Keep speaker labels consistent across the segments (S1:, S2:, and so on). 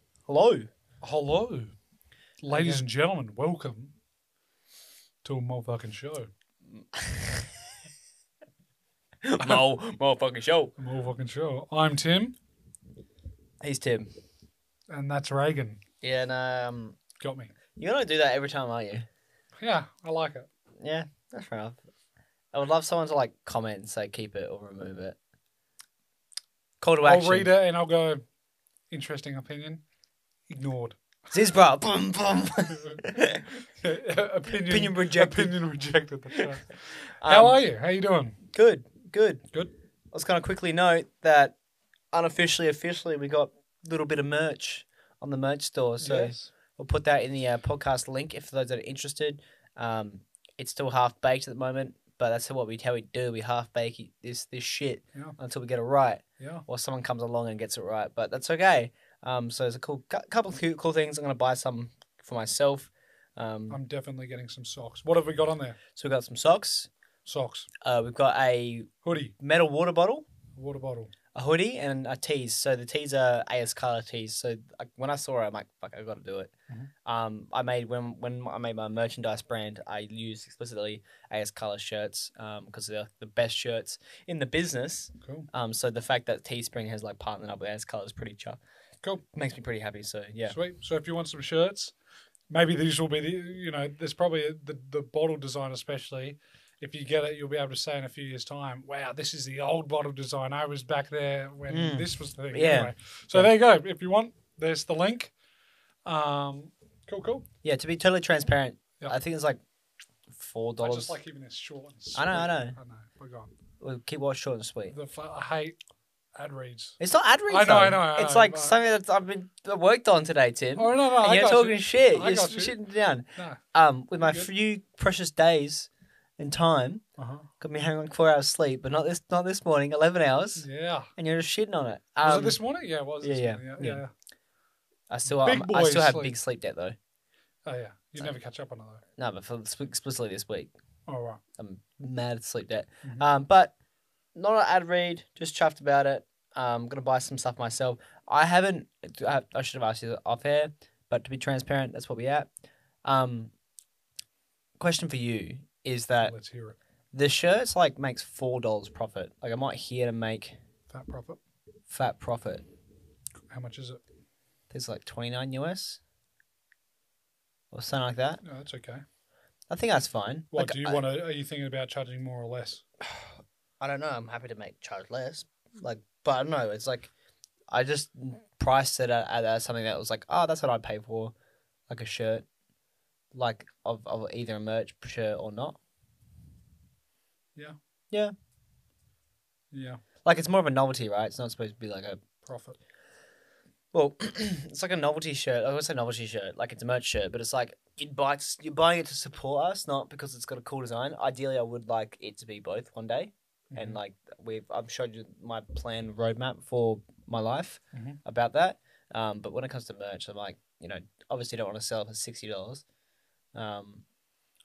S1: Hello.
S2: Hello, ladies and gentlemen. Welcome to a motherfucking show.
S1: Mo, motherfucking show.
S2: A motherfucking show. I'm Tim,
S1: He's Tim.
S2: and that's Reagan.
S1: Yeah, and um,
S2: Got me.
S1: you don't do that every time, are you?
S2: Yeah, I like it.
S1: Yeah, that's fair enough. I would love someone to like comment and say keep it or remove it. Call to action.
S2: I'll read it and I'll go. Interesting opinion. Ignored.
S1: Zizbra. Boom, boom.
S2: opinion,
S1: Opinion rejected.
S2: Opinion rejected. That's right. How
S1: Um,
S2: are you? How you doing?
S1: Good, good.
S2: Good.
S1: I was going to quickly note that unofficially, officially, we got a little bit of merch on the merch store. So We'll put that in the uh, podcast link if for those that are interested. Um, it's still half baked at the moment, but that's what we how we do. We half bake it- this this shit
S2: Yeah.
S1: until we get it right,
S2: Yeah.
S1: or someone comes along and gets it right. But that's okay. Um, so there's a cool cou- couple of coo- cool things. I'm gonna buy some for myself. Um,
S2: I'm definitely getting some socks. What have we got on there?
S1: so we've got some socks.
S2: Socks,
S1: Uh, we've got a
S2: hoodie,
S1: metal water bottle,
S2: water bottle.
S1: a hoodie, and a tees. So the tees are AS color tees. So like, when I saw it, I'm like, fuck, I got to do it.
S2: Mhm.
S1: Um, I made when when I made my merchandise brand, I used explicitly AS color shirts because they're the best shirts in the business.
S2: Cool.
S1: Um, so the fact that Teespring has like partnered up with AS color is pretty chuff.
S2: Cool.
S1: Makes me pretty happy. So yeah,
S2: Sweet. So if you want some shirts, maybe these will be the you know, there's probably the the bottle design especially. If you get it, you'll be able to say in a few years' time, "Wow, this is the old bottle design. I was back there when
S1: Mm.
S2: this was the thing."
S1: Yeah.
S2: Anyway, so there you go. If you want, there's the link. Um, cool, cool.
S1: yeah. To be totally transparent,
S2: Yeah.
S1: I think it's like four
S2: I
S1: dollars.
S2: just like keeping this short. And
S1: I know, I
S2: sweet.
S1: know.
S2: I know. We're gone.
S1: We'll keep what short and sweet.
S2: The, fu- I hate ad reads.
S1: It's not ad reads.
S2: I know, I
S1: though.
S2: know, I
S1: it's
S2: know,
S1: like
S2: but-
S1: something that I've been I worked on today, Tim.
S2: Oh no, no,
S1: and
S2: I
S1: you're
S2: got
S1: talking
S2: you.
S1: shit.
S2: I
S1: You're
S2: got you.
S1: shitting down.
S2: No.
S1: Um, with my
S2: You're good.
S1: few precious days and time,
S2: Uh-huh.
S1: got me hanging on four hours sleep, but not this not this morning, eleven hours,
S2: Yeah.
S1: and you're just shitting on it. Um,
S2: Mm. Was it this morning? Yeah, it was.
S1: yeah,
S2: this
S1: yeah,
S2: morning.
S1: yeah.
S2: yeah.
S1: I still
S2: Big
S1: I'm- I
S2: boy
S1: still have
S2: sleep.
S1: big sleep debt though.
S2: Oh yeah. You
S1: So-
S2: never catch up on it though.
S1: No, but for explicitly this week,
S2: All right.
S1: I'm mad at sleep debt.
S2: Mhm.
S1: Um, but not an ad read. Just chuffed about it. I'm gonna buy some stuff myself. I haven't. I, I should have asked you off air, but to be transparent, that's what we at. Um, question for you is that
S2: Let's hear it.
S1: the shirts like makes four dollars profit. Like I'm not here to make
S2: Fat profit.
S1: fat profit.
S2: How much is it?
S1: There's like 29 US or something like that.
S2: No, that's okay.
S1: I think that's fine.
S2: What
S1: Like,
S2: do you
S1: I,
S2: want to? Are you thinking about charging more or less?
S1: I don't know. I'm happy to make charge less. Like, but I don't know. It's like I just priced it at, at, at something that was like, oh, that's what I'd pay for, like a shirt, like of, of either a merch shirt or not.
S2: Yeah,
S1: Like it's more of a novelty, right? It's not supposed to be like a
S2: profit.
S1: Well, it's like a novelty shirt. I always say novelty shirt, like it's a merch shirt, but it's like you'd buy you're buying it to support us, not because it's got a cool design. Ideally, I would like it to be both one day, and
S2: Mhm.
S1: like we've I've showed you my plan roadmap for my life
S2: Mhm.
S1: about that. Um, but when it comes to merch, I'm like, you know, obviously don't want to sell it for sixty dollars, um,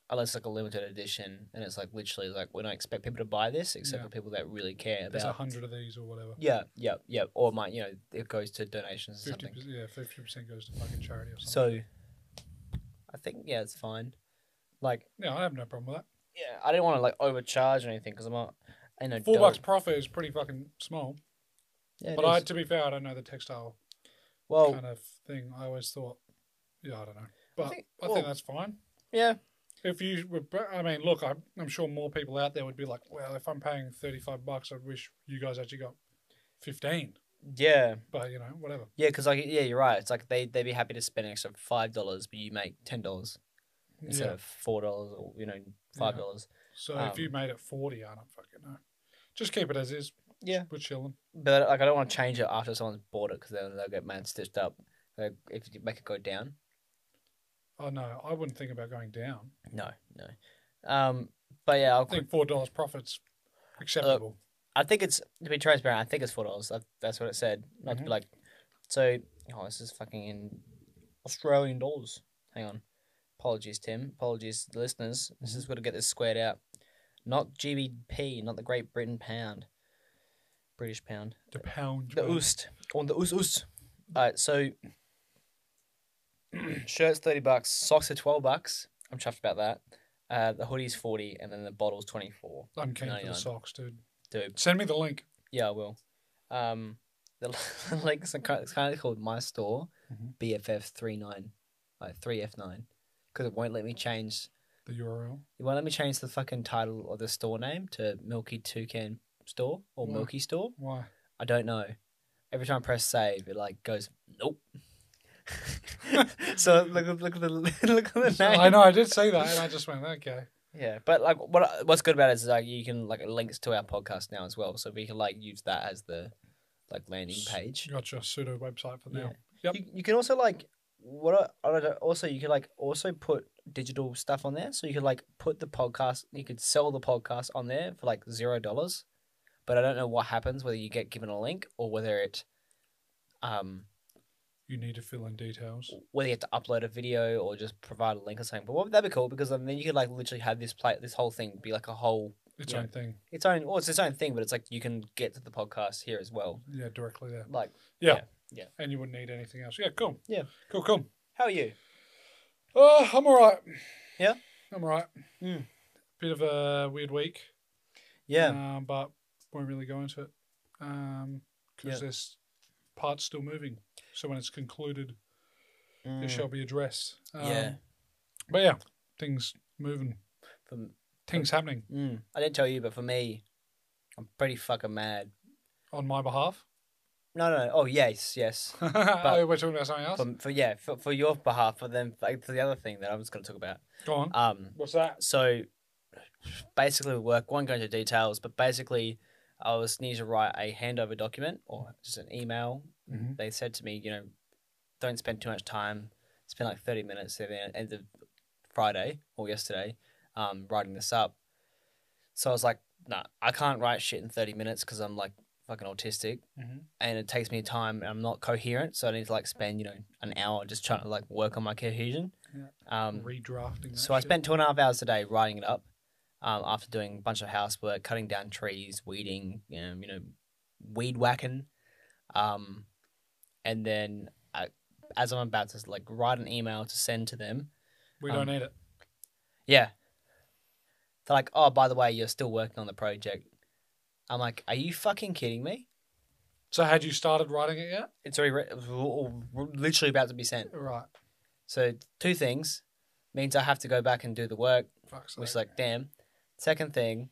S1: unless like a limited edition, and it's like literally like we don't expect people to buy this except
S2: Yeah.
S1: for people that really care
S2: There's a
S1: about.
S2: hundred of these or whatever.
S1: Yeah, yeah, yeah. Or my, you know, it goes to donations or
S2: Fifty
S1: something.
S2: percent. Yeah, fifty percent goes to fucking charity or something.
S1: So, I think yeah, it's fine. Like
S2: yeah, I have no problem with that.
S1: yeah, I didn't want to like overcharge or anything because I'm not. I know
S2: Four bucks profit is pretty fucking small.
S1: Yeah,
S2: but I, to be fair, I don't know the textile
S1: well,
S2: kind of thing. I always thought, yeah, I don't know. But I think,
S1: think- well-
S2: that's fine.
S1: yeah,
S2: If you were, but, I mean, look, I'm, I'm sure more people out there would be like, well, if I'm paying thirty-five bucks, I wish you guys actually got fifteen.
S1: yeah,
S2: But you know, whatever.
S1: yeah. Because like yeah, you're right. It's like they they'd be happy to spend an extra five dollars, but you make ten dollars instead
S2: Yeah.
S1: of four dollars or you know five dollars.
S2: So if
S1: Um,
S2: you made it 40, I don't fucking know. Just keep it as is.
S1: Yeah.
S2: We're chilling.
S1: But like I don't want to change it after someone's bought it because then they'll get mad stitched up. Like, if you make it go down,
S2: Oh, no, I wouldn't think about going down.
S1: no, no. Um, but yeah, I'll
S2: I think $4 profits acceptable.
S1: I think it's to be transparent. I think it's four dollars. That, that's what it said. Not to be
S2: Mhm.
S1: like, so oh, this is fucking in Australian dollars. Hang on, apologies, Tim. Apologies, to the listeners. This
S2: Mm-hmm.
S1: is got to get this squared out. Not GBP, not the Great Britain pound, British pound,
S2: the pound.
S1: Uh, the
S2: one.
S1: oost on the oost oost. All right, so shirts thirty bucks, socks are twelve bucks. I'm chuffed about that. Uh, the hoodie's forty, and then the bottle's twenty four.
S2: I'm keen for
S1: 99.
S2: the socks, dude.
S1: Dude,
S2: Send me the link.
S1: yeah, I will. Um, the link's kind it's kind of called my store,
S2: Mhm.
S1: BFF three nine, like three F nine, because it won't let me change.
S2: The URL.
S1: It won't let me change the fucking title or the store name to Milky Toucan Store or
S2: Why?
S1: Milky Store.
S2: Why?
S1: I don't know. Every time I press save, it like goes nope. so look, look at the look at the name.
S2: I know. I did see that, and I just went, okay.
S1: Yeah, but like what what's good about it is like you can like it links to our podcast now as well, so we can like use that as the like landing
S2: S-
S1: page.
S2: You got your pseudo website for now. Yep.
S1: You, you can also like what I, I don't know, also you could like also put digital stuff on there, so you could like put the podcast, you could sell the podcast on there for like zero dollars. But I don't know what happens whether you get given a link or whether it, um,
S2: You need to fill in details.
S1: whether you have to upload a video or just provide a link or something. But what that'd be cool because um, then you could like literally have this play this whole thing be like a whole
S2: Its
S1: Yeah.
S2: own thing.
S1: its own well it's its own thing but it's like you can get to the podcast here as well
S2: Yeah, directly there.
S1: like
S2: Yeah.
S1: Yeah, yeah.
S2: And you wouldn't need anything else. Yeah, cool.
S1: Yeah.
S2: Cool, cool.
S1: how are you
S2: Uh, I'm all right.
S1: Yeah?
S2: I'm all right.
S1: Mm.
S2: Bit of a weird week.
S1: yeah
S2: Um, but won't really go into it. Um, because
S1: Yeah.
S2: there's parts still moving. So when it's concluded, it
S1: Mm.
S2: shall be addressed. Um,
S1: Yeah.
S2: But yeah, things moving,
S1: For-
S2: things happening
S1: mm. i didn't tell you but for me i'm pretty fucking mad
S2: on my behalf.
S1: no no, no. oh yes yes
S2: oh, we're talking about something else.
S1: for, for yeah for, for your behalf for them like, for the other thing that i was going to talk about
S2: Go on.
S1: um
S2: What's that?
S1: so basically we work won't go into details but basically i was need to write a handover document or just an email
S2: Mm-hmm.
S1: they said to me, you know, don't spend too much time. Spend like thirty minutes at the end- end of Friday or yesterday, um, writing this up. So I was like, nah, I can't write shit in thirty minutes because I'm like fucking autistic,
S2: Mhm.
S1: and it takes me time, and I'm not coherent. So I need to like spend you know an hour just trying to like work on my cohesion.
S2: Yeah.
S1: Um,
S2: Redrafting. that
S1: so I
S2: shit.
S1: spent two and a half hours a day writing it up, um, after doing a bunch of housework, cutting down trees, weeding, you know, you know weed whacking, um, and then I, as I'm about to like write an email to send to them,
S2: We
S1: um,
S2: don't need it.
S1: yeah, they're like, oh, by the way, you're still working on the project. I'm like, are you fucking kidding me?
S2: So had you started writing it yet?
S1: It's already re- literally about to be sent.
S2: Right.
S1: So two things means I have to go back and do the work,
S2: Fuck's
S1: which is
S2: sake.
S1: like, damn. Second thing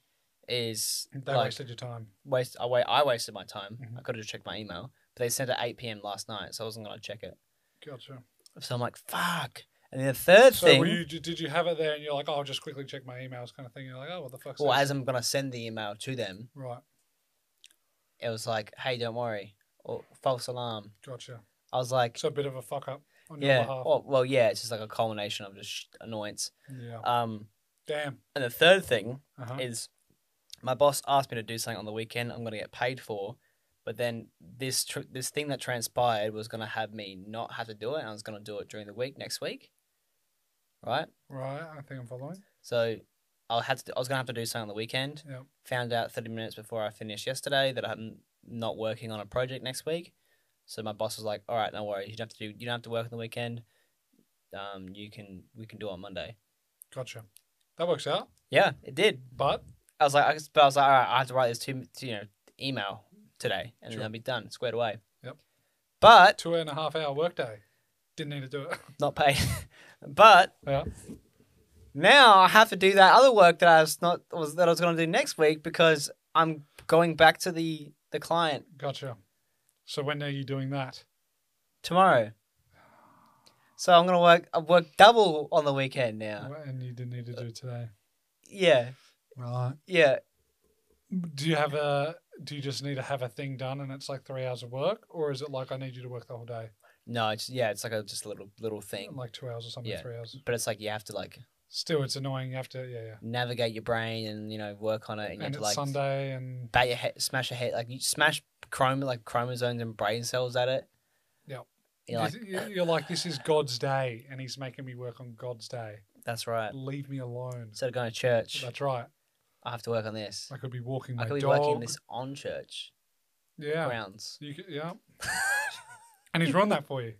S1: is
S2: they
S1: like,
S2: wasted your time.
S1: waste I, wa- I wasted my time.
S2: Mhm.
S1: I could have checked my email, but they sent it at 8 p.m. last night, so I wasn't going to check it.
S2: Gotcha.
S1: So I'm like, fuck. And then the third
S2: So
S1: thing,
S2: were you, did you have it there and you're like, oh, I'll just quickly check my emails kind of thing? You're like, oh, what the fuck's
S1: well,
S2: this?
S1: as I'm going to send the email to them,
S2: Right.
S1: it was like, hey, don't worry, or false alarm.
S2: Gotcha.
S1: I was like,
S2: So a bit of a fuck up on your
S1: yeah,
S2: behalf.
S1: well, well, yeah, it's just like a culmination of just sh- annoyance.
S2: Yeah.
S1: Um,
S2: Damn.
S1: and the third thing
S2: Uh-huh.
S1: is my boss asked me to do something on the weekend I'm going to get paid for. But then this tr- this thing that transpired was going to have me not have to do it. And I was going to do it during the week next week. Right?
S2: Right. I think I'm following.
S1: So I'll have to, I was going to have to do something on the weekend.
S2: Yeah.
S1: Found out 30 minutes before I finished yesterday that I'm not working on a project next week. So my boss was like, all right, no worries. You don't have to do, you don't have to work on the weekend. Um, you can, we can do it on Monday.
S2: Gotcha. That works out.
S1: Yeah, it did.
S2: But
S1: I was like, I, just- but I was like, all right, I have to write this two, you know, email today, and
S2: Sure.
S1: then I'll be done, squared away.
S2: Yep.
S1: But
S2: two and a half hour workday. Didn't need to do it.
S1: not paid. but
S2: yeah.
S1: now I have to do that other work that I was not was that I was going to do next week because I'm going back to the the client
S2: Gotcha. So when are you doing that?
S1: tomorrow. So I'm gonna work. I work double on the weekend now.
S2: And you didn't need to do it today.
S1: Yeah,
S2: Right.
S1: yeah.
S2: Do you have a? Do you just need to have a thing done, and it's like three hours of work, or is it like I need you to work the whole day,
S1: No, it's yeah. It's like a just a little little thing,
S2: like two hours or something,
S1: Yeah.
S2: three hours?
S1: but it's like you have to like
S2: Still, it's annoying. You have to, yeah, yeah.
S1: navigate your brain and you know work on it, and, you have
S2: and
S1: to
S2: it's
S1: like
S2: Sunday, and
S1: bat your head, smash your head, like you smash chrome, like chromosomes and brain cells at it.
S2: Yep.
S1: You're like,
S2: this- you- you're like, this is God's day, and He's making me work on God's day.
S1: that's right.
S2: Leave me alone.
S1: Instead of going to church,
S2: That's right.
S1: I have to work on this.
S2: I could be walking my
S1: I could be
S2: dog.
S1: working this on church
S2: yeah,
S1: grounds.
S2: you could, yeah. and He's run that for you.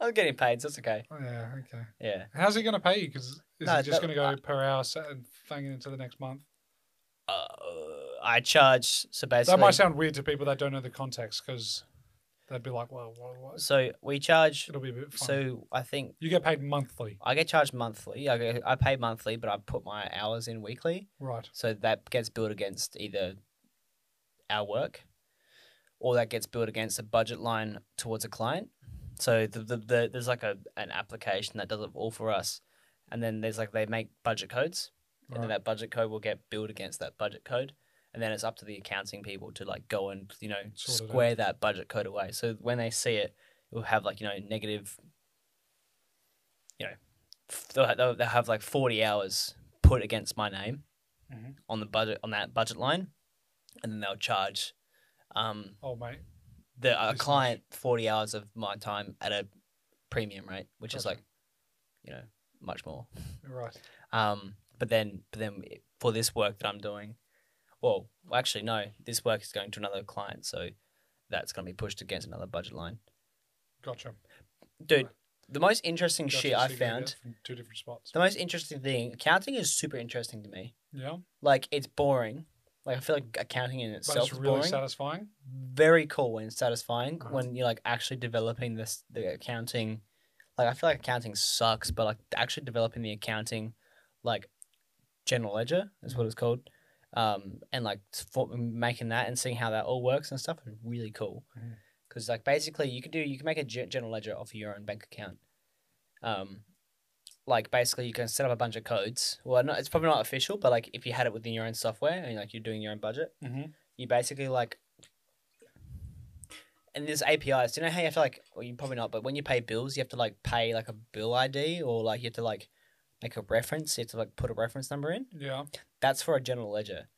S1: I'm getting paid, so it's okay.
S2: Oh, Yeah, okay.
S1: Yeah.
S2: How's he going to pay you? Because is
S1: No,
S2: he just
S1: that-
S2: going to go per hour sa- and fang it into the next month?
S1: Uh, I charge so basically.
S2: that might sound weird to people that don't know the context because they'd be like, well, what, what?
S1: so we charge.
S2: it'll be a bit fun.
S1: So I think
S2: you get paid monthly,
S1: I get charged monthly. I get, I pay monthly, but I put my hours in weekly,
S2: right?
S1: so that gets billed against either our work, or that gets billed against a budget line towards a client. So the, the, the there's like a an application that does it all for us, and then there's like they make budget codes, and
S2: Right.
S1: then that budget code will get billed against that budget code, and then it's up to the accounting people to like go and you know
S2: Sort it out.
S1: square that budget code away. So when they see it, it'll have like you know negative, you know, f- they'll, ha- they'll, they'll have like forty hours put against my name
S2: Mhm.
S1: on the budget on that budget line, and then they'll charge. Um,
S2: Oh mate,
S1: the a
S2: This much.
S1: client forty hours of my time at a premium rate, which is
S2: Gotcha.
S1: like, you know, much more.
S2: right?
S1: Um, but then, but then for this work that I'm doing, well, actually no, this work is going to another client, so that's going to be pushed against another budget line.
S2: Gotcha.
S1: Dude, the most interesting
S2: Gotcha,
S1: shit
S2: so
S1: I
S2: you get it
S1: found,
S2: from two different spots.
S1: the most interesting thing, accounting is super interesting to me.
S2: Yeah,
S1: Like it's boring. Like I feel like accounting in
S2: but
S1: itself
S2: it's
S1: is
S2: really
S1: boring.
S2: satisfying.
S1: very cool and satisfying
S2: Right.
S1: when you're like actually developing this the accounting like i feel like accounting sucks but like actually developing the accounting like general ledger is what it's called um and like for, making that and seeing how that all works and stuff is really cool
S2: Mhm.
S1: because like basically you can do you can make a ge- general ledger off your own bank account um like basically you can set up a bunch of codes well not, it's probably not official but like if you had it within your own software and like you're doing your own budget
S2: Mm-hmm.
S1: you basically like and there's APIs. Do you know how you have to like well you probably not, but when you pay bills you have to like pay like a bill ID or like you have to like make a reference, you have to like put a reference number in.
S2: Yeah,
S1: That's for a general ledger.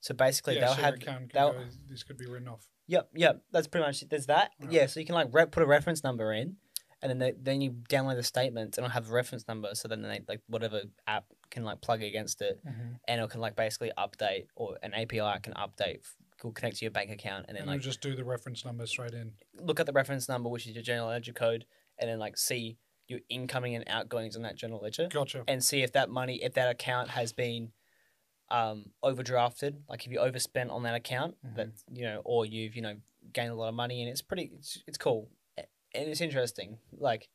S1: So basically
S2: yeah.
S1: they'll
S2: so your
S1: have
S2: account can
S1: they'll-
S2: go, this could be written off.
S1: Yep, yep. That's pretty much it. There's that.
S2: Right.
S1: Yeah, so you can like re- put a reference number in, and then they, then you download the statements and it'll have a reference number. So then they like whatever app can like plug against it,
S2: Mhm.
S1: and it can like basically update or an API can update, will connect to your bank account, and then
S2: And
S1: like
S2: you just do the reference number straight in.
S1: look at the reference number, which is your general ledger code, and then like see your incoming and outgoings on that general ledger,
S2: Gotcha.
S1: and see if that money, if that account has been um, overdrafted, like if you overspent on that account, that you know, or you've you know gained a lot of money, and it's pretty, it's, it's cool, a- and it's interesting. Like,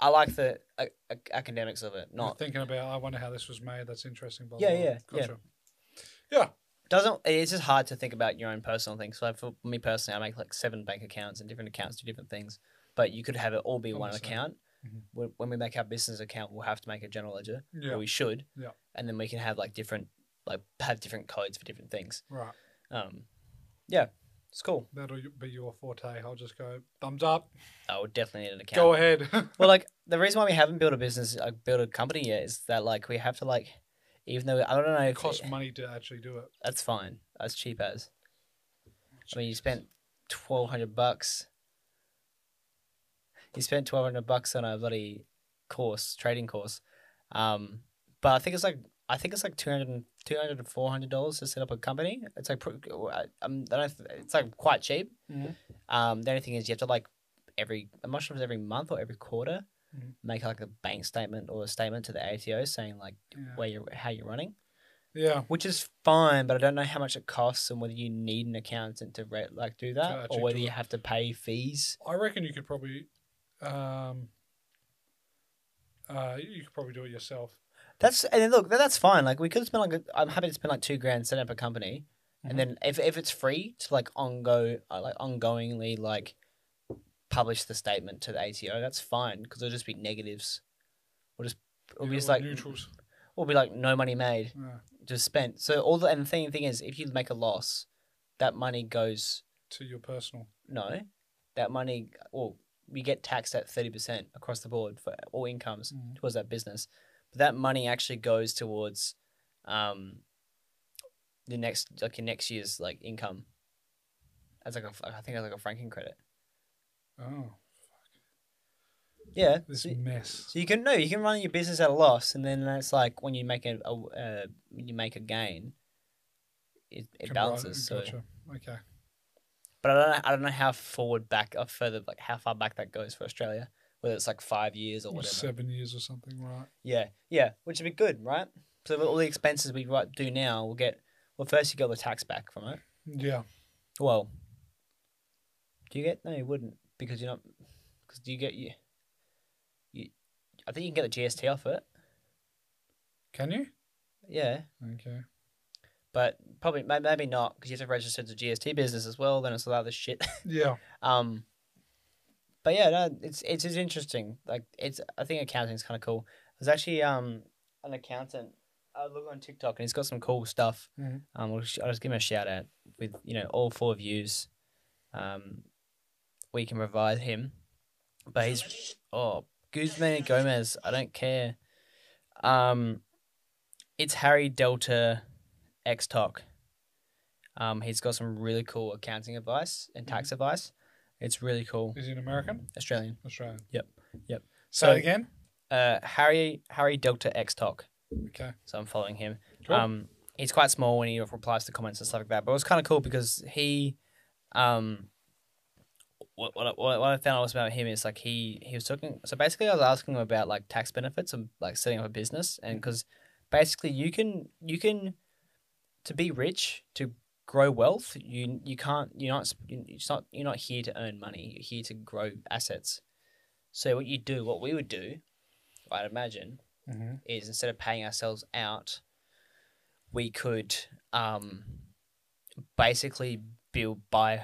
S1: I like the uh, academics of it.
S2: You're
S1: Not
S2: thinking about. I wonder how this was made. That's interesting. Blah,
S1: Yeah,
S2: blah, blah.
S1: yeah, yeah.
S2: Gotcha.
S1: doesn't it's just hard to think about your own personal things. So for me personally, I make like seven bank accounts and different accounts do different things. But you could have it all be one
S2: Understand.
S1: account.
S2: Mhm.
S1: When- When we make our business account, we'll have to make a general ledger.
S2: Yeah.
S1: Or we should.
S2: Yeah.
S1: And then we can have like different, like have different codes for different things.
S2: Right.
S1: Um, yeah, it's cool.
S2: That'll be your forte. I'll just go thumbs up.
S1: I would definitely need an account.
S2: Go ahead.
S1: Well, like the reason why we haven't built a business, like built a company yet, is that like we have to like, even though I don't know
S2: it
S1: if
S2: costs money to actually do it.
S1: That's fine. That's cheap as. I mean, you spent twelve hundred bucks. You spent twelve hundred bucks on a bloody course, trading course, um, but I think it's like I think it's like 200 200 to four hundred dollars to set up a company. It's like pr- I, I'm, I don't, it's like quite cheap.
S2: Mhm.
S1: Um, the only thing is you have to like every I'm not sure if it's every month or every quarter
S2: Mhm.
S1: make like a bank statement or a statement to the ATO saying like
S2: Yeah.
S1: where you're how you're running
S2: yeah.
S1: which is fine, but I don't know how much it costs and whether you need an accountant to re- like do
S2: To
S1: that
S2: actually
S1: or whether
S2: do
S1: you
S2: it.
S1: have to pay fees.
S2: I reckon you could probably, um, uh, you could probably do it yourself.
S1: That's and then look, that- that's fine. Like we could spend like i I'm happy to spend like two grand setting up a company,
S2: Mhm.
S1: and then if if it's free to like ongo uh, like ongoingly like publish the statement to the ATO, that's fine because it'll just be negatives. We'll just it'll be
S2: Yeah,
S1: just
S2: or
S1: like
S2: neutrals. uh,
S1: we'll be like no money made.
S2: Yeah.
S1: just spent. So all the and the thing, thing is, if you make a loss, that money goes
S2: to your personal.
S1: no, that money. Well, we get taxed at thirty percent across the board for all incomes
S2: Mhm.
S1: towards that business, but that money actually goes towards, um, the next like your next year's like income. As like a, I think it's like a franking credit. Mm-hmm.
S2: Oh,
S1: Yeah.
S2: this
S1: so-
S2: mess.
S1: So you can no, you can run your business at a loss, and then that's like when you make a, a uh, when you make a gain, it, it
S2: Can write
S1: balances. So
S2: Gotcha. Okay.
S1: But I don't know, I don't know how forward back or further like how far back that goes for Australia. Whether it's like five years or whatever.
S2: Seven years or something, right?
S1: Yeah, yeah, which would be good, right? So with all the expenses we right- do now, we'll get. Well, first you got the tax back from it.
S2: Yeah.
S1: Well, do you get? No, you wouldn't because you're not. Because do you get you? You, I think you can get the GST off it.
S2: Can you?
S1: Yeah,
S2: Okay.
S1: but probably may- maybe not because you have to register as a GST business as well. Then it's all that other shit.
S2: Yeah.
S1: Um, but yeah, no, it's it's it's interesting. Like it's, I think accounting's kind of cool. There's actually um an accountant. I look on TikTok and he's got some cool stuff.
S2: Mhm.
S1: Um, I'll, just- I'll just give him a shout out with you know all four views. Um, we can provide him, but he's oh Guzman and Gomez. I don't care. Um, it's Harry Delta X Talk. Um, he's got some really cool accounting advice and tax advice. It's really cool.
S2: Is he an American?
S1: Australian.
S2: Australian.
S1: Yep. Yep.
S2: Say
S1: So-
S2: it again.
S1: Uh, Harry Harry Delta X Talk.
S2: Okay.
S1: So I'm following him.
S2: Cool.
S1: Um, he's quite small when he replies to comments and stuff like that. But it was kind of cool because he, um, what what I, what I found was about him is like he he was talking. So basically, I was asking him about like tax benefits and like setting up a business, and because basically you can you can to be rich to grow wealth you you can't you're not you- it's not you're not here to earn money you're here to grow assets so what you do what we would do i'd imagine
S2: Mhm.
S1: is instead of paying ourselves out, we could um, basically build buy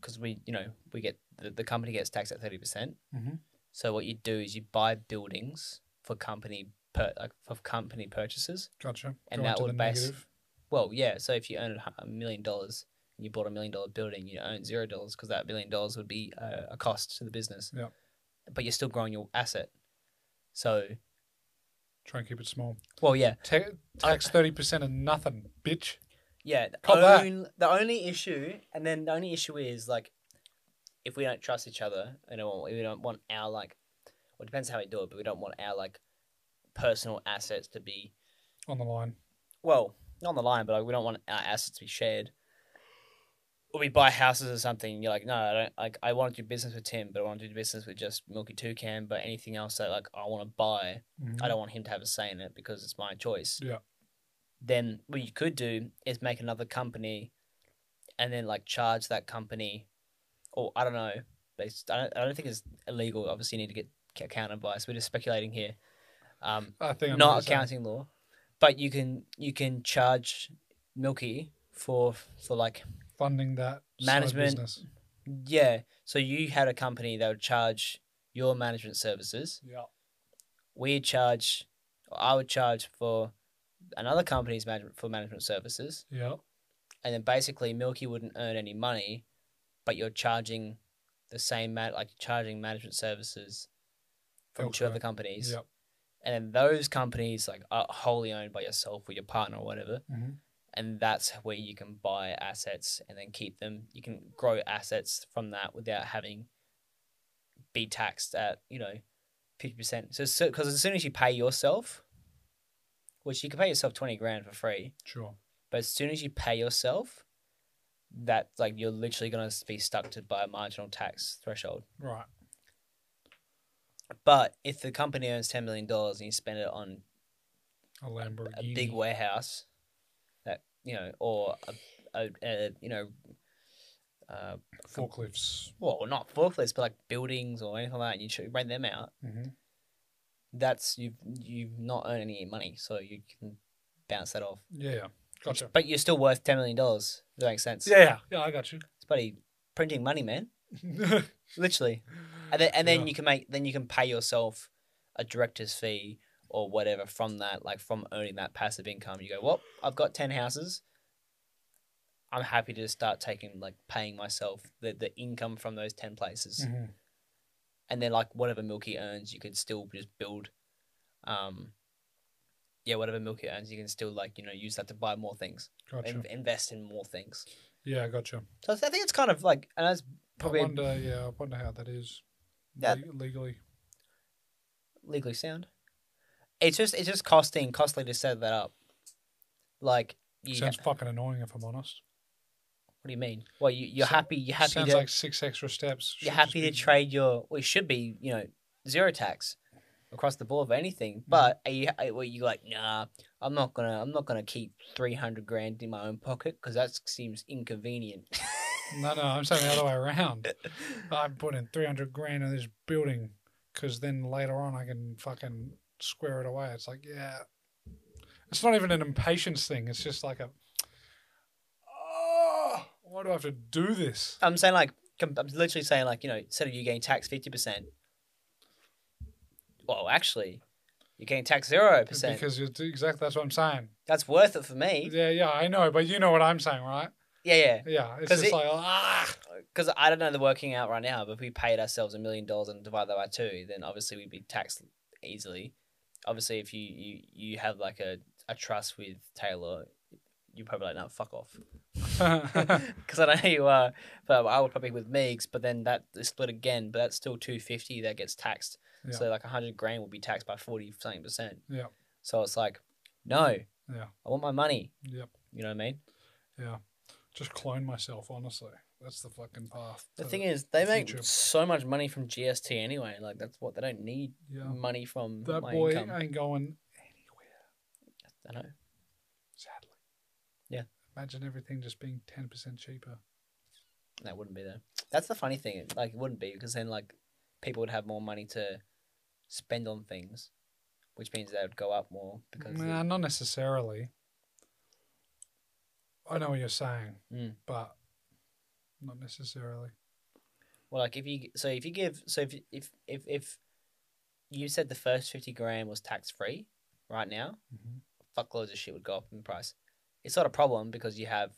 S1: because we you know we get the, the company gets taxed at thirty percent.
S2: Mhm.
S1: So what you do is you buy buildings for company per like for company purchases.
S2: Gotcha.
S1: And
S2: Go
S1: that
S2: on to
S1: would
S2: the
S1: base-
S2: negative.
S1: Well, yeah. So if you earn a hu- a million dollars and you bought a million dollar building, you earn zero dollars because that million dollars would be uh, a cost to the business.
S2: Yeah.
S1: But you're still growing your asset. So
S2: Try and keep it small.
S1: well, yeah.
S2: Ta- tax thirty percent of nothing, bitch.
S1: Yeah, the,
S2: Cop that.
S1: only, the only issue, and then the only issue is like, if we don't trust each other, and we don't- we don't want our like, well, it depends how we do it, but we don't want our like personal assets to be
S2: On the line.
S1: well not on the line, but like, we don't want our assets to be shared. Or we buy houses or something. And you're like, no, I don't like. I want to do business with Tim, but I want to do business with just Milky Toucan. But anything else that like I want to buy,
S2: Mhm.
S1: I don't want him to have a say in it because it's my choice.
S2: Yeah.
S1: Then what you could do is make another company, and then like charge that company, or I don't know. But it's, I don't. I don't think it's illegal. Obviously, you need to get c- account advice. We're just speculating here. Um,
S2: I think I know what you're
S1: not
S2: saying.
S1: accounting law, but you can you can charge Milky for for like
S2: funding that side
S1: Management.
S2: business.
S1: yeah. So you had a company that would charge your management services.
S2: Yeah.
S1: we charge, I would charge for another company's management for management services,
S2: Yeah.
S1: and then basically Milky wouldn't earn any money, but you're charging the same man like you're charging management services from two
S2: Elsewhere.
S1: other companies,
S2: Yeah.
S1: and then those companies like are wholly owned by yourself or your partner or whatever,
S2: Mhm.
S1: and that's where you can buy assets and then keep them. You can grow assets from that without having be taxed at you know fifty percent. So because as soon as you pay yourself, which you can pay yourself twenty grand for free,
S2: Sure.
S1: but as soon as you pay yourself, that like you're literally gonna be stuck to by a marginal tax threshold.
S2: Right.
S1: But if the company earns ten million dollars and you spend it on
S2: A Lamborghini.
S1: a big warehouse that you know or a, a, a you know uh,
S2: Forklifts.
S1: well not forklifts but like buildings or anything like that and you should rent them out
S2: hmm
S1: that's you've you've not earned any money so you can bounce that off
S2: Yeah. yeah. Gotcha.
S1: but you're still worth 10 million dollars that makes sense
S2: Yeah. Yeah. Yeah. I got you.
S1: it's bloody printing money man literally and then, and then
S2: Yeah.
S1: you can make then you can pay yourself a director's fee or whatever from that like from earning that passive income you go well i've got 10 houses i'm happy to start taking like paying myself the, the income from those 10 places
S2: Mhm.
S1: and then like whatever milky earns you could still just build um yeah whatever milky earns you can still like you know use that to buy more things
S2: Gotcha.
S1: in- invest in more things
S2: Yeah. Gotcha.
S1: so i think it's kind of like and that's probably
S2: I wonder. Yeah. I wonder how that is.
S1: Yeah.
S2: le- legally.
S1: legally sound. It's just it's just costing costly to set that up. Like you,
S2: Sounds fucking annoying if I'm honest.
S1: What do you mean? Well, you, you're
S2: So-
S1: happy. You're happy
S2: Sounds
S1: to
S2: like six extra steps.
S1: you're
S2: Should just
S1: happy to
S2: be-
S1: trade your. Well, you should be. You know, zero tax across the board for
S2: Mm-hmm.
S1: anything. But are you? Are, well, you like, nah. I'm not gonna. I'm not gonna keep three hundred grand in my own pocket because that seems inconvenient.
S2: No, no, I'm saying the other way around. I'm putting 300 grand in this building because then later on I can fucking square it away. It's like, yeah. It's not even an impatience thing. It's just like a, oh, why do I have to do this?
S1: I'm saying like com- I'm literally saying like you know instead of you getting taxed fifty percent. Well, actually, you're getting taxed zero percent.
S2: Because you're, exactly that's what I'm saying.
S1: That's worth it for me.
S2: Yeah, yeah, I know, but you know what I'm saying, right?
S1: Yeah, yeah.
S2: Yeah, it's
S1: 'Cause
S2: just
S1: it-
S2: like, ah,
S1: Because I don't know the working out right now, but if we paid ourselves a million dollars and divide that by two, then obviously we'd be taxed easily. Obviously, if you you, you have like a, a trust with Taylor, you're probably like, no, fuck off.
S2: "Ah."
S1: because I know who you are, but I would probably with Meigs, but then that is split again, but that's still two fifty that gets taxed. So like hundred grand will be taxed by forty something percent.
S2: Yeah.
S1: So it's like, no,
S2: Yeah.
S1: I want my money.
S2: Yep.
S1: You know what I mean?
S2: just clone myself, honestly. That's the fucking path.
S1: The
S2: to-
S1: thing is, they
S2: the
S1: make
S2: future.
S1: so much money from GST anyway. Like that's what they don't need
S2: yeah.
S1: money from
S2: That
S1: my
S2: boy
S1: income. I,
S2: ain't going anywhere.
S1: know.
S2: Sadly.
S1: Yeah.
S2: Imagine everything just being ten percent cheaper.
S1: That wouldn't be there. That's the funny thing. Like it wouldn't be because then like people would have more money to spend on things, which means they would go up more because
S2: Nah, not necessarily. I know what you're saying,
S1: Mm.
S2: but not necessarily.
S1: Well, like if you so if you give so if if if if you said the first fifty grand was tax free right now,
S2: Mhm.
S1: fuckloads of shit would go up in price. It's not a problem because you have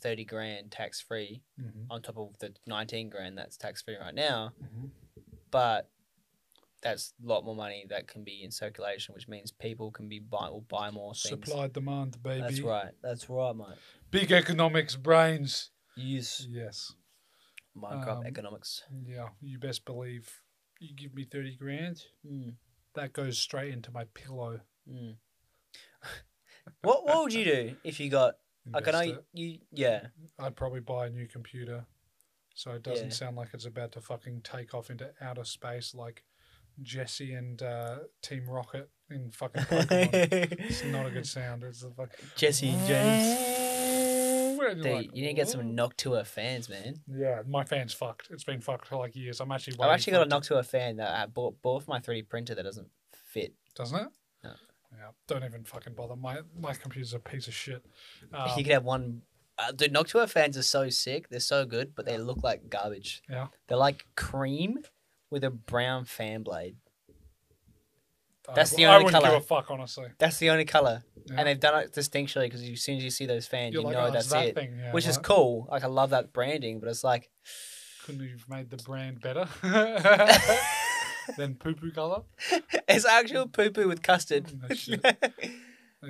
S1: thirty grand tax free
S2: Mm-hmm.
S1: on top of the nineteen grand that's tax free right now,
S2: Mm-hmm.
S1: but that's a lot more money that can be in circulation, which means people can be buy will buy more things.
S2: Supply demand, baby.
S1: That's right. That's right, mate.
S2: Big economics brains.
S1: Use
S2: Yes.
S1: Minecraft
S2: Um,
S1: economics.
S2: Yeah. You best believe. You give me thirty grand,
S1: Mm,
S2: that goes straight into my pillow.
S1: mm. what what would you do if you got Like Uh, I know
S2: Invest
S1: you,
S2: it.
S1: you yeah.
S2: I'd probably buy a new computer, so it doesn't
S1: Yeah.
S2: sound like it's about to fucking take off into outer space like Jesse and uh, Team Rocket in fucking Pokemon. it's not a good sound. It's the fuck.
S1: Jesse and James.
S2: Where
S1: Dude, you need to get some Noctua fans, man.
S2: Yeah, my fan's fucked. It's been fucked for like years. I'm actually.
S1: I've
S2: waiting
S1: actually
S2: for
S1: got a
S2: it to-
S1: Noctua fan that I bought bought for my 3D printer that doesn't fit.
S2: Doesn't it?
S1: No.
S2: Yeah. Don't even fucking bother. My my computer's a piece of shit. Um,
S1: you could have one. Uh, dude, Noctua fans are so sick. They're so good, but they look like garbage.
S2: Yeah.
S1: They're like cream with a brown fan blade.
S2: I-
S1: that's the
S2: I
S1: only
S2: wouldn't
S1: colour.
S2: give a fuck, honestly.
S1: That's the only color,
S2: Yeah.
S1: and they've done it distinctly because as soon as you see those fans,
S2: You're
S1: you
S2: like,
S1: know
S2: "Oh, it's
S1: that's
S2: that
S1: it,
S2: thing." Yeah,
S1: which is
S2: right.
S1: cool. Like I love that branding, but it's like
S2: Couldn't you've made the brand better than poo poo color?
S1: it's actual poo poo with custard.
S2: Mm, that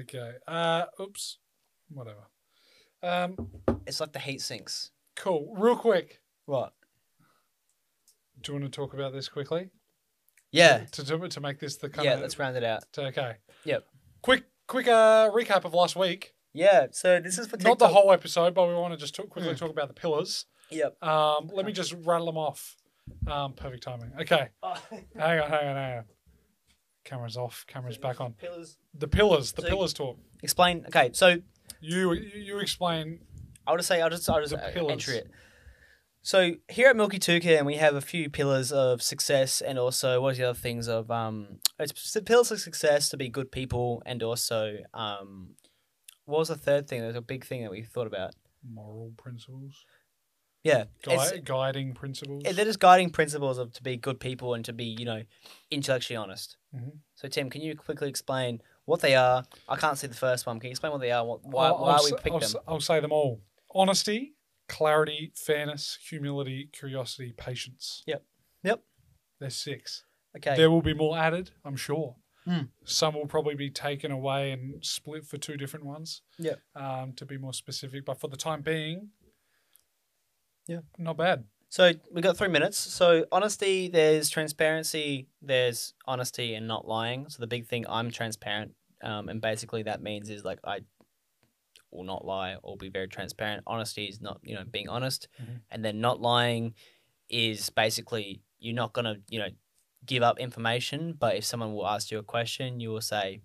S2: Okay. Uh, oops. Whatever. Um,
S1: It's like the heat sinks.
S2: cool. Real quick.
S1: What?
S2: Do you want to talk about this quickly?
S1: Yeah.
S2: To do to make this the kind
S1: Yeah,
S2: of
S1: let's round it out.
S2: to- okay.
S1: Yep.
S2: Quick, quick uh, recap of last week.
S1: Yeah, so this is for
S2: Not the whole episode, but we want to just talk, quickly talk about the pillars.
S1: Yep.
S2: Um, let me just rattle them off. Um, perfect timing. Okay. Hang on. Hang on. Hang on. Camera's off. Camera's back on.
S1: Pillars.
S2: The pillars. The
S1: So-
S2: pillars talk.
S1: Explain. Okay, so
S2: You you you explain.
S1: I'll just say I'll just I'll just
S2: The
S1: uh,
S2: pillars.
S1: enter it. So here at Milky Toucan, we have a few pillars of success, and also what are the other things of um, it's the pillars of success to be good people, and also um, what was the third thing? There was a big thing that we thought about.
S2: Moral principles.
S1: Yeah, it's-
S2: Gui- guiding principles.
S1: they're just guiding principles of to be good people and to be you know intellectually honest.
S2: Mhm.
S1: So Tim, can you quickly explain what they are? I can't see the first one. Can you explain what they are? What, why
S2: I'll-
S1: why
S2: I'll
S1: we
S2: s-
S1: picked
S2: I'll,
S1: them?
S2: s- I'll say them all: honesty, clarity, fairness, humility, curiosity, patience.
S1: Yep. Yep.
S2: There's six.
S1: okay.
S2: There will be more added, I'm sure.
S1: Hmm.
S2: Some will probably be taken away and split for two different ones.
S1: Yep.
S2: Um, to be more specific, but for the time being,
S1: Yeah.
S2: not bad.
S1: So we got three minutes. So honesty, there's transparency, there's honesty and not lying. So the big thing, I'm transparent, um, and basically that means is like I, will not lie or be very transparent. Honesty is not, you know, being honest.
S2: Mhm.
S1: And then not lying is basically you're not going to, you know, give up information. But if someone will ask you a question, you will say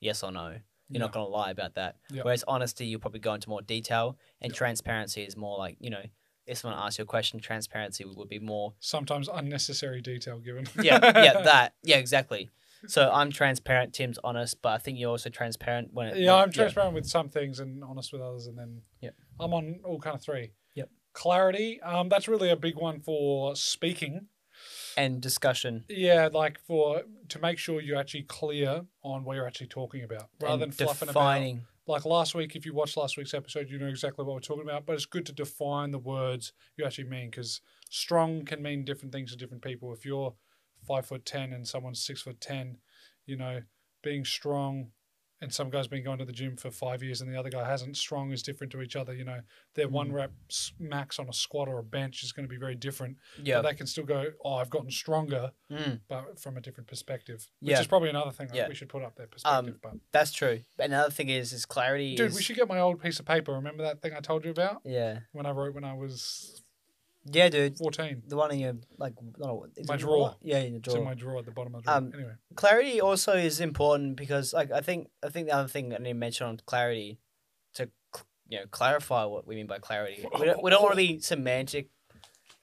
S1: yes or no. You're not going to lie about that.
S2: Yeah.
S1: Whereas honesty, you'll probably go into more detail. And
S2: Yeah.
S1: transparency is more like, you know, if someone asks you a question, transparency would be more
S2: Sometimes unnecessary detail given.
S1: yeah, yeah, that. Yeah, exactly. So I'm transparent, Tim's honest, but I think you're also transparent when it,
S2: yeah, I'm transparent with some things and honest with others, and then
S1: Yep.
S2: I'm on all kind of three.
S1: Yep.
S2: Clarity. Um, that's really a big one for speaking.
S1: and discussion
S2: Yeah, like for to make sure you're actually clear on what you're actually talking about, rather
S1: and
S2: than fluffing about.
S1: defining.
S2: Like last week, if you watched last week's episode, you know exactly what we're talking about. But it's good to define the words you actually mean because strong can mean different things to different people. If you're five foot ten and someone's six foot ten, you know, being strong. And some guy's been going to the gym for five years, and the other guy hasn't. Strong is different to each other. You know, their
S1: Mm.
S2: one rep s- max on a squat or a bench is going to be very different.
S1: Yeah,
S2: But they can still go, "Oh, I've gotten stronger,"
S1: Mm,
S2: but from a different perspective, which
S1: Yeah.
S2: is probably another thing that
S1: Yeah. Um,
S2: we should put up there. Perspective, but
S1: that's true. Another thing is is clarity.
S2: dude,
S1: is,
S2: we should get my old piece of paper. Remember that thing I told you about
S1: Yeah,
S2: when I wrote when I was
S1: yeah, dude.
S2: fourteen?
S1: The one in your like, not a, is
S2: My
S1: it a
S2: drawer.
S1: Yeah, in your
S2: It's in
S1: drawer.
S2: my drawer at the bottom of the drawer.
S1: Um,
S2: anyway,
S1: clarity also is important because like I think I think the other thing I need to mention on clarity to cl- you know clarify what we mean by clarity. We don't, we don't want to be semantic.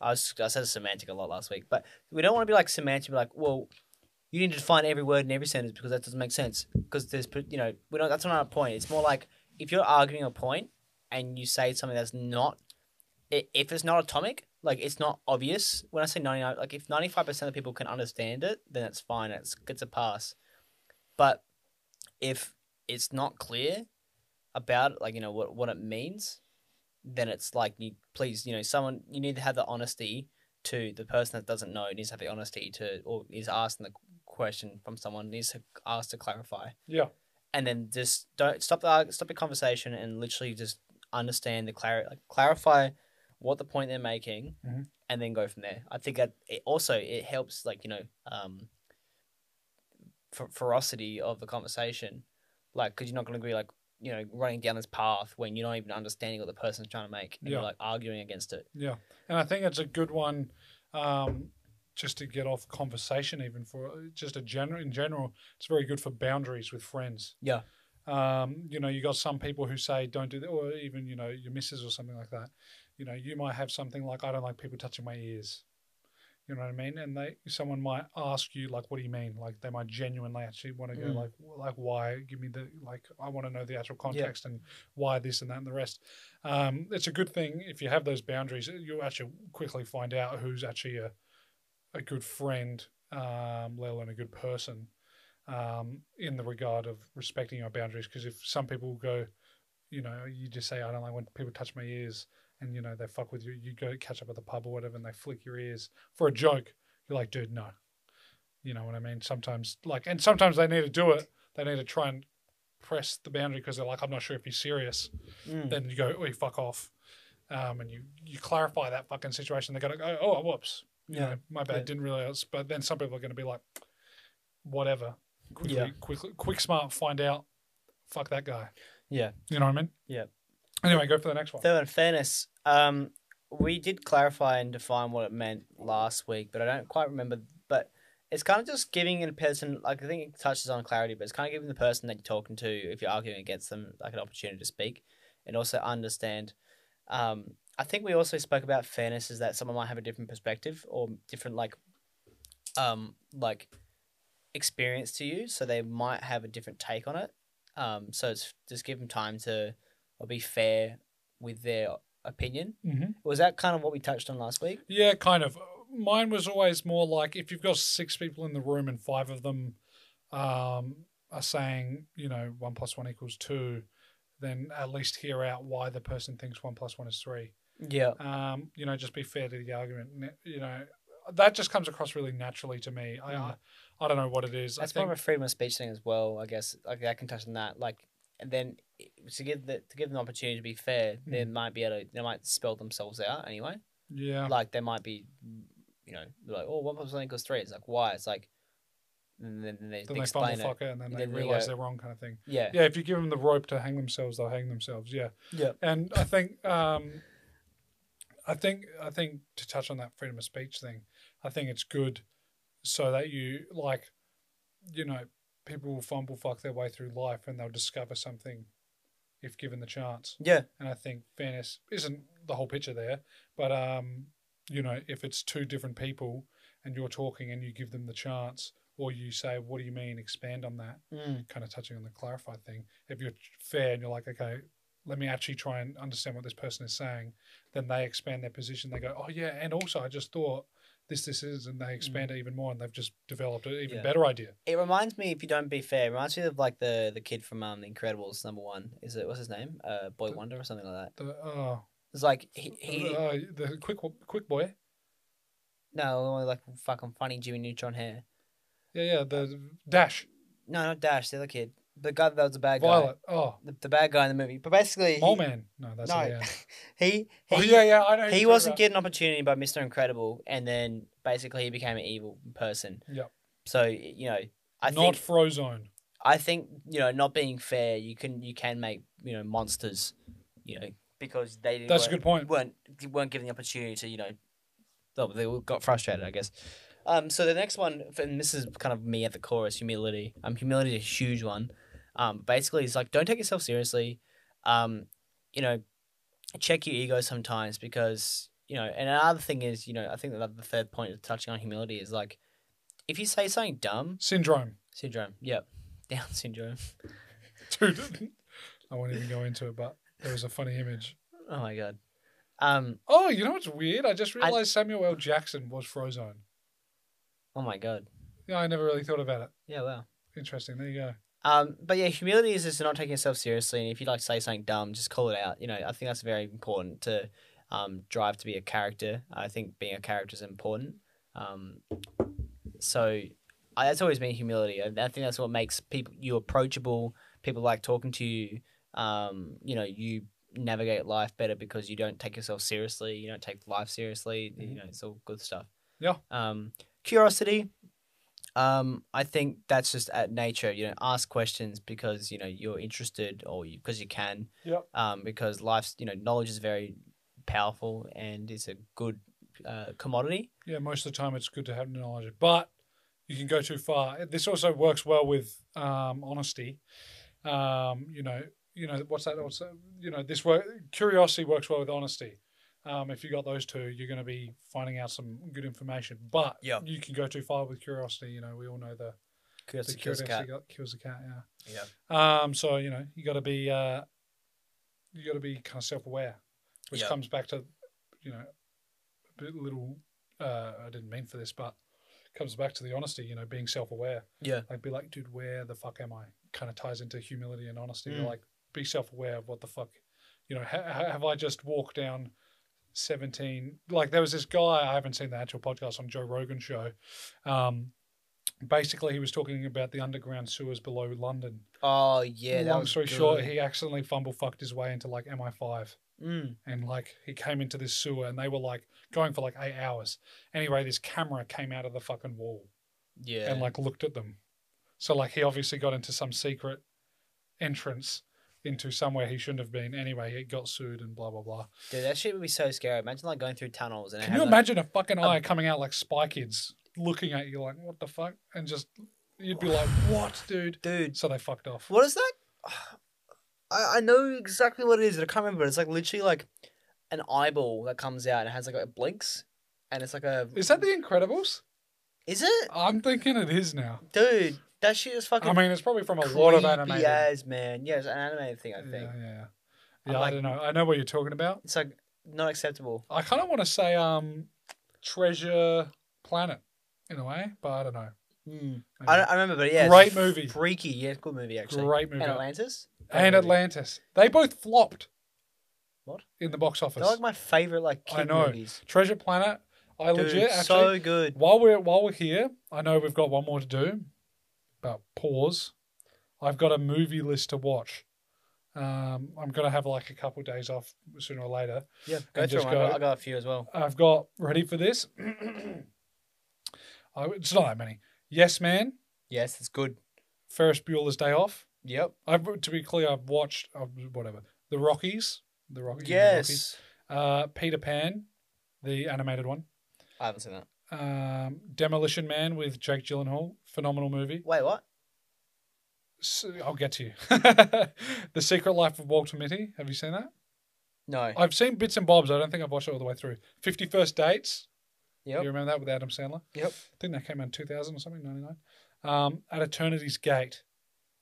S1: I was I said semantic a lot last week, but we don't want to be like semantic. Like, well, you need to define every word in every sentence because that doesn't make sense. Because there's pr- you know we don't. That's not our point. It's more like if you're arguing a point and you say something that's not i- if it's not atomic, like it's not obvious. When I say ninety nine, like if ninety five percent of people can understand it, then it's fine. It's gets a pass. But if it's not clear about like you know what what it means, then it's like you please you know someone you need to have the honesty to the person that doesn't know needs to have the honesty to or is asking the question from someone needs to ask to clarify
S2: yeah,
S1: and then just don't stop the arg- stop your conversation and literally just understand the clarity, like clarify what the point they're making,
S2: Mhm.
S1: and then go from there. I think that it also it helps like you know um, fer- ferocity of the conversation, like because you're not going to be like you know running down this path when you're not even understanding what the person's trying to make, and you're
S2: Yeah.
S1: like arguing against it.
S2: yeah. And I think it's a good one, um, just to get off conversation, even for just a general in general. It's very good for boundaries with friends.
S1: Yeah.
S2: Um, you know, you got some people who say don't do that, or even you know your missus or something like that. You know, you might have something like I don't like people touching my ears. You know what I mean? And they someone might ask you like, "What do you mean?" Like they might genuinely actually want to go
S1: Mm.
S2: like, "Like why?" Give me the like I want to know the actual context and why this and that and the rest. Um, it's a good thing if you have those boundaries. uh, You'll actually quickly find out who's actually a a good friend, um, let alone a good person, um, in the regard of respecting your boundaries. Because if some people go, you know, you just say, I don't like when people touch my ears, and you know they fuck with you. You go catch up at the pub or whatever, and they flick your ears for a joke. You're like, dude, no. You know what I mean? Sometimes, like, and sometimes they need to do it. They need to try and press the boundary because they're like, I'm not sure if he's serious then you go, oh, fuck off. Um, and you, you clarify that fucking situation. They're going to go, oh, whoops. You
S1: Yeah.
S2: know, my bad,
S1: Yeah.
S2: didn't realize. But then some people are going to be like, whatever. Quickly,
S1: Yeah.
S2: quickly, quick, smart, find out. Fuck that guy.
S1: Yeah.
S2: You know what I mean?
S1: Yeah.
S2: Anyway, go for the next one.
S1: Though in fairness, um, we did clarify and define what it meant last week, but I don't quite remember. But it's kind of just giving a person, like I think it touches on clarity, but it's kind of giving the person that you're talking to, if you're arguing against them, like an opportunity to speak and also understand. Um, I think we also spoke about fairness is that someone might have a different perspective or different like, um, like experience to you, so they might have a different take on it. Um, so it's just give them time to, or be fair with their opinion.
S2: Mm-hmm.
S1: Was that kind of what we touched on last week?
S2: Yeah, kind of. Mine was always more like if you've got six people in the room and five of them um, are saying, you know, one plus one equals two, then at least hear out why the person thinks one plus one is three.
S1: Yeah.
S2: um, you know, just be fair to the argument. n- You know, that just comes across really naturally to me. I, I,
S1: Mm.
S2: I don't know what it is.
S1: That's
S2: I think
S1: more of a freedom of speech thing as well, I guess. Like I can touch on that. Like and then i- to give the to give them the opportunity to be fair, they
S2: Mm.
S1: might be able to they might spell themselves out anyway.
S2: yeah,
S1: Like they might be you know, like, oh one plus one equals three. It's like why? It's like and then they,
S2: Then
S1: they
S2: they fumble
S1: explain it.
S2: fuck it and then they
S1: Then they
S2: realize
S1: go-
S2: they're wrong, kind of thing.
S1: Yeah.
S2: Yeah, if you give them the rope to hang themselves, they'll hang themselves. Yeah.
S1: Yeah.
S2: and I think um, I think I think to touch on that freedom of speech thing, I think it's good so that you like, you know, people will fumble fuck their way through life and they'll discover something if given the chance.
S1: Yeah.
S2: And I think fairness isn't the whole picture there, but um, you know, if it's two different people and you're talking and you give them the chance. Or you say, what do you mean? Expand on that
S1: Mm.
S2: kind of touching on the clarified thing, if you're fair and you're like, okay, let me actually try and understand what this person is saying, then they expand their position. They go, oh yeah, and also I just thought this, this is, and they expand it even more, and they've just developed an even
S1: Mm. Yeah.
S2: better idea.
S1: It reminds me, if you don't be fair, it reminds me of like the the kid from um, The Incredibles, number one. Is it what's his name? Uh, Boy
S2: The-
S1: Wonder or something like that.
S2: The uh,
S1: It's like he, he
S2: uh, the quick quick boy,
S1: no, like fucking funny Jimmy Neutron hair.
S2: yeah, yeah, the dash
S1: No, not Dash, the other kid, the guy that was the bad guy,
S2: violet. Oh,
S1: the, the bad guy in the movie. But basically,
S2: mole
S1: he,
S2: man. No, that's
S1: No.
S2: not yeah.
S1: he, he
S2: Oh yeah, yeah, I know.
S1: he wasn't getting opportunity by Mr. Incredible, and then basically he became an evil person.
S2: Yep.
S1: So you know, I
S2: I not
S1: think
S2: Frozone.
S1: I think you know, not being fair, you can you can make you know monsters, you know, because they didn't-
S2: That's a
S1: weren't-
S2: good point.
S1: weren't weren't given the opportunity to you know, well, they got frustrated, I guess. Um, so the next one, and this is kind of me at the core, is humility. Um, humility is a huge one. Um, basically, it's like don't take yourself seriously. Um, you know, check your ego sometimes because you know. And another thing is, you know, I think that the third point of touching on humility is like, if you say something dumb,
S2: Syndrome,
S1: syndrome. Yep, Down syndrome.
S2: dude. I won't even go into it, but there was a funny image.
S1: Oh my god. Um.
S2: Oh, you know what's weird? I just realized Samuel L. Jackson was Frozone.
S1: Oh my god.
S2: Yeah, I never really thought about it.
S1: Yeah. Wow.
S2: Interesting. There you go.
S1: Um, but yeah, humility is just not taking yourself seriously, and if you like say something dumb, just call it out. You know, I think that's very important to um, drive to be a character. I think being a character is important. Um, so I, that's always been humility. I, I think that's what makes people you approachable. People like talking to you. Um, you know, you navigate life better because you don't take yourself seriously. You don't take life seriously. You know, it's all good stuff.
S2: Yeah.
S1: Um, curiosity. Um, I think that's just at nature. You know, ask questions because you know you're interested or because you, can.
S2: Yep.
S1: Um, because life's you know knowledge is very powerful and it's a good uh, commodity.
S2: Yeah, most of the time it's good to have knowledge, but you can go too far. This also works well with um, honesty. Um, you know, you know what's that? Also, you know, this work curiosity works well with honesty. Um, if you got those two, you're going to be finding out some good information. But
S1: Yeah.
S2: you can go too far with curiosity. You know, we all know the the
S1: Curiosity kills
S2: curiosity
S1: the cat.
S2: got- kills the cat. Yeah.
S1: Yeah.
S2: Um, so you know, you got to be uh, you got to be kind of self-aware, which
S1: Yeah.
S2: comes back to you know, a bit little. Uh, I didn't mean for this, but comes back to the honesty. You know, being self-aware.
S1: Yeah.
S2: Like, be like, dude, where the fuck am I? Kind of ties into humility and honesty.
S1: Mm.
S2: You're like, be self-aware of what the fuck. You know, ha- ha- have I just walked down? 17 like there was this guy i haven't seen the actual podcast on joe rogan show um basically he was talking about the underground sewers below london
S1: Oh yeah. that
S2: long
S1: was
S2: story
S1: good.
S2: short, he accidentally fumble fucked his way into like MI5.
S1: Mm.
S2: And like he came into this sewer and they were like going for like eight hours. Anyway, this camera came out of the fucking wall
S1: Yeah.
S2: and like looked at them. So like he obviously got into some secret entrance into somewhere he shouldn't have been. Anyway, he got sued and blah blah blah.
S1: Dude, that shit would be so scary. Imagine like going through tunnels and it
S2: Can
S1: had,
S2: you
S1: like-
S2: imagine a fucking eye coming out like Spy Kids looking at you like what the fuck? And just you'd be like, What, dude?
S1: dude?
S2: So they fucked off.
S1: What is that? I I know exactly what it is. but I can't remember. It's like literally like an eyeball that comes out and it has like a it blinks, and it's like a.
S2: Is that the Incredibles?
S1: Is it,
S2: I'm thinking it is now.
S1: dude? That shit is fucking.
S2: I mean, it's probably from a
S1: creepy
S2: lot of anime. Yeah,
S1: as man. Yeah, it's an animated thing. I
S2: yeah,
S1: think
S2: yeah.
S1: I'm
S2: Yeah, I
S1: like-
S2: don't know. I know what you're talking about.
S1: it's like not acceptable.
S2: I kind of want to say um, Treasure Planet in a way, but I don't know.
S1: Mm.
S2: Maybe.
S1: I, don't, I remember, but yeah,
S2: Great
S1: it's
S2: movie.
S1: freaky. Yeah, good movie actually.
S2: Great movie.
S1: And Atlantis. Great
S2: And
S1: movie.
S2: Atlantis. They both flopped.
S1: What?
S2: In the box office.
S1: They're like my favorite like kid
S2: I know.
S1: movies.
S2: Treasure Planet. I
S1: Dude,
S2: legit
S1: so
S2: actually.
S1: good.
S2: While we're while we're here, I know we've got one more to do, but pause. I've got a movie list to watch. Um, I'm gonna have like a couple days off sooner or later.
S1: Yeah, go through
S2: just
S1: them.
S2: go-
S1: I, got, I got a few as well.
S2: I've got ready for this. I, it's not that many. Yes Man,
S1: Yes, it's good.
S2: Ferris Bueller's Day Off.
S1: Yep.
S2: I've to be clear, I've watched uh, whatever the Rockies, the Rockies, the Rockies.
S1: Yes.
S2: uh, Peter Pan, the animated one,
S1: I haven't seen that.
S2: um, Demolition Man with Jake Gyllenhaal, phenomenal movie.
S1: Wait, what?
S2: S I'll get to you. the Secret Life of Walter Mitty. Have you seen that?
S1: No.
S2: I've seen bits and bobs. I don't think I've watched it all the way through. Fifty First Dates.
S1: Yep.
S2: You remember that with Adam Sandler?
S1: Yep.
S2: I think that came out in two thousand or something, ninety nine. Um, At Eternity's Gate,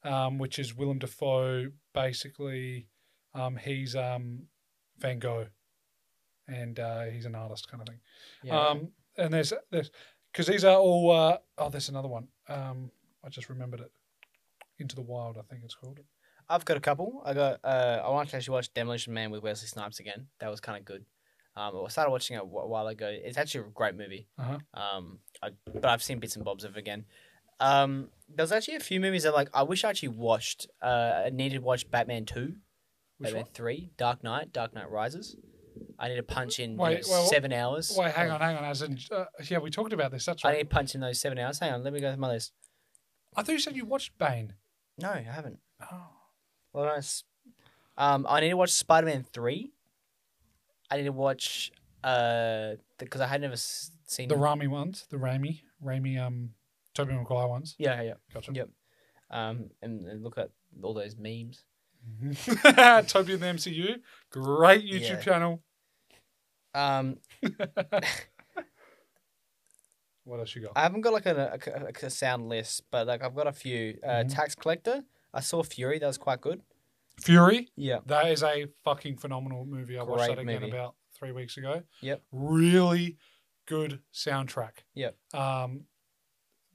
S2: um, which is Willem Dafoe. Basically, um, he's um, Van Gogh, and uh, he's an artist kind of thing.
S1: Yeah.
S2: Um, and there's there's because these are all. Uh, oh, there's another one. Um, I just remembered it. Into the Wild, I think it's called.
S1: I've got a couple. I got. Uh, I want to actually watch Demolition Man with Wesley Snipes again. That was kind of good. Um, I started watching it a wh- while ago. It's actually a great movie.
S2: Uh-huh.
S1: Um, I, but I've seen bits and bobs of it again. Um, there's actually a few movies that like I wish I actually watched. Uh, I needed to watch Batman Two,
S2: Which
S1: Batman
S2: one?
S1: Three, Dark Knight, Dark Knight Rises. I need to punch in you know,
S2: Wait, well,
S1: seven hours.
S2: Wait, hang on, hang on. As in, uh, yeah, we talked about this. That's
S1: I
S2: right.
S1: need to punch in those seven hours. Hang on, let me go through my list.
S2: I thought you said you watched Bane.
S1: No, I haven't.
S2: Oh.
S1: Well, nice. Um, I need to watch Spider Man three. I need to watch uh because I had never s- seen
S2: The Rami ones, the Raimi, Raimi, um, Toby Maguire ones.
S1: yeah yeah
S2: Gotcha.
S1: Yep. um and, and look at all those memes.
S2: Mhm. Toby in the MCU, great YouTube
S1: Yeah.
S2: channel.
S1: Um,
S2: What else you got?
S1: I haven't got like a, a, a sound list, but like I've got a few. Uh,
S2: Mhm.
S1: Tax Collector. I saw Fury. That was quite good.
S2: Fury.
S1: Yeah.
S2: That is a fucking phenomenal movie. I watched
S1: Great
S2: that again
S1: movie.
S2: about three weeks ago.
S1: Yep.
S2: Really good soundtrack.
S1: Yep.
S2: Um,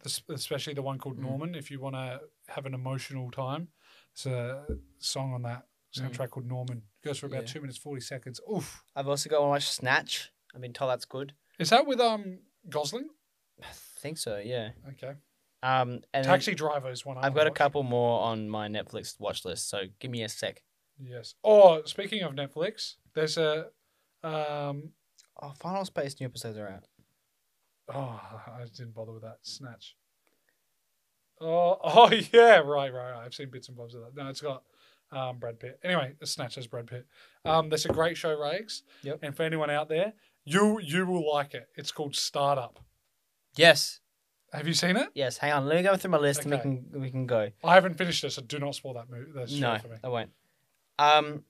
S2: this, especially the one called
S1: Mm.
S2: Norman. If you want to have an emotional time, it's a song on that soundtrack called Norman. goes for about
S1: Mm. Yeah.
S2: two minutes forty seconds. Oof.
S1: I've also got to watch Snatch. I've been told that's good.
S2: Is that with um Gosling?
S1: I think so. Yeah.
S2: Okay.
S1: Um, and then
S2: Taxi Driver is one. I
S1: I've
S2: wanna
S1: got a
S2: watch.
S1: couple more on my Netflix watch list. So give me a sec.
S2: Yes. Oh, speaking of Netflix, there's a um.
S1: Oh, Final Space new episodes are out.
S2: Oh, I didn't bother with that snatch. Oh, oh yeah, right, right, right. I've seen bits and bobs of that. No, it's got um, Brad Pitt. Anyway, the snatch has Brad Pitt. Um, that's a great show, Rags.
S1: Yep.
S2: And for anyone out there, you you will like it. It's called Startup.
S1: Yes,
S2: Have you seen it?
S1: yes. Hang on, let me go through my list
S2: Okay.
S1: and we can we can go.
S2: I haven't finished it, so do not spoil that movie. That show
S1: no,
S2: for me.
S1: I won't. Um,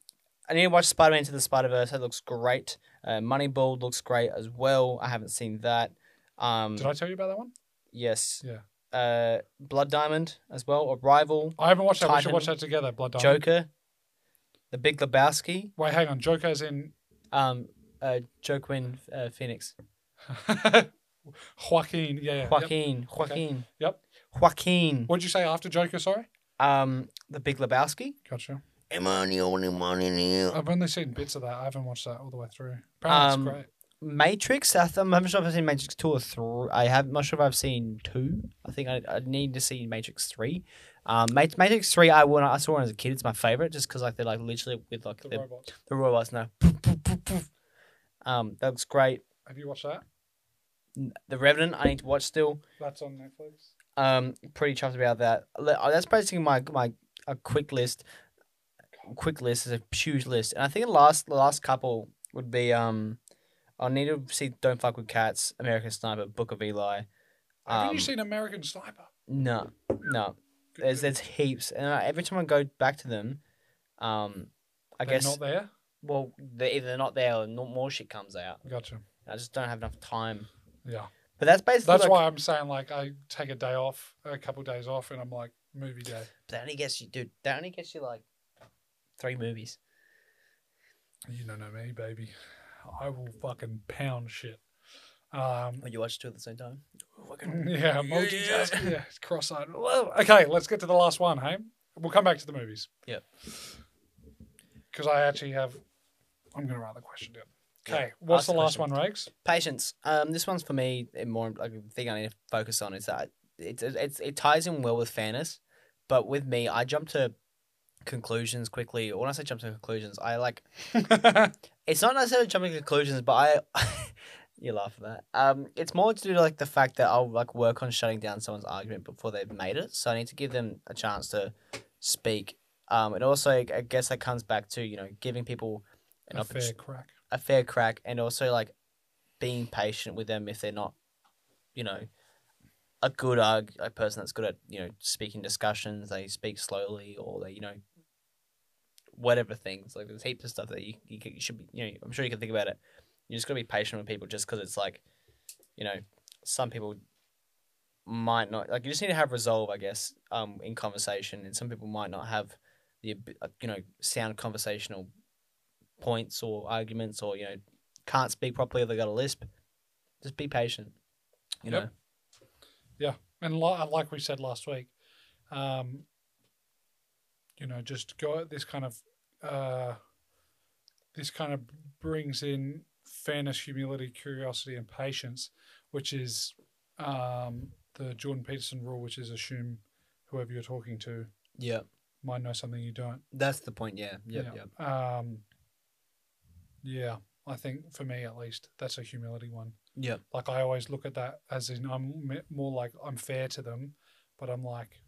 S1: I need to watch Spider Man to the Spider Verse. That looks great. Uh, Moneyball looks great as well. I haven't seen that. Um,
S2: Did I tell you about that one?
S1: yes.
S2: Yeah.
S1: Uh, Blood Diamond as well. Arrival.
S2: I haven't watched that. We should
S1: Titan.
S2: watch that together. Blood Diamond.
S1: Joker. The Big Lebowski.
S2: Wait, hang on. Joker's in
S1: Um, uh, Joaquin uh, Phoenix.
S2: Joaquin. Yeah. yeah. Yep.
S1: Joaquin. Joaquin.
S2: Yep.
S1: Joaquin.
S2: What did you say after Joker? Sorry.
S1: Um, The Big Lebowski.
S2: Gotcha.
S1: Am I the only one in here?
S2: I've only seen bits of that. I haven't watched that all the way through. Apparently,
S1: Um,
S2: it's great.
S1: Matrix. I th- I'm not sure if I've seen Matrix two or three. I have. I'm not sure if I've seen two. I think I, I need to see Matrix three. Um, Mat- Matrix three. I when I saw when I was a kid. It's my favorite, just because like they're like literally with like
S2: The
S1: the, the, robots
S2: robots.
S1: now. Um, that looks great.
S2: Have you watched that?
S1: The Revenant. I need to watch still.
S2: That's on Netflix.
S1: Um, pretty chuffed about that. Le- oh, That's basically my my a quick list. Quick list is a huge list, and I think the last the last couple would be um, I need to see Don't Fuck with Cats, American Sniper, Book of Eli.
S2: Have
S1: Um,
S2: you seen American Sniper?
S1: No, no.
S2: Good
S1: There's
S2: God.
S1: there's heaps, and I, every time I go back to them, um, I
S2: They're
S1: guess
S2: not there.
S1: well they're either not there or not, more shit comes out.
S2: Gotcha.
S1: I just don't have enough time.
S2: Yeah.
S1: But that's basically
S2: That's
S1: like,
S2: why I'm saying like I take a day off, a couple days off, and I'm like movie day.
S1: that only gets you, dude. That only gets you like three movies.
S2: You don't know me, baby. I will fucking pound shit. Um,
S1: When you watch two at the same time. Ooh, I can-
S2: yeah,
S1: Yeah.
S2: multitasking. Yeah, it's cross-eyed. Well, Okay, let's get to the last one. Hey, we'll come back to the movies.
S1: Yep.
S2: Because I actually have. I'm gonna write the question down. Okay,
S1: Yeah,
S2: what's
S1: ask
S2: the
S1: the
S2: last
S1: question.
S2: one, Rags?
S1: Patience. Um, this one's for me. and More like the thing I need to focus on is that it it, it's it ties in well with fairness, but with me, I jump to conclusions quickly. When I say jump to conclusions, I like it's not necessarily jumping to conclusions, but I You laugh at that. Um, it's more to do like the fact that I'll like work on shutting down someone's argument before they've made it. So I need to give them a chance to speak. Um, and also I I guess that comes back to you know giving people an
S2: A fair
S1: opportunity,
S2: crack.
S1: a fair crack, and also like being patient with them if they're not, you know, a good arg a person that's good at you know speaking discussions. They speak slowly or they you know whatever things like there's heaps of stuff that you you, c- you should be you know I'm sure you can think about it. You just gotta be patient with people just because it's like, you know, some people might not like you just need to have resolve I guess um in conversation and some people might not have the ab- uh, you know sound conversational points or arguments or you know can't speak properly they got a lisp just be patient you
S2: Yep.
S1: know
S2: And li- like we said last week, um, you know, just go this kind of uh, this kind of brings in fairness, humility, curiosity, and patience, which is um, the Jordan Peterson rule, which is assume whoever you're talking to
S1: yeah
S2: might know something you don't.
S1: that's the point yeah
S2: Yeah. Um, yeah, I think for me at least, that's a humility one
S1: yeah
S2: like I always look at that as in I'm m- more like I'm fair to them, but I'm like,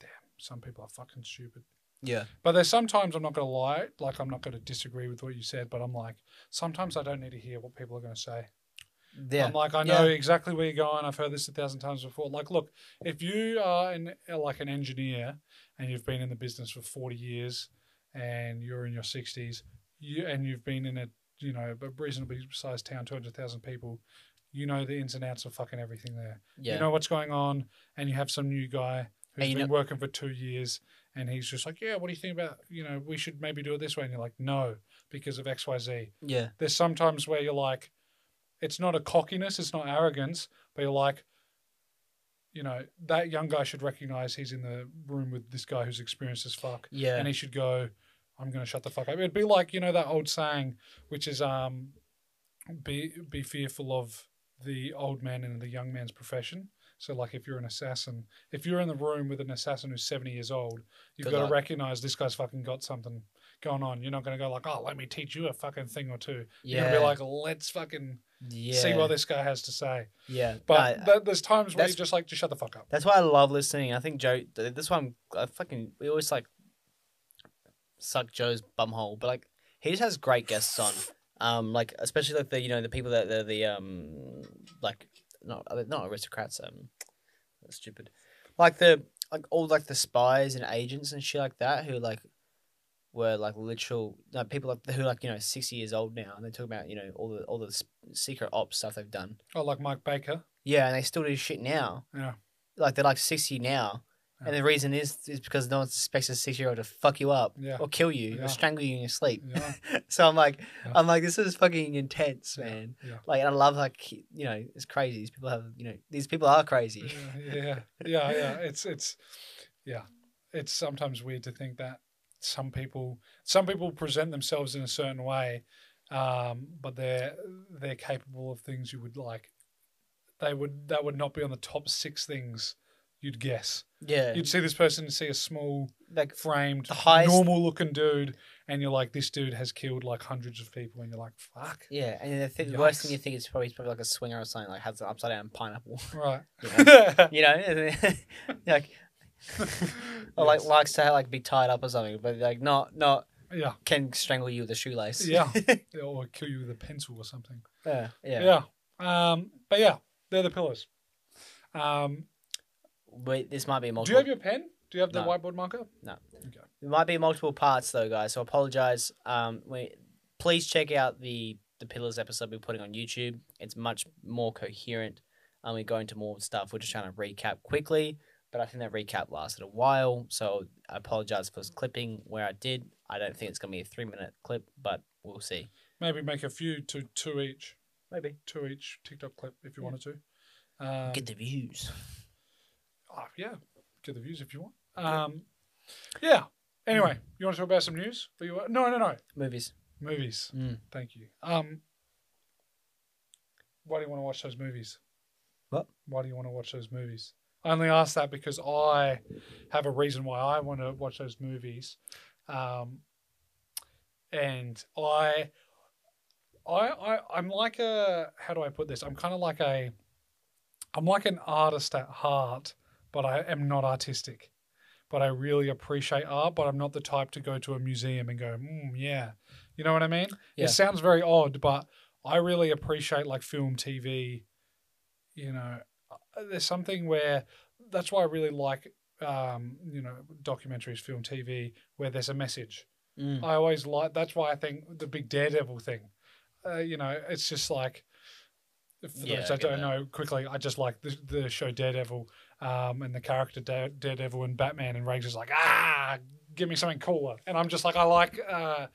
S2: damn, some people are fucking stupid.
S1: yeah
S2: But there's sometimes I'm not gonna lie, like I'm not gonna disagree with what you said, but I'm like, sometimes I don't need to hear what people are gonna say.
S1: yeah
S2: I'm like, I know exactly where you're going. I've heard this a thousand times before. Like, look, if you are an, like an engineer and you've been in the business for 40 years and you're in your 60s, you and you've been in a you know a reasonably sized town, 200,000 people, you know the ins and outs of fucking everything there.
S1: yeah
S2: You know what's going on, and you have some new guy who's
S1: And you
S2: been
S1: know-
S2: working for two years. And he's just like, yeah, what do you think about, you know, we should maybe do it this way. And you're like, no, because of X, Y, Z
S1: yeah
S2: there's sometimes where you're like, it's not a cockiness, it's not arrogance, but you're like, you know, that young guy should recognize he's in the room with this guy who's experienced as fuck,
S1: yeah
S2: and he should go, I'm gonna shut the fuck up. It'd be like you know that old saying, which is um, be be fearful of the old man and the young man's profession. So like if you're an assassin, if you're in the room with an assassin who's 70 years old, you've
S1: Good
S2: got
S1: luck.
S2: to recognize this guy's fucking got something going on. You're not gonna go like, oh, let me teach you a fucking thing or two. You're gonna be like, let's fucking
S1: yeah
S2: see what this guy has to say.
S1: yeah
S2: But
S1: No,
S2: th- there's times where
S1: that's-
S2: you just like, just shut the fuck up.
S1: That's why I love listening. I think Joe. th- This one, I fucking we always like suck Joe's bumhole, but like he just has great guests on. Um, like especially like the you know the people that they're the um like not not aristocrats. Um, that's stupid. Like the like all like the spies and agents and shit like that who like were like literal no people like who like you know sixty years old now and they talk about you know all the all the s- secret ops stuff they've done.
S2: Oh, like Mike Baker.
S1: Yeah, and they still do shit now.
S2: Yeah.
S1: Like they're like sixty now. And
S2: Yeah.
S1: the reason is is because no one expects a six year old to fuck you up
S2: Yeah.
S1: or kill you
S2: Yeah.
S1: or strangle you in your sleep.
S2: Yeah.
S1: so I'm like
S2: Yeah.
S1: I'm like, this is fucking intense,
S2: Yeah.
S1: man.
S2: Yeah.
S1: Like and I love like you know, it's crazy. These people have you know these people are
S2: yeah,
S1: crazy.
S2: yeah, yeah, yeah. It's it's yeah. It's sometimes weird to think that some people some people present themselves in a certain way, um, but they're they're capable of things you would like. They would that would not be on the top six things you'd guess.
S1: Yeah.
S2: You'd see this person see a small
S1: Like
S2: framed
S1: The highest-
S2: normal looking dude and you're like this dude has killed like hundreds of people and you're like fuck
S1: yeah, and the thing, the worst thing
S2: Yikes.
S1: you think is probably he's probably like a swinger or something, like has an upside down pineapple.
S2: right
S1: you know? like or like likes to like be tied up or something, but like not not
S2: yeah
S1: can strangle you with a shoelace.
S2: Yeah. or kill you with a pencil or something
S1: yeah. Yeah.
S2: Yeah. Um, but yeah, they're the pillars. Um,
S1: Wait, this might be multiple.
S2: do you have your pen? Do you have the
S1: No.
S2: whiteboard marker?
S1: There might be multiple parts though, guys. So I apologize. Um, we, please check out the the pillars episode we're putting on YouTube. It's much more coherent. Um, we go into more stuff. We're just trying to recap quickly, but I think that recap lasted a while. So I apologize for clipping where I did. I don't think it's gonna be a three minute clip, but we'll see.
S2: Maybe make a few to two each,
S1: Maybe
S2: two each TikTok clip if you
S1: Yeah.
S2: wanted to. Um,
S1: get the views.
S2: oh, yeah, get the views if you want. Um, yeah. Anyway, you want to talk about some news? Or you wa- no, no, no.
S1: Movies.
S2: Movies.
S1: Mm.
S2: Thank you. Um, why do you want to watch those movies?
S1: What?
S2: Why do you want to watch those movies? I only ask that because I have a reason why I want to watch those movies, um, and I I, I I'm like a how do I put this? I'm kind of like a I'm like an artist at heart, but I am not artistic. But I really appreciate art, but I'm not the type to go to a museum and go, mm, yeah. You know what I mean?
S1: Yeah.
S2: It sounds very odd, but I really appreciate like film, TV. You know, uh, there's something where that's why I really like, um, you know, documentaries, film, TV, where there's a message.
S1: Mm.
S2: I always like. That's why I think the big Daredevil thing. Uh, you know, it's just like. For
S1: Yeah,
S2: those
S1: I
S2: that
S1: get
S2: don't
S1: that.
S2: know, quickly, I just like the, the show Daredevil, um, and the character Dare- Daredevil and Batman and Rage is like ah, give me something cooler, and I'm just like I like uh,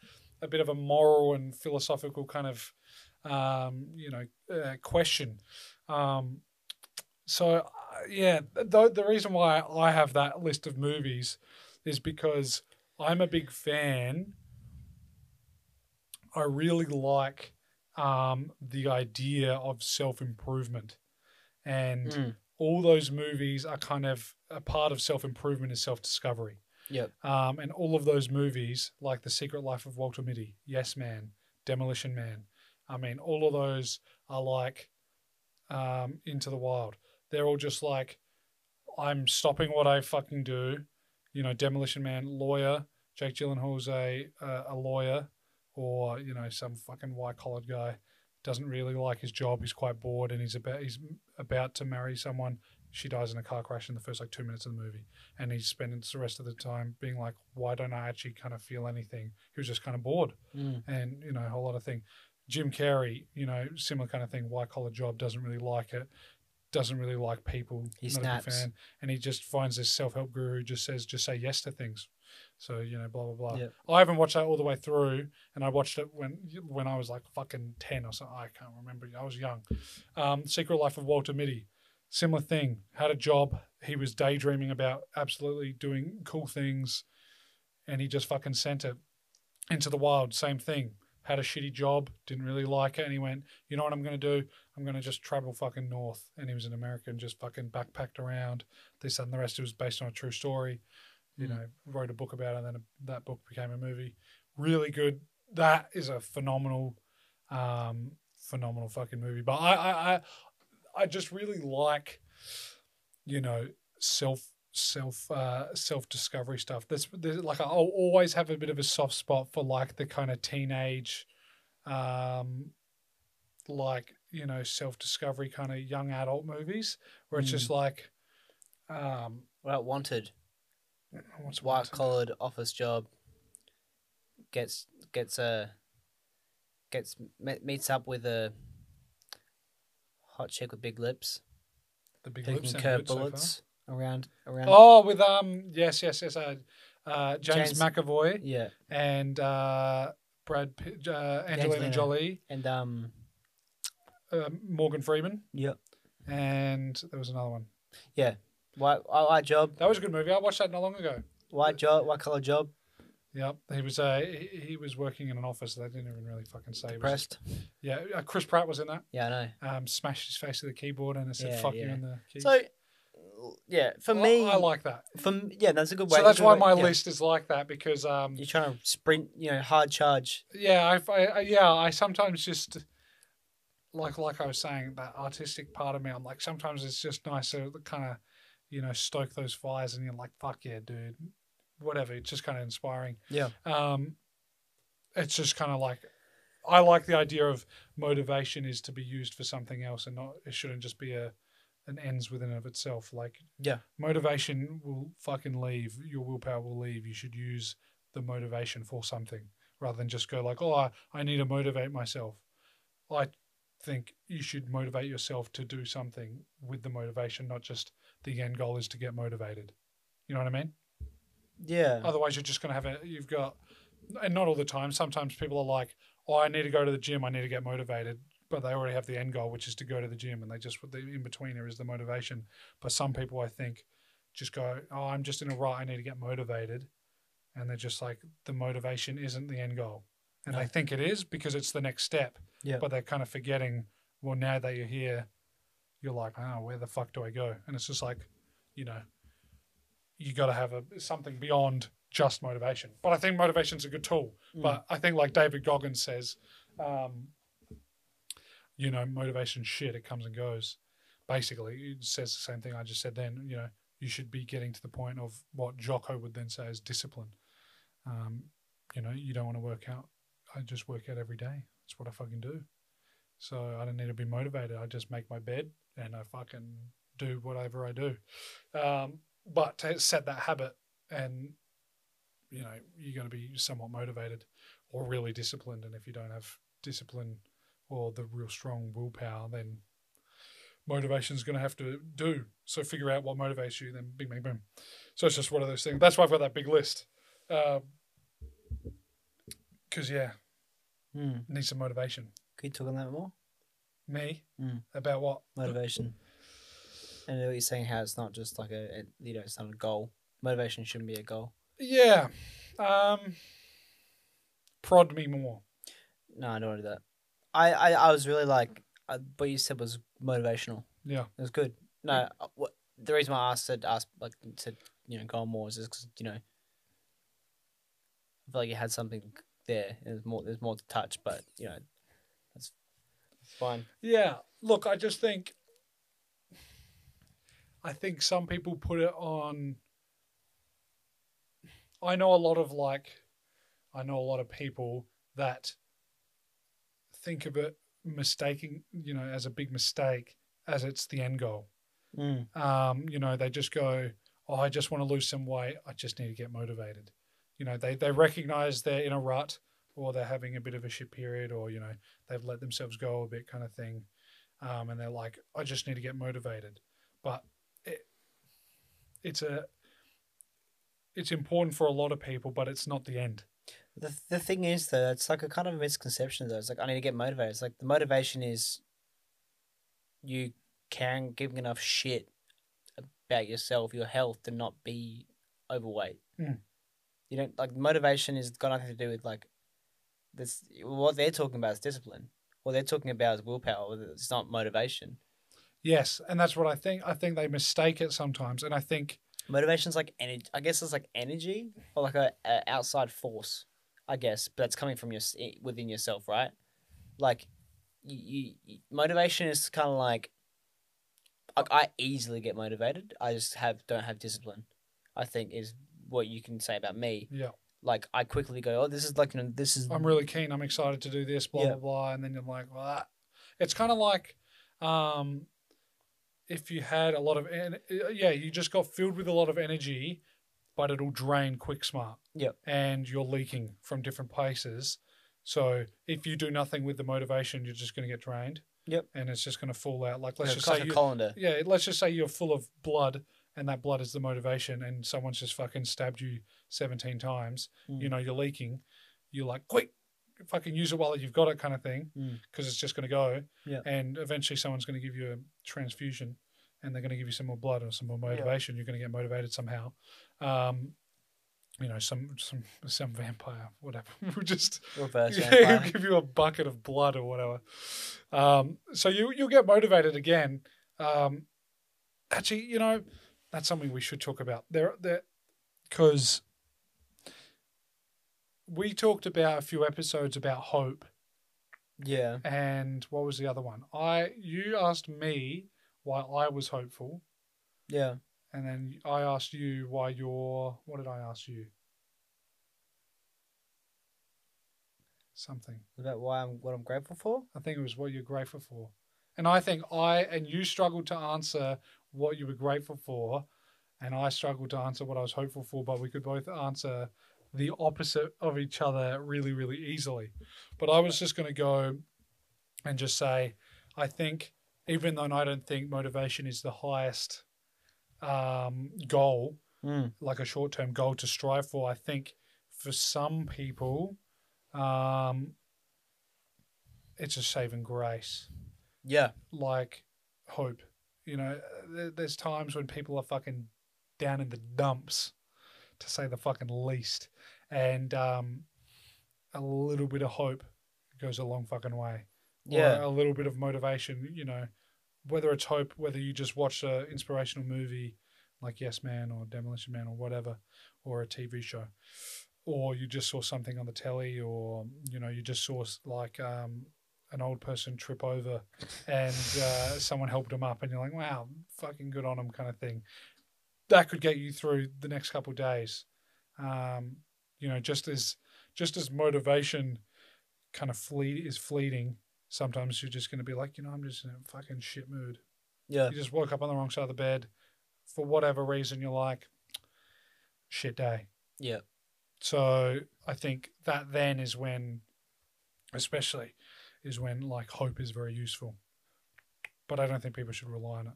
S2: a bit of a moral and philosophical kind of, um, you know, uh, question. Um, so uh, yeah, the, the reason why I have that list of movies is because I'm a big fan. I really like um, the idea of self improvement, and
S1: Mm.
S2: all those movies are kind of a part of self improvement is self discovery.
S1: Yep.
S2: Um, and all of those movies, like The Secret Life of Walter Mitty, Yes Man, Demolition Man, I mean, all of those are like um, Into the Wild. They're all just like, I'm stopping what I fucking do. You know, Demolition Man, lawyer. Jake Gyllenhaal's a uh, a lawyer, or you know, some fucking white collared guy. Doesn't really like his job. He's quite bored, and he's about he's about to marry someone. She dies in a car crash in the first like two minutes of the movie and he spends the rest of the time being like, "Why don't I actually kind of feel anything?" He was just kind of bored,
S1: Mm.
S2: and you know, a whole lot of thing. Jim Carrey, you know, similar kind of thing. White collar job, doesn't really like it, doesn't really like people.
S1: He
S2: not a big
S1: snaps.
S2: fan, and he just finds this self help guru who just says, "Just say yes to things." So you know, blah blah blah.
S1: Yep.
S2: I haven't watched that all the way through, and I watched it when when I was like fucking ten or something. I can't remember. I was young. Um, Secret Life of Walter Mitty, similar thing. Had a job. He was daydreaming about absolutely doing cool things, and he just fucking sent it into the wild. Same thing. Had a shitty job. Didn't really like it, and he went, "You know what I'm gonna do? I'm gonna just travel fucking north." And he was an American, just fucking backpacked around. This that, and the rest. It was based on a true story you
S1: Mm.
S2: know, wrote a book about it, and then that book became a movie. Really good. That is a phenomenal, um, phenomenal fucking movie. But I, I, I, I just really like, you know, self, self, uh, self discovery stuff. That's there's, like I'll always have a bit of a soft spot for like the kind of teenage, um, like you know, self discovery kind of young adult movies where it's
S1: Mm.
S2: just like, um,
S1: What about wanted?
S2: what's
S1: White collared office job. Gets gets a gets me- meets up with a hot chick with big lips
S2: the big
S1: who
S2: lips
S1: can
S2: sound
S1: curve
S2: good so far.
S1: bullets around around.
S2: Oh, with um, yes, yes, yes. Uh, uh, James,
S1: James-
S2: McAvoy
S1: Yeah,
S2: and uh, Brad, Pitt, uh, Angelina
S1: Angelina.
S2: Jolie,
S1: and um,
S2: uh, Morgan Freeman,
S1: yeah,
S2: and there was another one.
S1: white white white job,
S2: That was a good movie. I watched that not long ago.
S1: white job, white collar job,
S2: Yep, he was uh, he, he was working in an office. They didn't even really fucking say. It was just-
S1: depressed.
S2: yeah, uh, Chris Pratt was in that.
S1: Yeah, I know.
S2: Um, smashed his face with the keyboard and it said
S1: Yeah,
S2: "fuck you"
S1: yeah.
S2: in the. Key.
S1: So, yeah, for
S2: Well,
S1: me,
S2: I like that.
S1: for m- yeah, that's a good way.
S2: so that's
S1: good
S2: why
S1: way-
S2: my
S1: yeah.
S2: list is like that because um,
S1: You're trying to sprint, you know, hard charge.
S2: yeah I, I I- yeah i sometimes just like like i was saying that artistic part of me i'm like sometimes it's just nice to kind of you know stoke those fires and you're like fuck yeah dude whatever it's just kind of inspiring
S1: Yeah.
S2: um it's just kind of like i like the idea of motivation is to be used for something else and not it shouldn't just be a an ends within and of itself like
S1: Yeah.
S2: motivation will fucking leave your willpower will leave you should use the motivation for something rather than just go like, oh, I, I need to motivate myself. I think you should motivate yourself to do something with the motivation, not just the end goal is to get motivated. You know what I mean?
S1: Yeah.
S2: Otherwise, you're just going to have a, you've got, and not all the time. Sometimes people are like, oh, I need to go to the gym. I need to get motivated. But they already have the end goal, which is to go to the gym. And they just, the in betweener is the motivation. But some people, I think, just go, oh, I'm just in a rut. I need to get motivated. And they're just like, the motivation isn't the end goal. And
S1: No.
S2: they think it is because it's the next step.
S1: Yeah.
S2: But they're kind of forgetting, well, now that you're here, you're like, oh, where the fuck do I go? And it's just like, you know, you got to have a something beyond just motivation. But I think motivation's a good tool.
S1: Mm.
S2: But I think, like David Goggins says, um, you know, motivation shit. It comes and goes. Basically, it says the same thing I just said then. You know, you should be getting to the point of what Jocko would then say is discipline. Um, you know, you don't want to work out. I just work out every day. That's what I fucking do. So I don't need to be motivated. I just make my bed and I fucking do whatever I do. Um, but to set that habit and you know you're going to be somewhat motivated or really disciplined and if you don't have discipline or the real strong willpower then motivation's going to have to do so figure out what motivates you then bing bang boom so it's just one of those things that's why i've got that big list because yeah
S1: Mm.
S2: need some motivation
S1: Can you talk on that more?
S2: me
S1: Mm.
S2: about what
S1: Motivation. And what you're saying how it's not just like a, a you know it's not a goal. Motivation shouldn't be a goal.
S2: yeah um prod me more
S1: No, I don't want to do that. I I, I was really like uh, what you said was motivational.
S2: yeah
S1: It was good. No, uh, what, the reason why I asked said asked like said you know go on more is because you know I feel like you had something there. There's more. There's more to touch, but you know that's that's fine.
S2: Yeah. Look, I just think I think some people put it on I know a lot of like I know a lot of people that think of it mistaking, you know, as a big mistake as it's the end goal.
S1: Mm.
S2: Um, you know, they just go, "Oh, I just want to lose some weight. I just need to get motivated." You know, they they recognize they're in a rut or they're having a bit of a shit period or you know, they've let themselves go a bit kind of thing um, and they're like i just need to get motivated but it, it's a it's important for a lot of people but it's not the end
S1: The the thing is though, it's like a kind of a misconception though. It's like I need to get motivated. It's like the motivation is you can give enough shit about yourself, your health, to not be overweight.
S2: Mm.
S1: You don't like motivation has got nothing to do with like this. What they're talking about is discipline. What they're talking about is willpower. It's not motivation.
S2: yes and that's what i think i think they mistake it sometimes and i think
S1: Motivation's like energy. I guess it's like energy or like a, a outside force. I guess, but that's coming from your i- within yourself, right? Like, you, you motivation is kind of like. Like I easily get motivated. I just have don't have discipline. I think is what you can say about me.
S2: yeah
S1: Like I quickly go, oh, this is like you know, this is
S2: i'm really keen i'm excited to do this blah
S1: Yeah.
S2: blah blah and then you're like well that. it's kind of like um if you had a lot of en- uh, yeah you just got filled with a lot of energy but it'll drain quick smart
S1: Yep.
S2: and you're leaking from different places so if you do nothing with the motivation you're just going to get drained
S1: Yep.
S2: and it's just going to fall out like let's
S1: like
S2: just
S1: a
S2: say you,
S1: colander.
S2: yeah let's just say you're full of blood and that blood is the motivation and someone's just fucking stabbed you 17 times
S1: Mm.
S2: you know you're leaking you're like quick fucking use it while you've got it kind of thing
S1: Mm.
S2: because it's just going to go
S1: Yeah.
S2: and eventually someone's going to give you a transfusion and they're going to give you some more blood or some more motivation you're going to get motivated somehow um you know some some some vampire whatever will just
S1: Reverse.
S2: yeah,
S1: vampire.
S2: he'll give you a bucket of blood or whatever um so you you'll get motivated again um actually you know that's something we should talk about there there because we talked about a few episodes about hope
S1: yeah.
S2: and what was the other one? I you asked me why I was hopeful,
S1: Yeah.
S2: and then I asked you why you're. What did I ask you? Something.
S1: About why I'm what I'm grateful for.
S2: I think it was what you're grateful for, and I think I and you struggled to answer what you were grateful for, and I struggled to answer what I was hopeful for. But we could both answer the opposite of each other really, really easily. But I was just going to go and just say, I think, even though I don't think motivation is the highest um, goal,
S1: Mm.
S2: like a short term goal to strive for, I think for some people, um, it's a saving grace,
S1: Yeah.
S2: like hope. You know, there- there's times when people are fucking down in the dumps, to say the fucking least, and um, a little bit of hope goes a long fucking way or
S1: Yeah.
S2: a little bit of motivation, you know, whether it's hope, whether you just watch an inspirational movie like Yes Man or Demolition Man or whatever, or a TV show, or you just saw something on the telly, or, you know, you just saw s- like um, an old person trip over and uh, someone helped him up, and you're like, wow, fucking good on him, kind of thing. That could get you through the next couple of days. Um, you know, just as just as motivation kind of fleet is fleeting. Sometimes you're just going to be like, you know, I'm just in a fucking shit mood.
S1: Yeah.
S2: You just woke up on the wrong side of the bed for whatever reason. You're like, shit day.
S1: Yeah.
S2: So I think that then is when, especially, is when like hope is very useful. But I don't think people should rely on it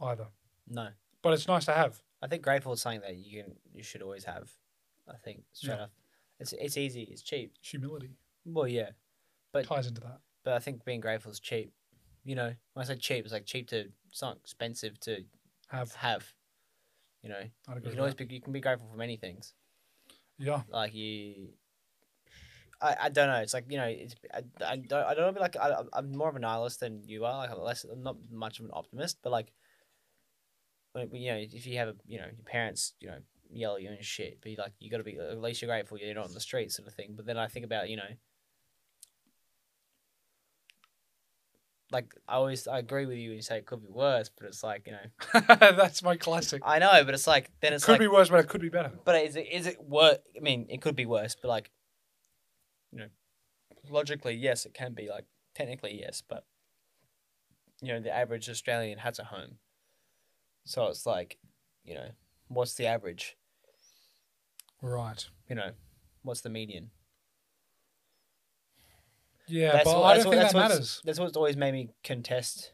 S2: either.
S1: No.
S2: But it's nice to have.
S1: I think grateful is something that you can you should always have. I think straight
S2: Yeah.
S1: up. It's it's easy, it's cheap.
S2: Humility
S1: Well, yeah, But-
S2: ties into that.
S1: but I think being grateful is cheap. You know, when I say cheap, it's like cheap to it's not expensive to
S2: Have.
S1: have. You know,
S2: I'd
S1: you
S2: agree
S1: can
S2: with
S1: always
S2: that.
S1: be you can be grateful for many things.
S2: Yeah.
S1: Like you, I, I don't know. It's like you know, it's I, I don't I don't be like I, I'm more of a nihilist than you are. Like I'm less, I'm not much of an optimist, but like, when, when, you know, if you have a you know your parents, you know, yell at you and shit, but you like you got to be at least you're grateful you're not on the street sort of thing. But then I think about you know. Like I always, I agree with you when you say it could be worse, but it's like you know,
S2: That's my classic.
S1: I know, but it's like then it's
S2: could
S1: like
S2: be worse, but it could be better.
S1: but is it is it worse? I mean, it could be worse, but like, you know, logically, yes, it can be. Like, technically, yes, but you know, the average Australian has a home, so it's like, you know, what's the average?
S2: Right.
S1: You know, what's the median?
S2: Yeah,
S1: That's
S2: but
S1: what-
S2: I
S1: that's
S2: don't
S1: what-
S2: think
S1: that's
S2: that
S1: what's-
S2: matters.
S1: That's what's always made me contest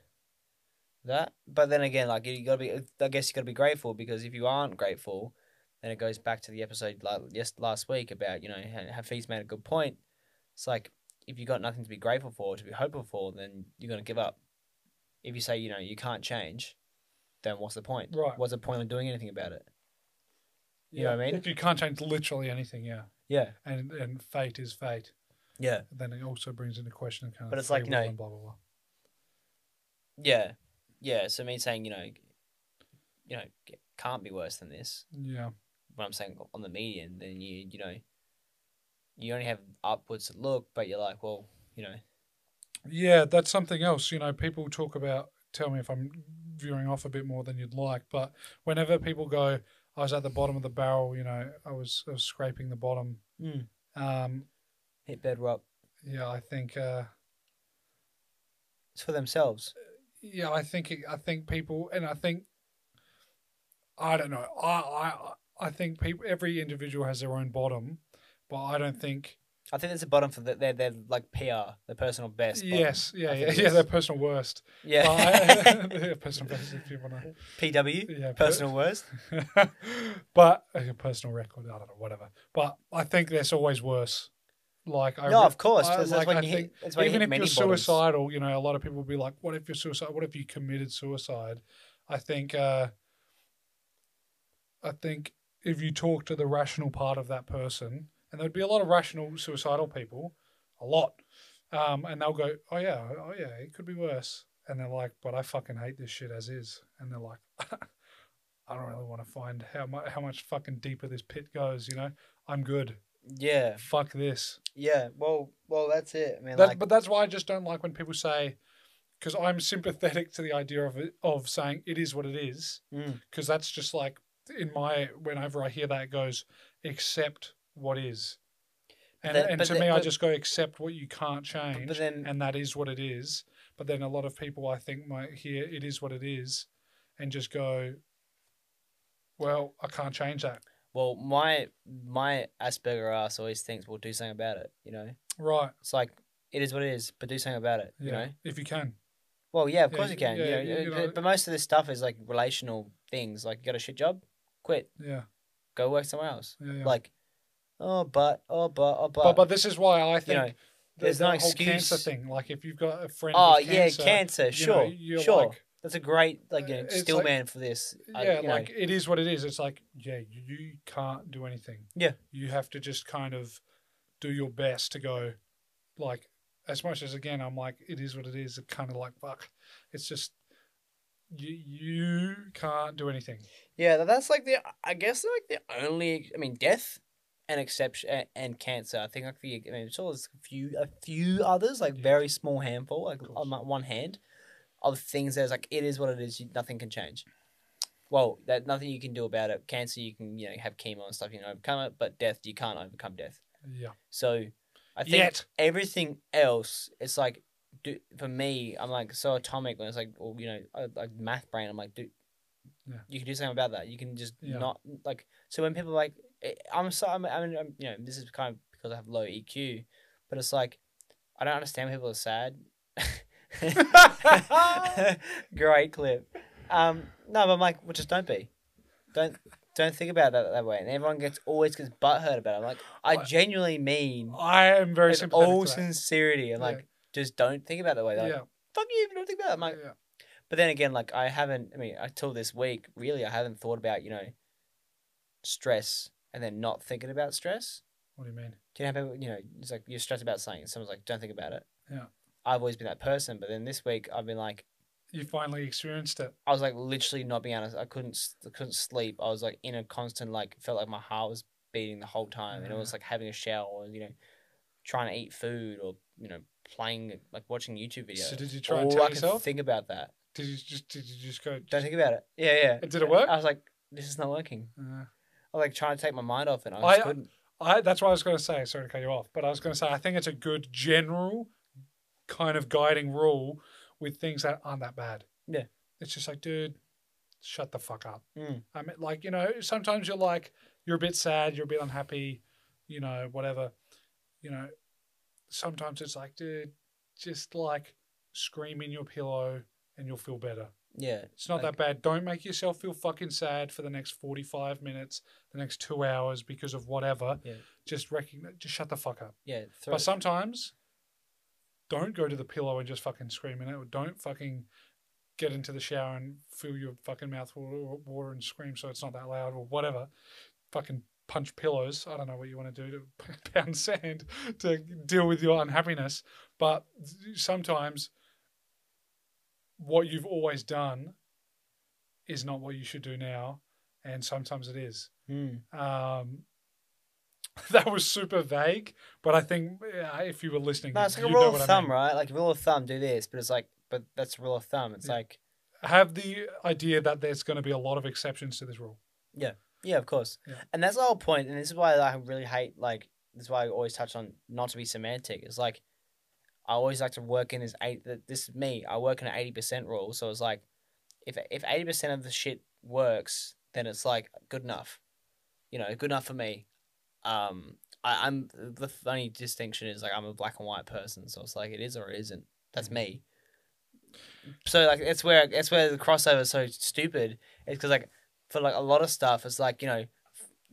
S1: that. But then again, like you gotta be, I guess you gotta be grateful because if you aren't grateful, then it goes back to the episode like yes last week about you know Ha- Hafiz made a good point. It's like if you got nothing to be grateful for, to be hopeful for, then you're gonna give up. If you say you know you can't change, then what's the point?
S2: Right.
S1: What's the point of doing anything about it? You know what I mean?
S2: If you can't change literally anything, yeah,
S1: Yeah.
S2: and and fate is fate,
S1: Yeah.
S2: then it also brings into question kind of.
S1: But it's like,
S2: free
S1: no.
S2: will and blah blah blah.
S1: Yeah. Yeah. So me saying you know, you know, it can't be worse than this.
S2: Yeah,
S1: what I'm saying on the median, then you you know you only have upwards to look, but you're like, well, you know,
S2: yeah, that's something else. You know, people talk about. Tell me if I'm veering off a bit more than you'd like, but whenever people go, I was at the bottom of the barrel. You know, I was I was scraping the bottom.
S1: Hmm.
S2: Um,
S1: hit bedrock.
S2: yeah, I think. Uh,
S1: It's for themselves.
S2: yeah, I think it, I think people, and I think I don't know. I I I think people. Every individual has their own bottom, but I don't think.
S1: I think there's a bottom for the, they're they're like PR, the personal best. bottom.
S2: yes, yeah,
S1: I
S2: yeah,
S1: think it
S2: yeah.
S1: is.
S2: Their personal worst. But
S1: yeah.
S2: I- yeah, personal best. If you want to,
S1: PW,
S2: yeah, per-
S1: personal worst.
S2: but okay, personal record. I don't know, whatever. But I think there's always worse. Like I
S1: no,
S2: re-
S1: of course.
S2: I-
S1: that's, that's
S2: like,
S1: when
S2: I
S1: you
S2: think
S1: hit. That's when you
S2: even
S1: hit
S2: if
S1: many
S2: you're
S1: bottoms.
S2: suicidal, you know, a lot of people will be like, "What if you're suicide? What if you committed suicide?" I think, uh, I think if you talk to the rational part of that person, and there'd be a lot of rational suicidal people, a lot, um, and they'll go, "Oh yeah, oh yeah, it could be worse," and they're like, "But I fucking hate this shit as is," and they're like. I don't really want to find how much how much fucking deeper this pit goes, you know. I'm good.
S1: Yeah,
S2: Fuck this.
S1: yeah. Well, well, that's it. I mean,
S2: That,
S1: like,
S2: but that's why I just don't like when people say, because I'm sympathetic to the idea of it, of saying it is what it is,
S1: Mm.
S2: because that's just like in my whenever I hear that it goes accept what is, and
S1: Then-
S2: and
S1: but
S2: to
S1: the-
S2: me I
S1: but-
S2: just go accept what you can't change,
S1: but then
S2: and that is what it is. But then a lot of people I think might hear it is what it is, and just go, well I can't change that.
S1: well, my my Asperger ass always thinks we'll do something about it. You know,
S2: Right.
S1: it's like it is what it is, but do something about it.
S2: Yeah.
S1: You know.
S2: If you can.
S1: Well, yeah, of
S2: Yeah,
S1: course you
S2: y-
S1: can.
S2: yeah,
S1: Yeah, uh,
S2: you- you know-
S1: but most of this stuff is like relational things. Like you got a shit job, quit,
S2: Yeah.
S1: go work somewhere else.
S2: Yeah. yeah.
S1: Like, oh, but oh, but oh, but,
S2: but, but this is why I
S1: you
S2: think
S1: know, There's
S2: that
S1: no
S2: whole Cancer
S1: excuse.
S2: thing, like if you've got a friend.
S1: oh
S2: with
S1: yeah,
S2: cancer,
S1: cancer.
S2: you know,
S1: Sure,
S2: you're
S1: sure.
S2: like-
S1: That's a great like you
S2: Uh,
S1: know,
S2: it's
S1: still
S2: like-
S1: man for this. I-
S2: yeah,
S1: you know,
S2: like it is what it is. It's like yeah, you, you can't do anything.
S1: Yeah.
S2: you have to just kind of do your best to go, like as much as again, I'm like it is what it is. It kind of like fuck, it's just you you can't do anything.
S1: yeah. tha- That's like the I guess like the only. I mean, death. and exception and, and cancer. I think like the, I mean, sure there's a few a few others like very small handful, like on my- one hand, of things that's like it is what it is. You, nothing can change. Well, that nothing you can do about it. Cancer, you can you know have chemo and stuff, you can overcome it, but death, you can't overcome death.
S2: Yeah.
S1: So I think
S2: Yet.
S1: everything else, it's like, do, for me, I'm like so atomic when it's like, well, you know, I, like math brain. I'm like, dude,
S2: Yeah.
S1: you can do something about that. You can just
S2: Yeah.
S1: not like. So when people are like, eh, I'm so, I'm, I'm, I'm, you know, this is kind of because I have low EQ, but it's like, I don't understand when people are sad. Great clip. Um, no, but I'm like, well, just don't be. Don't don't think about that that way. And everyone gets always gets butthurt about it. I'm like, I
S2: Well,
S1: genuinely mean
S2: I am very
S1: with
S2: sympathetic.
S1: all
S2: to that.
S1: oh, sincerity and
S2: Yeah.
S1: like just don't think about it that way. They're
S2: yeah.
S1: Like, fuck you, don't think about it. I'm like,
S2: yeah.
S1: but then again, like I haven't. I mean, until this week, really, I haven't thought about you know stress and then not thinking about stress.
S2: What do you mean?
S1: Do you know how people? You know, it's like you're stressed about something. Someone's like, don't think about it.
S2: Yeah.
S1: I've always been that person, but then this week I've been like,
S2: You finally experienced it.
S1: I was like literally not being honest. I couldn't, s- I couldn't sleep. I was like in a constant like felt like my heart was beating the whole time, and it
S2: Yeah.
S1: was like having a shower, or you know, trying to eat food, or you know, playing like watching YouTube videos.
S2: So did you try and
S1: All
S2: tell
S1: I could
S2: yourself?
S1: Think about that.
S2: Did you just did you just go?
S1: Don't think about it. Yeah, yeah.
S2: And did it work?
S1: I was like, this is not working.
S2: Uh,
S1: I was like trying to take my mind off it. and I just
S2: I-
S1: couldn't.
S2: I that's what I was going to say. Sorry to cut you off, but I was going to say I think it's a good general kind of guiding rule with things that aren't that bad.
S1: Yeah.
S2: it's just like, dude, shut the fuck up.
S1: Mm.
S2: I mean, like you know, sometimes you're like you're a bit sad, you're a bit unhappy, you know, whatever. You know, sometimes it's like, dude, just like scream in your pillow and you'll feel better.
S1: Yeah.
S2: It's not
S1: Like-
S2: that bad. Don't make yourself feel fucking sad for the next 45 minutes, the next two hours because of whatever.
S1: Yeah.
S2: Just recognize, just shut the fuck up.
S1: Yeah. Throw,
S2: But sometimes don't go to the pillow and just fucking scream in it or don't fucking get into the shower and fill your fucking mouth with water and scream so it's not that loud or whatever. Fucking punch pillows. I don't know what you want to do to pound sand to deal with your unhappiness. But sometimes what you've always done is not what you should do now. And sometimes it is.
S1: Mm.
S2: Um, that was super vague, but I think uh, if you were listening,
S1: No, it's like a
S2: you'd know
S1: rule
S2: what
S1: of
S2: I
S1: thumb,
S2: mean.
S1: right? Like rule of thumb, do this, but it's like, but that's rule of thumb. It's
S2: Yeah.
S1: like,
S2: Have the idea that there's going to be a lot of exceptions to this rule.
S1: Yeah, of course.
S2: Yeah.
S1: And that's the whole point, and this is why I really hate like this is why I always touch on not to be semantic. It's like I always like to work in this eight that this is me. I work in an eighty percent rule. So it's like if if eighty percent of the shit works, then it's like good enough. You know, good enough for me. Um I, I'm the only distinction is like I'm a black and white person, so it's like it is or it isn't. That's me. So like that's where that's where the crossover is so stupid. It's because like for like a lot of stuff, it's like you know,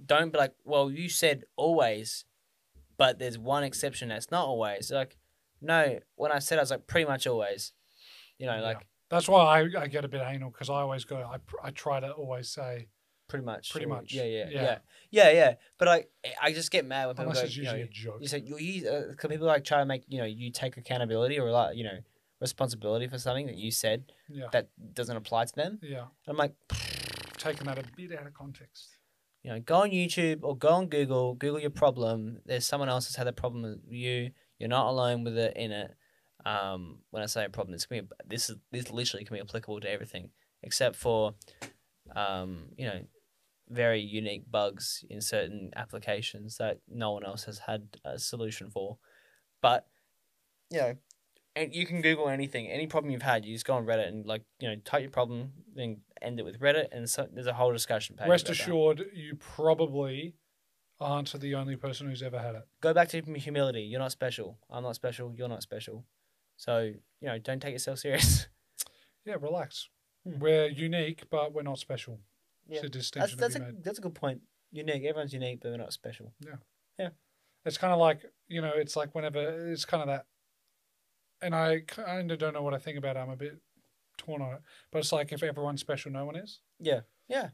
S1: don't be like, well, you said always, but there's one exception that's not always. Like, no, when I said I was like pretty much always, you know,
S2: Yeah.
S1: like
S2: That's why I, I get a bit anal because I always go, I, pr- I try to always say,
S1: pretty much,
S2: Pretty
S1: or-
S2: much.
S1: yeah, yeah,
S2: Yeah.
S1: yeah, yeah, yeah. But I I just get mad when people
S2: unless
S1: go,
S2: it's
S1: you know,
S2: usually a joke.
S1: you say you you uh, can people like try to make you know you take accountability or like you know responsibility for something that you said
S2: Yeah.
S1: that doesn't apply to them.
S2: Yeah.
S1: I'm like,
S2: I've taken that a bit out of context.
S1: you know, go on YouTube or go on Google, Google your problem. There's someone else that's had a problem with you. You're not alone with it in it. Um, when I say a problem, it's gonna be, this is this literally can be applicable to everything except for, um, you know, very unique bugs in certain applications that no one else has had a solution for. But you know, and you can Google anything, any problem you've had. You just go on Reddit and like you know type your problem, then end it with Reddit, and so, there's a whole discussion page.
S2: Rest
S1: about that.
S2: assured, you probably aren't the only person who's ever had it.
S1: go back to hum- humility. You're not special. I'm not special. You're not special. So you know, don't take yourself serious.
S2: Yeah, relax.
S1: Hmm.
S2: We're unique, but we're not special.
S1: Yeah.
S2: It's a
S1: that's
S2: distinction
S1: that's
S2: to be
S1: a
S2: made.
S1: that's a good point. Unique. Everyone's unique, but we're not special.
S2: it's kind of like you know it's like whenever it's kind of that and i kind of don't know what i think about it i'm a bit torn on it but it's like if everyone's special no one is
S1: Yeah,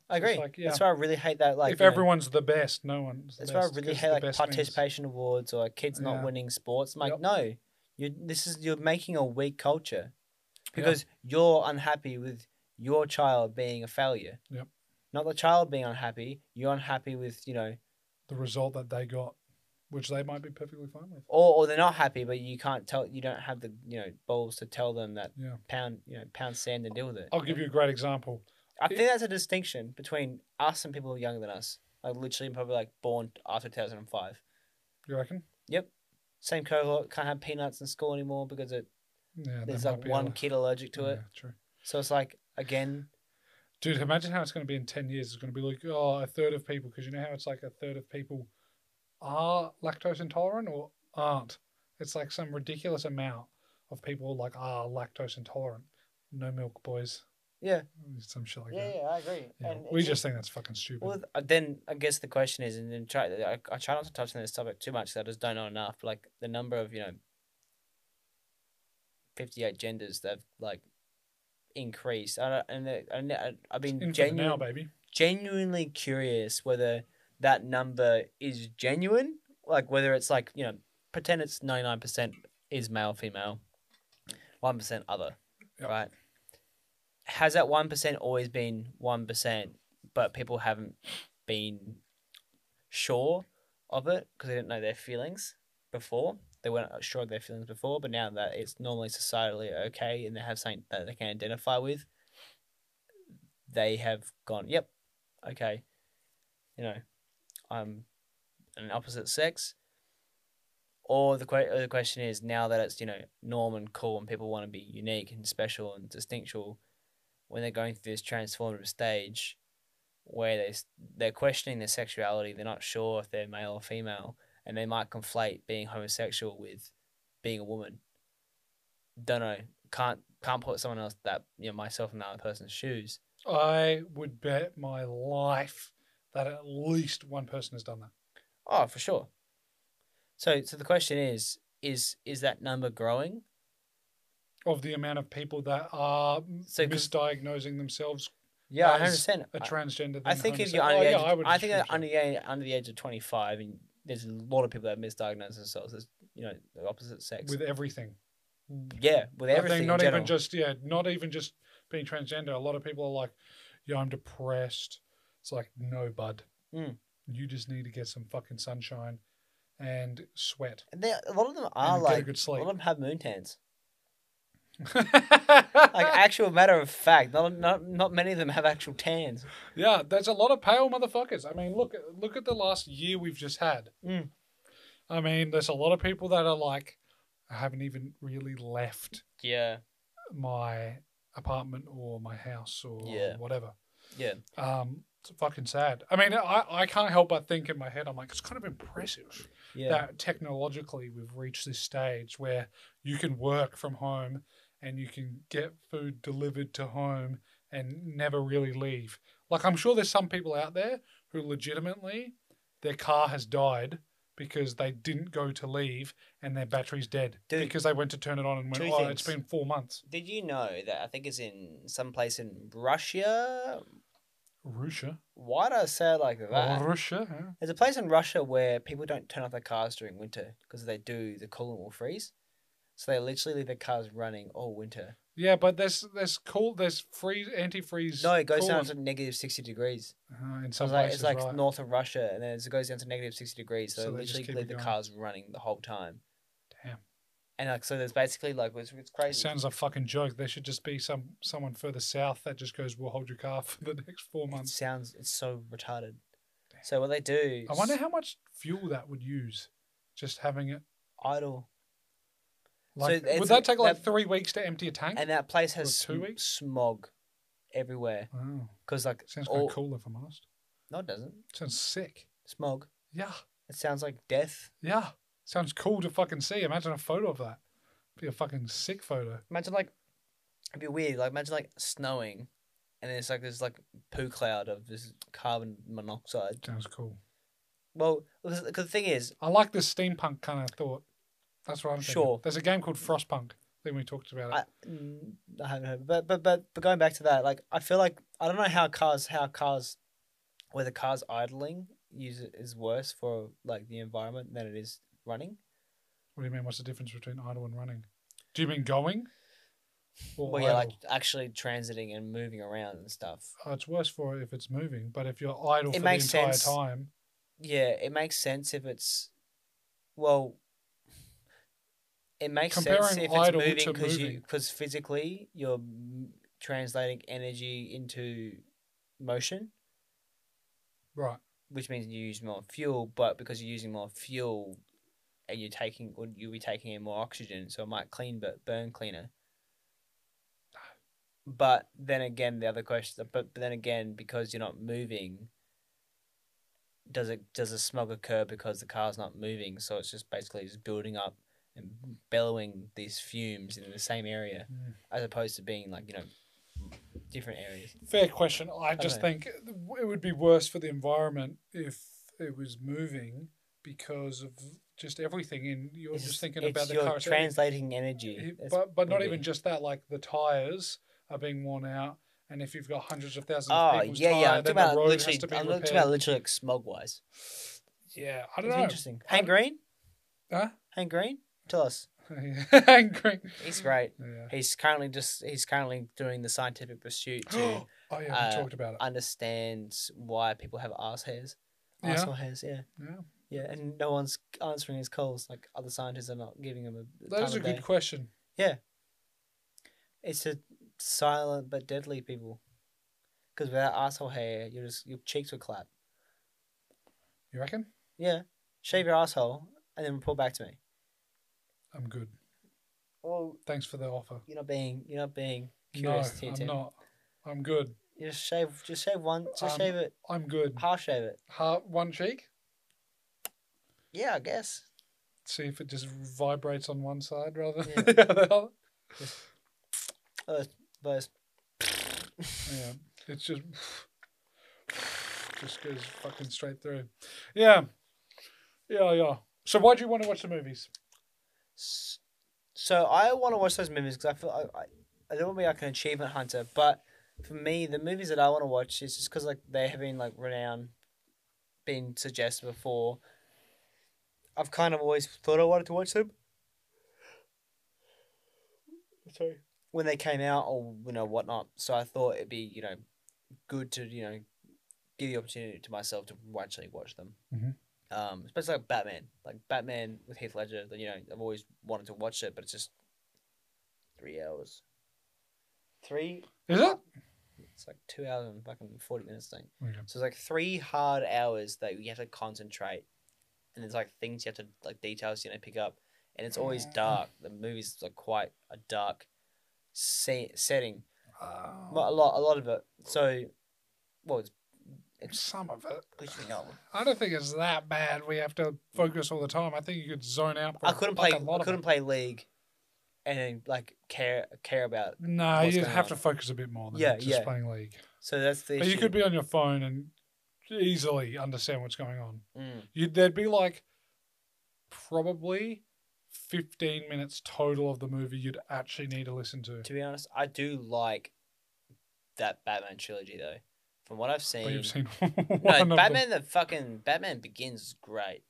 S1: I
S2: So it's
S1: agree.
S2: like, yeah.
S1: That's why I really hate that. Like
S2: if
S1: you know,
S2: everyone's the best no one's the
S1: that's why I
S2: best,
S1: really
S2: 'cause
S1: hate
S2: the
S1: like
S2: best means-
S1: participation awards or kids not
S2: Yeah.
S1: winning sports. I'm like,
S2: Yep.
S1: no, you this is you're making a weak culture
S2: Yeah.
S1: because you're unhappy with your child being a failure.
S2: Yep.
S1: Not the child being unhappy. You're unhappy with you know
S2: the result that they got, which they might be perfectly fine with.
S1: or, or they're not happy, but you can't tell. You don't have the you know balls to tell them that
S2: Yeah.
S1: pound you know pound sand and deal with it.
S2: I'll give you a great example.
S1: I think that's a distinction between us and people younger than us. Like literally, probably like born after two thousand and five.
S2: You reckon?
S1: Same cohort can't have peanuts in school anymore because it,
S2: Yeah,
S1: there's
S2: that
S1: like
S2: might be
S1: one
S2: a-
S1: kid allergic to it.
S2: Yeah, true.
S1: So it's like again,
S2: Dude, imagine how it's going to be in 10 years. It's going to be like, oh, a third of people, because you know how it's like a third of people are lactose intolerant or aren't. It's like some ridiculous amount of people like are lactose intolerant. No milk, boys.
S1: yeah,
S2: Some shit like
S3: yeah,
S2: that.
S3: yeah, I agree.
S2: Yeah.
S3: And
S2: we
S3: it's-
S2: just think that's fucking stupid.
S1: Well, th- then I guess the question is, and then try. I, I try not to touch on this topic too much 'cause I just don't know enough. but, Like the number of you know, fifty-eight genders that have like increased. I don't, and the- I, ne- I- I've been
S2: in for the
S1: genuine,
S2: now, baby.
S1: genuinely curious whether that number is genuine, like whether it's like you know, pretend it's ninety-nine percent is male, female, one percent other,
S2: Yep.
S1: right? Has that one percent always been one percent, but people haven't been sure of it because they didn't know their feelings before. They weren't sure of their feelings before, but now that it's normally societally okay and they have something that they can identify with, they have gone, yep, okay, you know, I'm an opposite sex. Or the, que- or the question is now that it's, you know, norm and cool and people want to be unique and special and distinctual, when they're going through this transformative stage where they, s- they're questioning their sexuality, they're not sure if they're male or female, and they might conflate being homosexual with being a woman. Don't know. Can't can't put someone else that you know myself in that other person's shoes.
S2: I would bet my life that at least one person has done that.
S1: Oh, for sure. So so the question is is is that number growing?
S2: Of the amount of people that are
S1: So 'cause-
S2: misdiagnosing themselves
S1: Yeah,
S2: As
S1: hundred percent.
S2: a transgender. than
S1: I think if
S2: homosexual-
S1: you're under
S2: Oh,
S1: the
S2: yeah,
S1: age, of- I, think
S2: assume so.
S1: under the age, under the age of twenty five, and there's a lot of people that misdiagnose themselves as you know the opposite sex.
S2: with everything.
S1: yeah, with
S2: I think
S1: everything. in
S2: not
S1: general.
S2: even just yeah, not even just being transgender. A lot of people are like, "Yeah, I'm depressed." It's like, no, bud,
S1: Mm.
S2: you just need to get some fucking sunshine and sweat.
S1: And they, a lot of them are
S2: and get a
S1: like
S2: good
S1: a lot
S2: sleep.
S1: of them have moon tans. Like actual matter of fact, not not not many of them have actual tans.
S2: yeah, there's a lot of pale motherfuckers. I mean, look look at the last year we've just had.
S1: Mm.
S2: I mean, there's a lot of people that are like, I haven't even really left
S1: Yeah,
S2: my apartment or my house or
S1: Yeah.
S2: whatever.
S1: yeah.
S2: Um, it's fucking sad. I mean, I, I can't help but think in my head, I'm like, it's kind of impressive
S1: Yeah.
S2: that technologically we've reached this stage where you can work from home and you can get food delivered to home and never really leave. Like, I'm sure there's some people out there who legitimately their car has died because they didn't go to leave and their battery's dead
S1: Dude,
S2: because they went to turn it on and went,
S1: two
S2: oh, it's
S1: things.
S2: been four months.
S1: Did you know that I think it's in some place in Russia?
S2: Russia.
S1: Why do I say it like that?
S2: Russia. huh?
S1: There's a place in Russia where people don't turn off their cars during winter because if they do, the coolant will freeze. So they literally leave their cars running all winter.
S2: Yeah, but there's there's cool there's free antifreeze.
S1: No, it goes down
S2: coolant,
S1: to negative 60 degrees.
S2: uh, in
S1: So
S2: some
S1: it's like,
S2: places,
S1: it's like
S2: right.
S1: north of Russia and then it goes down to negative 60 degrees. So,
S2: So
S1: they
S2: they just
S1: literally
S2: keep
S1: leave
S2: it
S1: the
S2: going.
S1: cars running the whole time.
S2: Damn.
S1: And like, so there's basically like, it's, it's
S2: It
S1: crazy.
S2: sounds like a fucking joke. There should just be some someone further south that just goes, "We'll hold your car for the next four
S1: It
S2: months."
S1: sounds, it's so retarded. So what they do,
S2: I wonder how much fuel that would use, just having it.
S1: idle. So
S2: Like,
S1: it's-
S2: would that take like
S1: that-
S2: three weeks to empty a tank?
S1: and that place has
S2: two
S1: sm-
S2: weeks?
S1: smog everywhere
S2: wow,
S1: because like
S2: Oh, sounds kind
S1: all,
S2: of cool if I'm honest.
S1: no it doesn't
S2: Sounds sick.
S1: smog
S2: Yeah,
S1: it sounds like death
S2: yeah. Sounds cool to fucking see. Imagine a photo of that. Be a fucking sick photo.
S1: imagine like it'd be weird like imagine like snowing and then it's like this like poo cloud of this carbon monoxide
S2: Sounds cool.
S1: well because the thing is
S2: I like this steampunk kind of thought. That's what I'm thinking.
S1: Sure.
S2: There's a game called Frostpunk. I think we talked about it.
S1: I, mm, I haven't heard, but, but but but going back to that, like I feel like I don't know how cars how cars, whether cars idling use is worse for like the environment than it is running.
S2: What do you mean? What's the difference between idle and running? Do you mean going? Or
S1: Well, yeah, like
S2: idle? Uh,
S1: actually transiting and moving around and stuff.
S2: Oh, it's worse for it if it's moving, but if you're idle
S1: It
S2: for
S1: makes
S2: the entire
S1: sense.
S2: time,
S1: yeah, it makes sense if it's well. It makes sense
S2: Comparing
S1: if
S2: idle
S1: it's
S2: to
S1: moving because you
S2: moving.
S1: because physically you're m- translating energy into motion,
S2: Right.
S1: which means you use more fuel. But because you're using more fuel, and you're taking or you'll be taking in more oxygen, so it might clean but burn cleaner. But then again, the other question. But, but then again, because you're not moving, does it does a smog occur because the car's not moving? So it's just basically just building up and bellowing these fumes in the same area,
S2: Mm.
S1: as opposed to being like you know different areas.
S2: Fair question. I just
S1: know.
S2: think it would be worse for the environment if it was moving because of just everything. And you're
S1: It's
S2: just
S1: just-
S2: thinking
S1: it's-
S2: about the
S1: you're
S2: car.
S1: translating energy,
S2: It-
S1: That's
S2: but but not
S1: would
S2: even
S1: be-
S2: just that. Like the tires are being worn out, and if you've got hundreds of thousands
S1: Oh
S2: of people's
S1: yeah,
S2: tire,
S1: yeah. I'm talking
S2: then the
S1: about
S2: road has
S1: literally.
S2: to be
S1: I'm
S2: repaired.
S1: talking about literally like smog wise.
S2: yeah, I don't
S1: It's
S2: know.
S1: interesting.
S2: I
S1: Hank Green.
S2: Huh?
S1: Hank Green. Tell us.
S2: Angry.
S1: He's great.
S2: Yeah.
S1: He's currently just. He's currently doing the scientific pursuit to
S2: oh yeah, we
S1: uh,
S2: talked about it.
S1: understand why people have arse hairs.
S2: Yeah.
S1: Arsehole hairs. Yeah.
S2: Yeah.
S1: Yeah, and no one's answering his calls. Like other scientists are not giving him a.
S2: That is
S1: time
S2: a
S1: of
S2: good
S1: day.
S2: question.
S1: It's a silent but deadly people. Because without asshole hair, you just your cheeks would clap.
S2: You reckon?
S1: Yeah, shave your asshole and then report back to me.
S2: I'm good.
S1: Well,
S2: Thanks for the offer.
S1: You're not being you're not being
S2: No,
S1: curious here,
S2: I'm
S1: Tim.
S2: not. I'm good.
S1: Just shave just shave one just
S2: Um,
S1: shave it
S2: I'm good.
S1: half shave it.
S2: Heart one cheek.
S1: Yeah, I guess.
S2: See if it just vibrates on one side rather than
S1: Yeah.
S2: the other.
S1: But
S2: Yeah, it's just just goes fucking straight through. Yeah, yeah, yeah. So why do you want to watch the movies?
S1: s- so I want to watch those movies because I feel I, I, I don't want to be like an achievement hunter, but for me the movies that I want to watch is just because like they have been like renowned, been suggested before. I've kind of always thought I wanted to watch them.
S2: Sorry.
S1: when they came out or you know whatnot. So I thought it'd be you know good to you know give the opportunity to myself to actually watch them.
S2: Mhm.
S1: Um, especially like Batman, like Batman with Heath Ledger. That you know I've always wanted to watch it, but it's just three hours. Three.
S2: Is it?
S1: It's like two hours and fucking forty minutes thing.
S2: Okay.
S1: So it's like three hard hours that you have to concentrate, and there's like things you have to like details you know pick up, and it's always
S2: Mm.
S1: dark. The movie's like quite a dark se- setting,
S2: Um,
S1: Well, a lot, a lot of it. So, well, it's, it's
S2: Some of it.
S1: literally not.
S2: I don't think it's that bad. We have to focus all the time. I think you could zone out. For
S1: I couldn't play.
S2: fucking
S1: I
S2: lot of
S1: couldn't
S2: it.
S1: play League, and then, like care care about. It.
S2: No,
S1: what's
S2: you'd
S1: going
S2: have
S1: on.
S2: to focus a bit more than
S1: Yeah,
S2: just
S1: yeah.
S2: playing League.
S1: So that's the.
S2: But you
S1: issue.
S2: could be on your phone and easily understand what's going on.
S1: Mm.
S2: You'd there'd be like probably fifteen minutes total of the movie you'd actually need to listen to.
S1: To be honest, I do like that Batman trilogy though. From what I've seen,
S2: But you've seen one of
S1: no,
S2: them.
S1: Batman the fucking Batman Begins is great.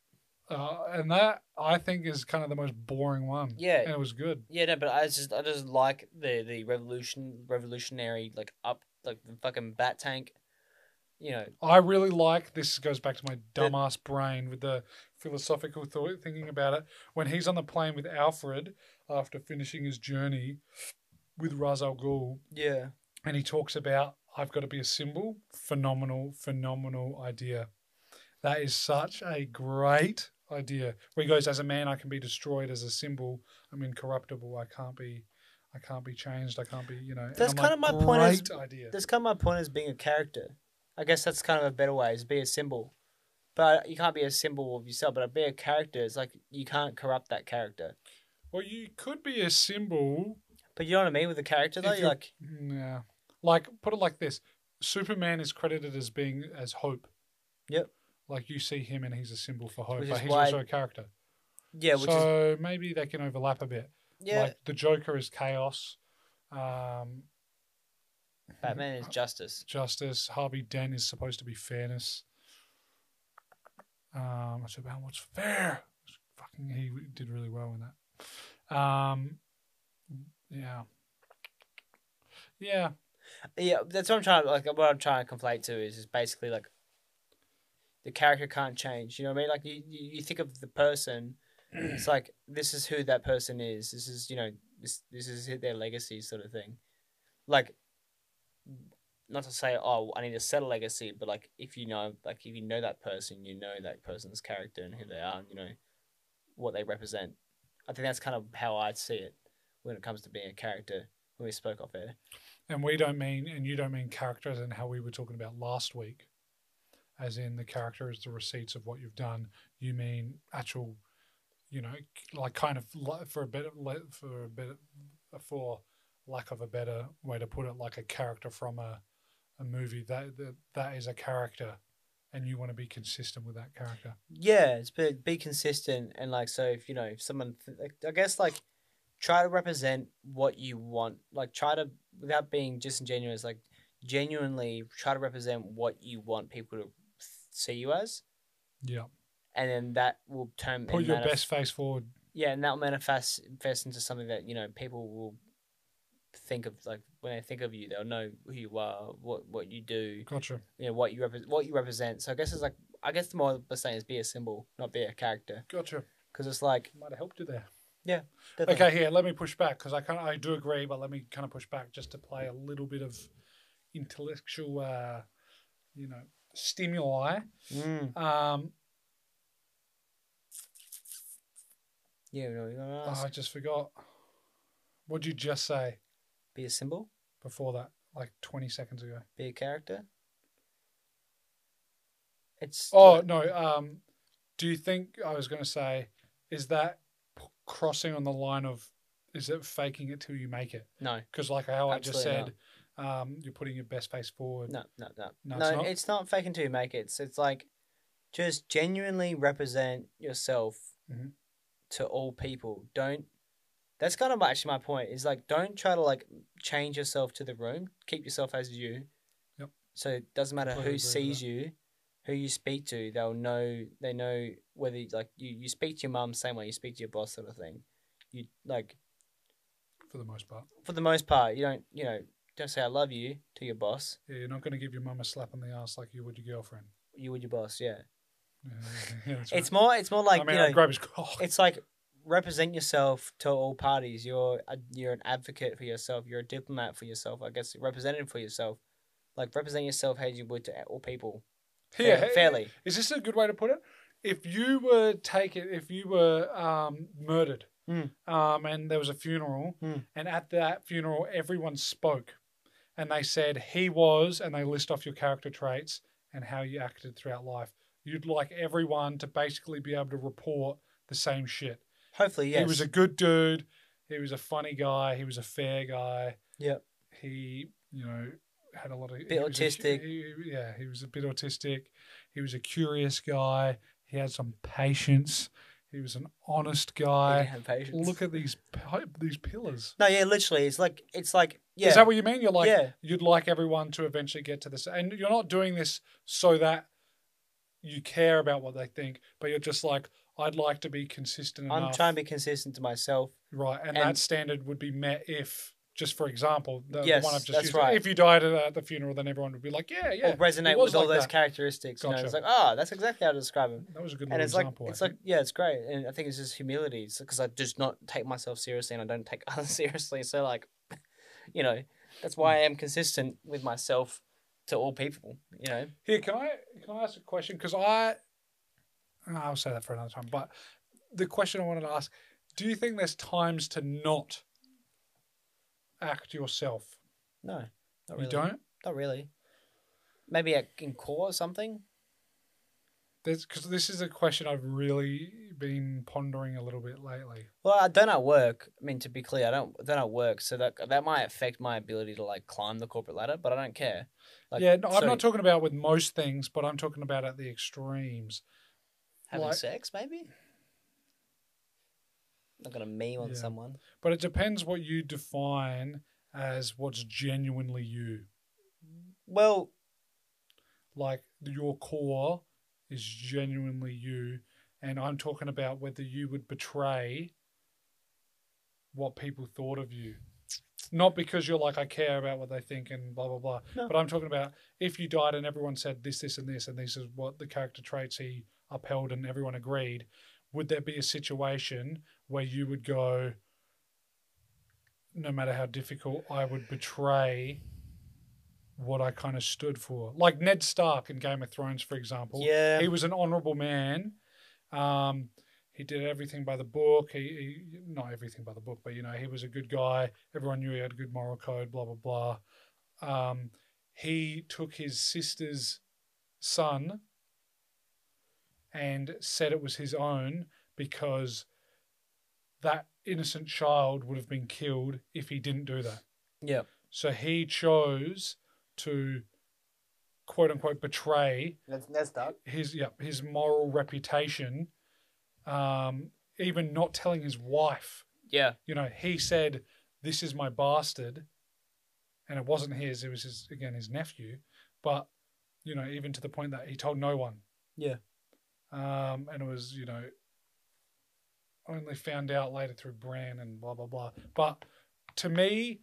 S2: Uh, and that I think is kind of the most boring one.
S1: Yeah.
S2: and it was good.
S1: Yeah, no, but I just I just like the the revolution revolutionary like up like the fucking Bat Tank, you know.
S2: I really like this. Goes back to my dumbass brain with the philosophical thought thinking about it. When he's on the plane with Alfred after finishing his journey with Ra's al Ghul,
S1: Yeah.
S2: and he talks about I've got to be a symbol. Phenomenal, phenomenal idea. That is such a great idea. Where he goes, as a man, I can be destroyed. As a symbol, I'm incorruptible. I can't be, I can't be changed. I can't be, you know. And
S1: That's
S2: I'm
S1: kind of my point as-
S2: Great idea.
S1: That's kind of my point as being a character. I guess that's kind of a better way is be a symbol, but you can't be a symbol of yourself. But be a character is like you can't corrupt that character.
S2: Well, you could be a symbol.
S1: But you know what I mean with the character though.
S2: If
S1: You're
S2: you-
S1: like
S2: Yeah. Like put it like this: Superman is credited as being as hope.
S1: Yep.
S2: Like you see him, and he's a symbol for hope,
S1: Which
S2: but
S1: is
S2: he's
S1: why-
S2: also a character.
S1: yeah, which is
S2: so maybe they can overlap a bit.
S1: yeah.
S2: Like the Joker is chaos. Um,
S1: Batman is justice.
S2: justice. Harvey Dent is supposed to be fairness. Um, it's about what's fair. Fucking, he did really well in that. Um, yeah, yeah.
S1: Yeah, that's what I'm trying. Like what I'm trying to conflate to is, is basically like the character can't change. You know what I mean? Like you, you you think of the person, it's like this is who that person is. This is you know this this is their legacy sort of thing. Like, not to say oh I need to set a legacy, but like if you know like if you know that person, you know that person's character and who they are. And, you know what they represent. I think that's kind of how I see it when it comes to being a character. When we spoke off air,
S2: And we don't mean, and you don't mean characters and how we were talking about last week, as in the character is the receipts of what you've done. You mean actual, you know, like kind of li- for a better, li- for a better, for lack of a better way to put it, like a character from a, a movie that, that that is a character, and you want to be consistent with that character.
S1: yeah, it's be, be consistent and like so. If you know, if someone, like, I guess like try to represent what you want. Like try to without being disingenuous. Like genuinely try to represent what you want people to see you as,
S2: Yeah,
S1: and then that will turn
S2: put
S1: and
S2: your
S1: manif-
S2: best face forward.
S1: Yeah, and that'll manifest manifest into something that you know people will think of. Like when they think of you, they'll know who you are, what what you do,
S2: Gotcha.
S1: you know what you represent, what you represent. So I guess it's like I guess the more the saying is be a symbol, not be a character,
S2: Gotcha.
S1: because it's like
S2: Might have helped you there.
S1: definitely-
S2: Okay, here, let me push back because I kind of, I do agree, but let me kind of push back just to play a little bit of intellectual, uh, you know, stimuli.
S1: Mm.
S2: Um,
S1: Yeah, no, you wanna
S2: oh,
S1: ask?
S2: I just forgot. What did you just say
S1: be a symbol,
S2: before that? Like twenty seconds ago.
S1: be a character. It's
S2: Oh no. Um, do you think I was going to say is that p- crossing on the line of is it faking it till you make it?
S1: no,
S2: Because like how I just
S1: Absolutely
S2: said, um, you're putting your best face forward.
S1: no, no, no,
S2: No,
S1: no.
S2: it's not?
S1: it's not fake until you make it. It's, it's like just genuinely represent yourself
S2: Mhm.
S1: to all people. Don't. That's kind of actually my point. Is like don't try to like change yourself to the room. Keep yourself as you.
S2: Yep.
S1: So it doesn't matter
S2: Completely agree
S1: who
S2: with
S1: sees you, who you speak to. They'll know. They know whether you- like you you speak to your mum same way you speak to your boss sort of thing. You like
S2: For the most part,
S1: for the most part you don't you know don't say I love you to your boss.
S2: yeah, you're not going to give your mum a slap on the ass like you would your girlfriend.
S1: You would your boss, yeah.
S2: Yeah, yeah, that's
S1: It's
S2: right.
S1: more. It's more like
S2: I mean,
S1: you know.
S2: I'd grab his cock.
S1: it's like represent yourself to all parties. You're a, you're an advocate for yourself. You're a diplomat for yourself. I guess representative for yourself. Like represent yourself how you would to all people. Fair,
S2: Yeah, hey,
S1: fairly.
S2: Is this a good way to put it? If you were taken, if you were um, murdered,
S1: Mm.
S2: um, and there was a funeral,
S1: Mm.
S2: and at that funeral everyone spoke, and they said he was, and they list off your character traits and how you acted throughout life. You'd like everyone to basically be able to report the same shit.
S1: Hopefully, yes.
S2: He was a good dude. He was a funny guy. He was a fair guy.
S1: Yep.
S2: He, you know, had a lot of.
S1: Bit
S2: he was a-
S1: autistic.
S2: he- yeah, he was a bit autistic. He was a curious guy. He had some patience. He was an honest
S1: He didn't
S2: guy.
S1: have patience.
S2: Look at these pi- these pillars.
S1: no, yeah, literally, it's like it's like yeah,
S2: Is that what you mean? You're like
S1: yeah,
S2: you'd like everyone to eventually get to this, and you're not doing this so that you care about what they think, but you're just like I'd like to be consistent.
S1: I'm
S2: enough.
S1: trying to be consistent to myself.
S2: Right, and,
S1: And-
S2: that standard would be met if, just for example, the, the
S1: Yes,
S2: one I've just
S1: that's
S2: used.
S1: right.
S2: If you died at uh, the funeral, then everyone would be like, "Yeah, yeah."
S1: or resonate
S2: it was
S1: with all
S2: like
S1: those
S2: that.
S1: characteristics. You know,
S2: Gotcha.
S1: it's like ah, that's exactly how to describe him.
S2: That was a good
S1: and
S2: little
S1: it's like
S2: example. I
S1: it's
S2: think.
S1: like yeah, it's great, and I think it's just humility because I just not take myself seriously and I don't take others seriously. So like, you know, that's why
S2: Hmm.
S1: I am consistent with myself to all people. You know,
S2: here, can I can I ask a question? Because I, I'll say that for another time. But the question I wanted to ask: Do you think there's times to not act yourself?
S1: no, not
S2: You don't.
S1: not really. Maybe at, in core or something.
S2: Because this is a question I've really been pondering a little bit lately.
S1: Well, I don't at work. I mean, to be clear, I don't I don't at work, so that that might affect my ability to like climb the corporate ladder, but I don't care. Like,
S2: yeah, no, I'm
S1: so
S2: not talking about with most things, but I'm talking about at the extremes.
S1: having
S2: like-
S1: sex. Maybe not gonna meme on
S2: Yeah.
S1: someone.
S2: But it depends what you define as what's genuinely you.
S1: Well,
S2: Like your core is genuinely you. And I'm talking about whether you would betray what people thought of you.
S1: It's
S2: Not because you're like I care about what they think and blah blah blah.
S1: No.
S2: But I'm talking about if you died and everyone said this, this, and this, and this is what the character traits he upheld and everyone agreed. Would there be a situation where you would go, no matter how difficult, I would betray what I kind of stood for? Like Ned Stark in Game of Thrones, for example.
S1: yeah.
S2: He was an honourable man. Um, he did everything by the book. He, he not everything by the book, but you know he was a good guy. Everyone knew he had a good moral code. Blah blah blah. Um, he took his sister's son and said it was his own because that innocent child would have been killed if he didn't do that.
S1: yeah.
S2: So he chose to quote unquote betray
S3: That's Ned Stark.
S2: his yeah his moral reputation, um, even not telling his wife.
S1: Yeah.
S2: You know, he said, "This is my bastard," and it wasn't his. It was his again his nephew, but you know, even to the point that he told no one.
S1: Yeah.
S2: Um, and it was you know only found out later through Bran and blah blah blah. But to me,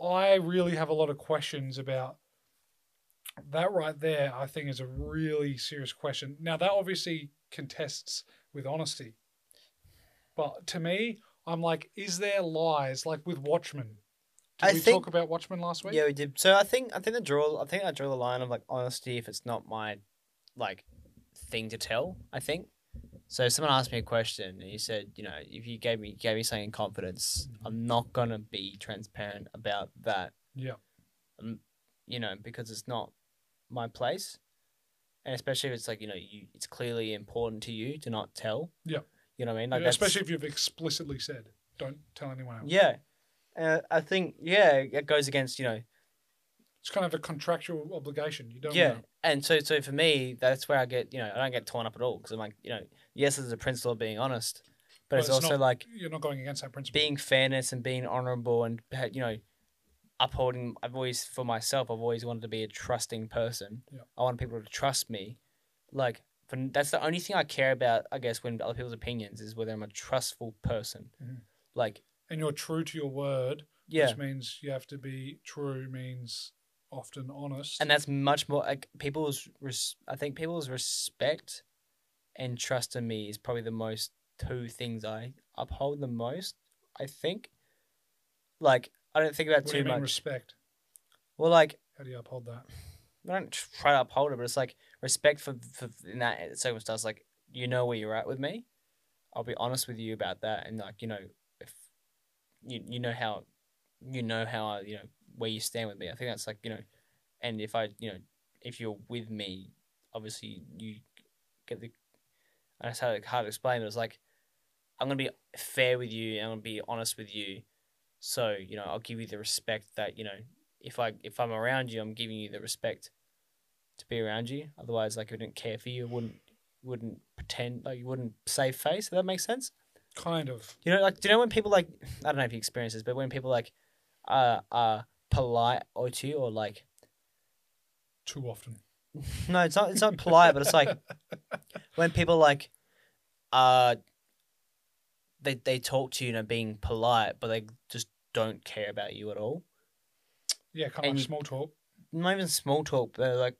S2: I really have a lot of questions about that right there. I think is a really serious question. Now that obviously contests with honesty, but to me, I'm like, is there lies like with Watchmen? Did
S1: I
S2: we
S1: think-
S2: talk about Watchmen last week?
S1: Yeah, we did. So I think I think I draw I think I draw the line of like honesty if it's not my like thing to tell, I think. So someone asked me a question and you said, you know, if you gave me gave me something in confidence, I'm not gonna be transparent about that.
S2: Yeah.
S1: Um, you know, because it's not my place. And especially if it's like, you know, you it's clearly important to you to not tell.
S2: Yeah.
S1: You know what I mean?
S2: Yeah,
S1: Like that's-
S2: especially if you've explicitly said, "Don't tell anyone else."
S1: Yeah. Uh, I think yeah, it goes against, you know,
S2: It's kind of a contractual obligation. You don't.
S1: yeah,
S2: know.
S1: and so so for me, that's where I get you know I don't get torn up at all because I'm like you know yes, there's a principle of being honest, but
S2: Well,
S1: it's,
S2: it's
S1: also
S2: not-
S1: like
S2: You're not going against that principle.
S1: being fairness and being honorable and you know upholding. I've always for myself, I've always wanted to be a trusting person.
S2: Yeah.
S1: I want people to trust me. Like for, that's the only thing I care about, I guess, when other people's opinions is whether I'm a trustful person.
S2: Mhm.
S1: Like
S2: and you're true to your word,
S1: yeah,
S2: which means you have to be true. Means often honest.
S1: and that's much more like people's res- i think people's respect and trust in me is probably the most two things i uphold the most i think like i don't think about
S2: what do
S1: too
S2: you mean
S1: much
S2: respect?
S1: well like
S2: How do you uphold that?
S1: i don't tr- try to uphold it but it's like respect for, for in that circumstance like you know where you're at with me i'll be honest with you about that and like you know if you you know how you know how I, you know where you stand with me. I think that's like you know, and if I you know if you're with me, obviously you get the. I just had it hard to explain, but it's like I'm gonna be fair with you. and I'm gonna be honest with you, so you know I'll give you the respect that you know if I if I'm around you, I'm giving you the respect to be around you. Otherwise, like I wouldn't care for you. I wouldn't wouldn't pretend like you wouldn't save face. If that makes sense.
S2: Kind of.
S1: You know, like do you know when people like I don't know if you experience this, but when people like uh are polite or to you or like
S2: Too often.
S1: no, it's not it's not polite, but it's like when people like uh they they talk to you and are being polite, but they just don't care about you at all.
S2: yeah, kind of
S1: and-
S2: like small talk.
S1: Not even small talk, but like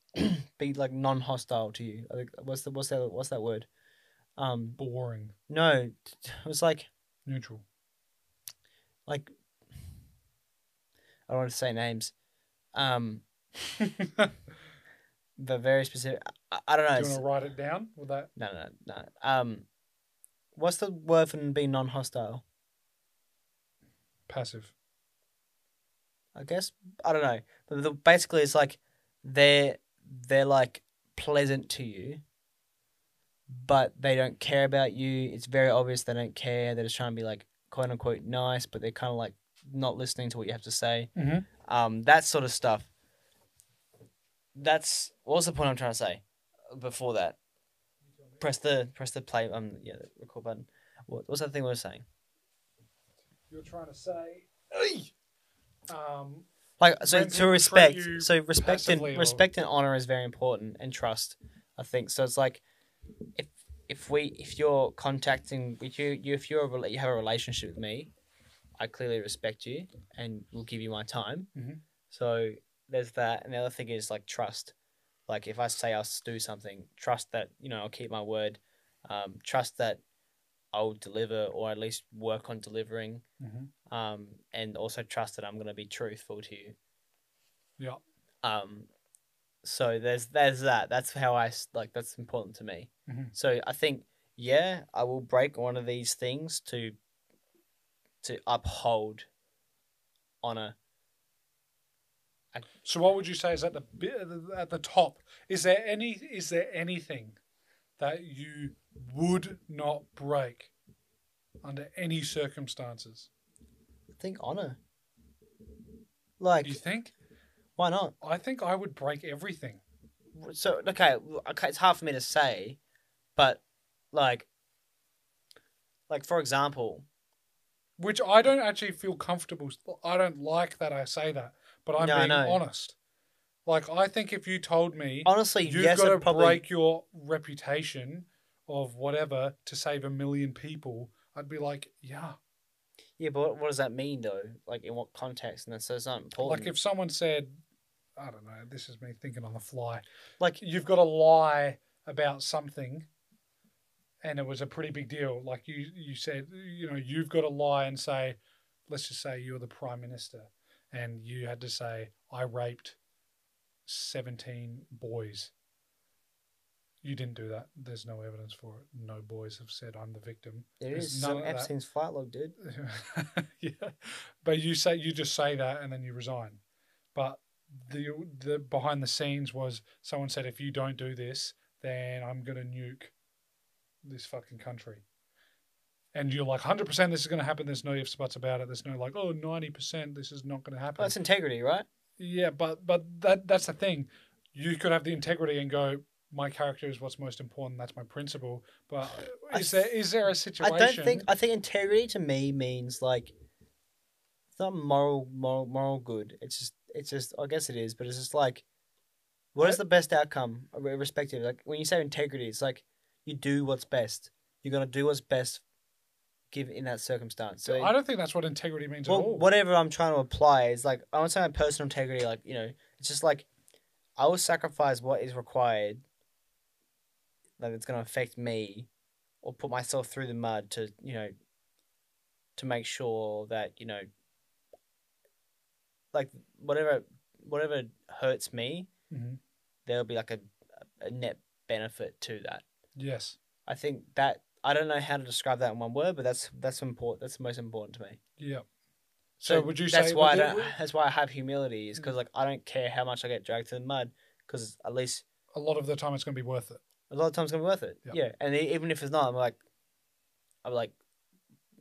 S1: be like non hostile to you. Like, what's the what's that what's that word? Um
S2: Boring.
S1: no, it was like
S2: Neutral.
S1: like I don't want to say names. Um
S2: do you want
S1: but very specific. I, I don't know. it's-
S2: to write it down? Will that
S1: No, no, no. Um, what's the word for being non-hostile?
S2: passive?
S1: I guess I don't know. But the, basically, it's like they're they're like pleasant to you, but they don't care about you. It's very obvious they don't care. They're just trying to be like quote unquote nice, but they're kind of like not listening to what you have to say.
S2: Mm-hmm.
S1: um, that sort of stuff. That's what was the point I'm trying to say before that. Press the press the play um yeah the record button. What what's that thing we were saying?
S2: You're trying to say. Um,
S1: Like so
S2: When
S1: to
S2: people treat
S1: respect
S2: you
S1: so respect and
S2: passively or-
S1: respect and honor is very important and trust I think so it's like if if we if you're contacting if you, you if you're a, rela- you have a relationship with me I clearly respect you and will give you my time.
S2: Mhm.
S1: So there's that. And the other thing is like trust. Like if I say I'll do something, trust that you know I'll keep my word. Um, trust that I'll deliver or at least work on delivering.
S2: Mhm.
S1: Um, and also trust that I'm going to be truthful to you.
S2: Yeah.
S1: Um, so there's there's that. That's how I s- like. That's important to me.
S2: Mhm.
S1: So I think yeah, I will break one of these things to to uphold honor.
S2: So what would you say is at the bi- at the top? Is there any is there anything that you would not break under any circumstances?
S1: I think honor. Like
S2: Do you think?
S1: why not?
S2: I think I would break everything.
S1: So okay, w- okay, it's hard for me to say, but like, like for example,
S2: Which I don't actually feel comfortable. I don't like that I say that, but I'm
S1: No, I
S2: being
S1: know.
S2: honest. Like I think if you told me
S1: honestly,
S2: you've
S1: yes,
S2: got
S1: I
S2: to
S1: probably
S2: break your reputation of whatever to save a million people, I'd be like, yeah.
S1: yeah, but what does that mean though? Like in what context? And that's so it's not important.
S2: Like if someone said, I don't know, this is me thinking on the fly.
S1: Like-
S2: you've got to lie about something, and it was a pretty big deal. Like you, you said, you know, you've got to lie and say, let's just say you're the prime minister, and you had to say, I raped seventeen boys. You didn't do that. There's no evidence for it. No boys have said I'm the victim.
S1: There
S2: There's
S1: is
S2: none
S1: some
S2: of that.
S1: Epstein's flight log, dude.
S2: yeah, but you say you just say that and then you resign. But the the behind the scenes was someone said if you don't do this, then I'm gonna nuke this fucking country. And you're like, hundred percent, this is gonna happen. There's no ifs buts about it. There's no like, oh, 90 percent, this is not gonna happen.
S1: Well, that's integrity, right?
S2: yeah, but but that that's the thing. You could have the integrity and go, my character is what's most important. That's my principle. But
S1: I
S2: is there is there a situation?
S1: I don't think. I think integrity to me means like, it's not moral, moral, moral good. It's just, it's just. I guess it is, but it's just like, what is the best outcome, ir- irrespective? Like when you say integrity, it's like you do what's best. You're gonna do what's best, given in that circumstance. So
S2: I don't think that's what integrity means
S1: well,
S2: at all.
S1: whatever I'm trying to apply is like I want to say my personal integrity. Like you know, it's just like I will sacrifice what is required, like it's gonna affect me, or put myself through the mud to you know, to make sure that you know, like whatever whatever hurts me,
S2: Mhm.
S1: there'll be like a a net benefit to that.
S2: Yes.
S1: I think that I don't know how to describe that in one word, but that's that's important. That's the most important to me.
S2: Yeah. So, would you
S1: that's
S2: say
S1: why I
S2: would-
S1: don't, that's why I have humility is because like I don't care how much I get dragged to the mud because at least
S2: a lot of the time it's going to be worth it?
S1: a lot of times it's gonna be worth it.
S2: Yeah.
S1: Yeah, and e- even if it's not, I'm like, I'm like,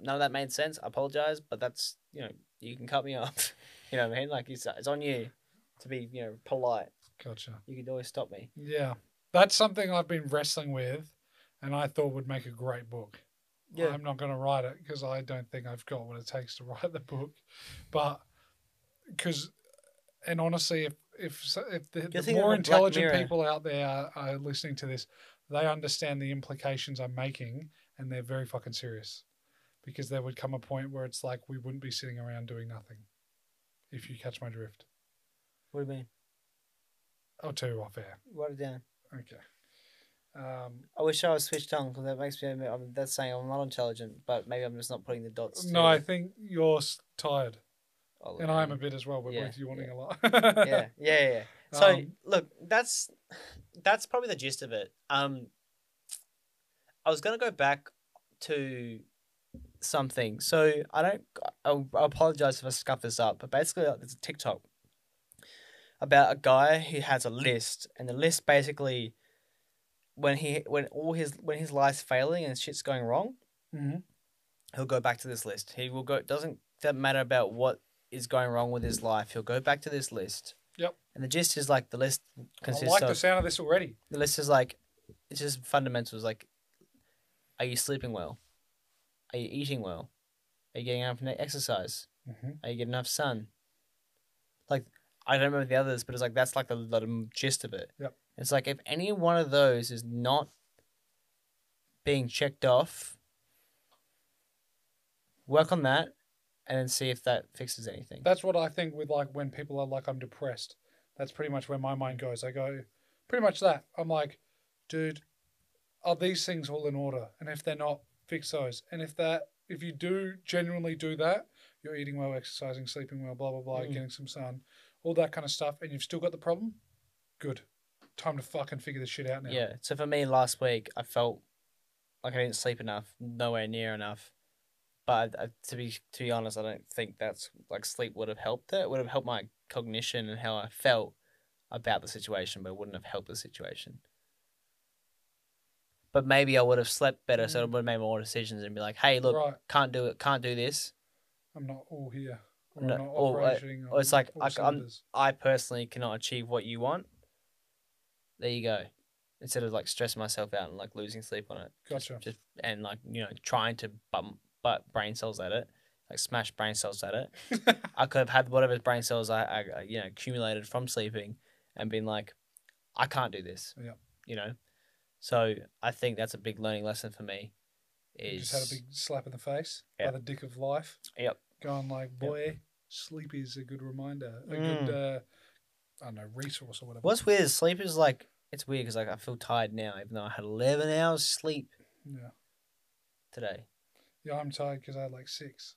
S1: none of that made sense. I apologize, but that's you know you can cut me off. you know what I mean? Like it's it's on you to be you know polite.
S2: Gotcha.
S1: You can always stop me.
S2: Yeah, that's something I've been wrestling with, and I thought would make a great book.
S1: Yeah.
S2: I'm not going to write it because I don't think I've got what it takes to write the book, but because, and honestly, if if so- if the, the
S1: thinking
S2: more
S1: of Black
S2: intelligent
S1: Mirror.
S2: people out there are, are listening to this, they understand the implications I'm making, and they're very fucking serious, because there would come a point where it's like we wouldn't be sitting around doing nothing, if you catch my drift.
S1: What do you mean?
S2: I'll tell you off air.
S1: Write it down.
S2: Okay. Um,
S1: I wish I was switched on because that makes me. I'm, that's saying I'm not intelligent, but maybe I'm just not putting the dots.
S2: no, I
S1: together.
S2: think you're s- tired,
S1: I'll
S2: and
S1: learn.
S2: I'm a bit as well. We're
S1: Yeah,
S2: both yawning
S1: yeah.
S2: a lot.
S1: yeah, yeah, yeah, yeah. So
S2: Um,
S1: look, that's that's probably the gist of it. Um, I was gonna go back to something. So I don't. I, I apologize if I scuff this up, but basically, like, there's a TikTok about a guy who has a list, and the list basically when he when all his when his life's failing and shit's going wrong,
S2: hmm
S1: he'll go back to this list. He will go. Doesn't that matter about what is going wrong with his life? He'll go back to this list.
S2: Yep.
S1: And the gist is like the list
S2: I
S1: consists
S2: like
S1: of
S2: the sound of this already.
S1: the list is like it's just fundamentals. Like, are you sleeping well? Are you eating well? Are you getting enough ne- exercise?
S2: Mm-hmm.
S1: Are you getting enough sun? Like, I don't remember the others, but it's like that's like the, the gist of it.
S2: Yep.
S1: It's like if any one of those is not being checked off, work on that and then see if that fixes anything.
S2: That's what I think with like when people are like, I'm depressed. That's pretty much where my mind goes. I go, pretty much that. I'm like, dude, are these things all in order? And if they're not, fix those. And if that, if you do genuinely do that, you're eating well, exercising, sleeping well, blah blah blah,
S1: Mm.
S2: getting some sun, all that kind of stuff, and you've still got the problem. Good, time to fucking figure this shit out now.
S1: Yeah. So for me, last week I felt like I didn't sleep enough, nowhere near enough. But I, I- to be to be honest, I don't think that's like sleep would have helped. It would have helped my cognition and how I felt about the situation, but it wouldn't have helped the situation. But maybe I would have slept better, so I would have made more decisions and be like, "Hey, look,
S2: right.
S1: can't do it, can't do this."
S2: I'm not all here. Or
S1: No,
S2: I'm not
S1: or, uh,
S2: operating.
S1: or it's
S2: on
S1: like,
S2: all
S1: I- I'm-
S2: cylinders.
S1: I personally cannot achieve what you want. There you go. Instead of like stressing myself out and like losing sleep on it.
S2: Gotcha.
S1: Just and like, you know, trying to bump butt brain cells at it, like smash brain cells at it. I could have had whatever brain cells I, I I, you know, accumulated from sleeping and been like, I can't do this.
S2: Yeah.
S1: You know? So I think that's a big learning lesson for me.
S2: You
S1: Is
S2: just had a big slap in the face
S1: Yeah.
S2: by the dick of life.
S1: Yep. Mm.
S2: Going like, boy, sleep is a good reminder, a good, uh, I don't know, resource or whatever.
S1: What's weird is sleep is like it's weird because like I feel tired now, even though I had eleven hours sleep
S2: Yeah.
S1: today.
S2: Yeah, I'm tired because I had like six.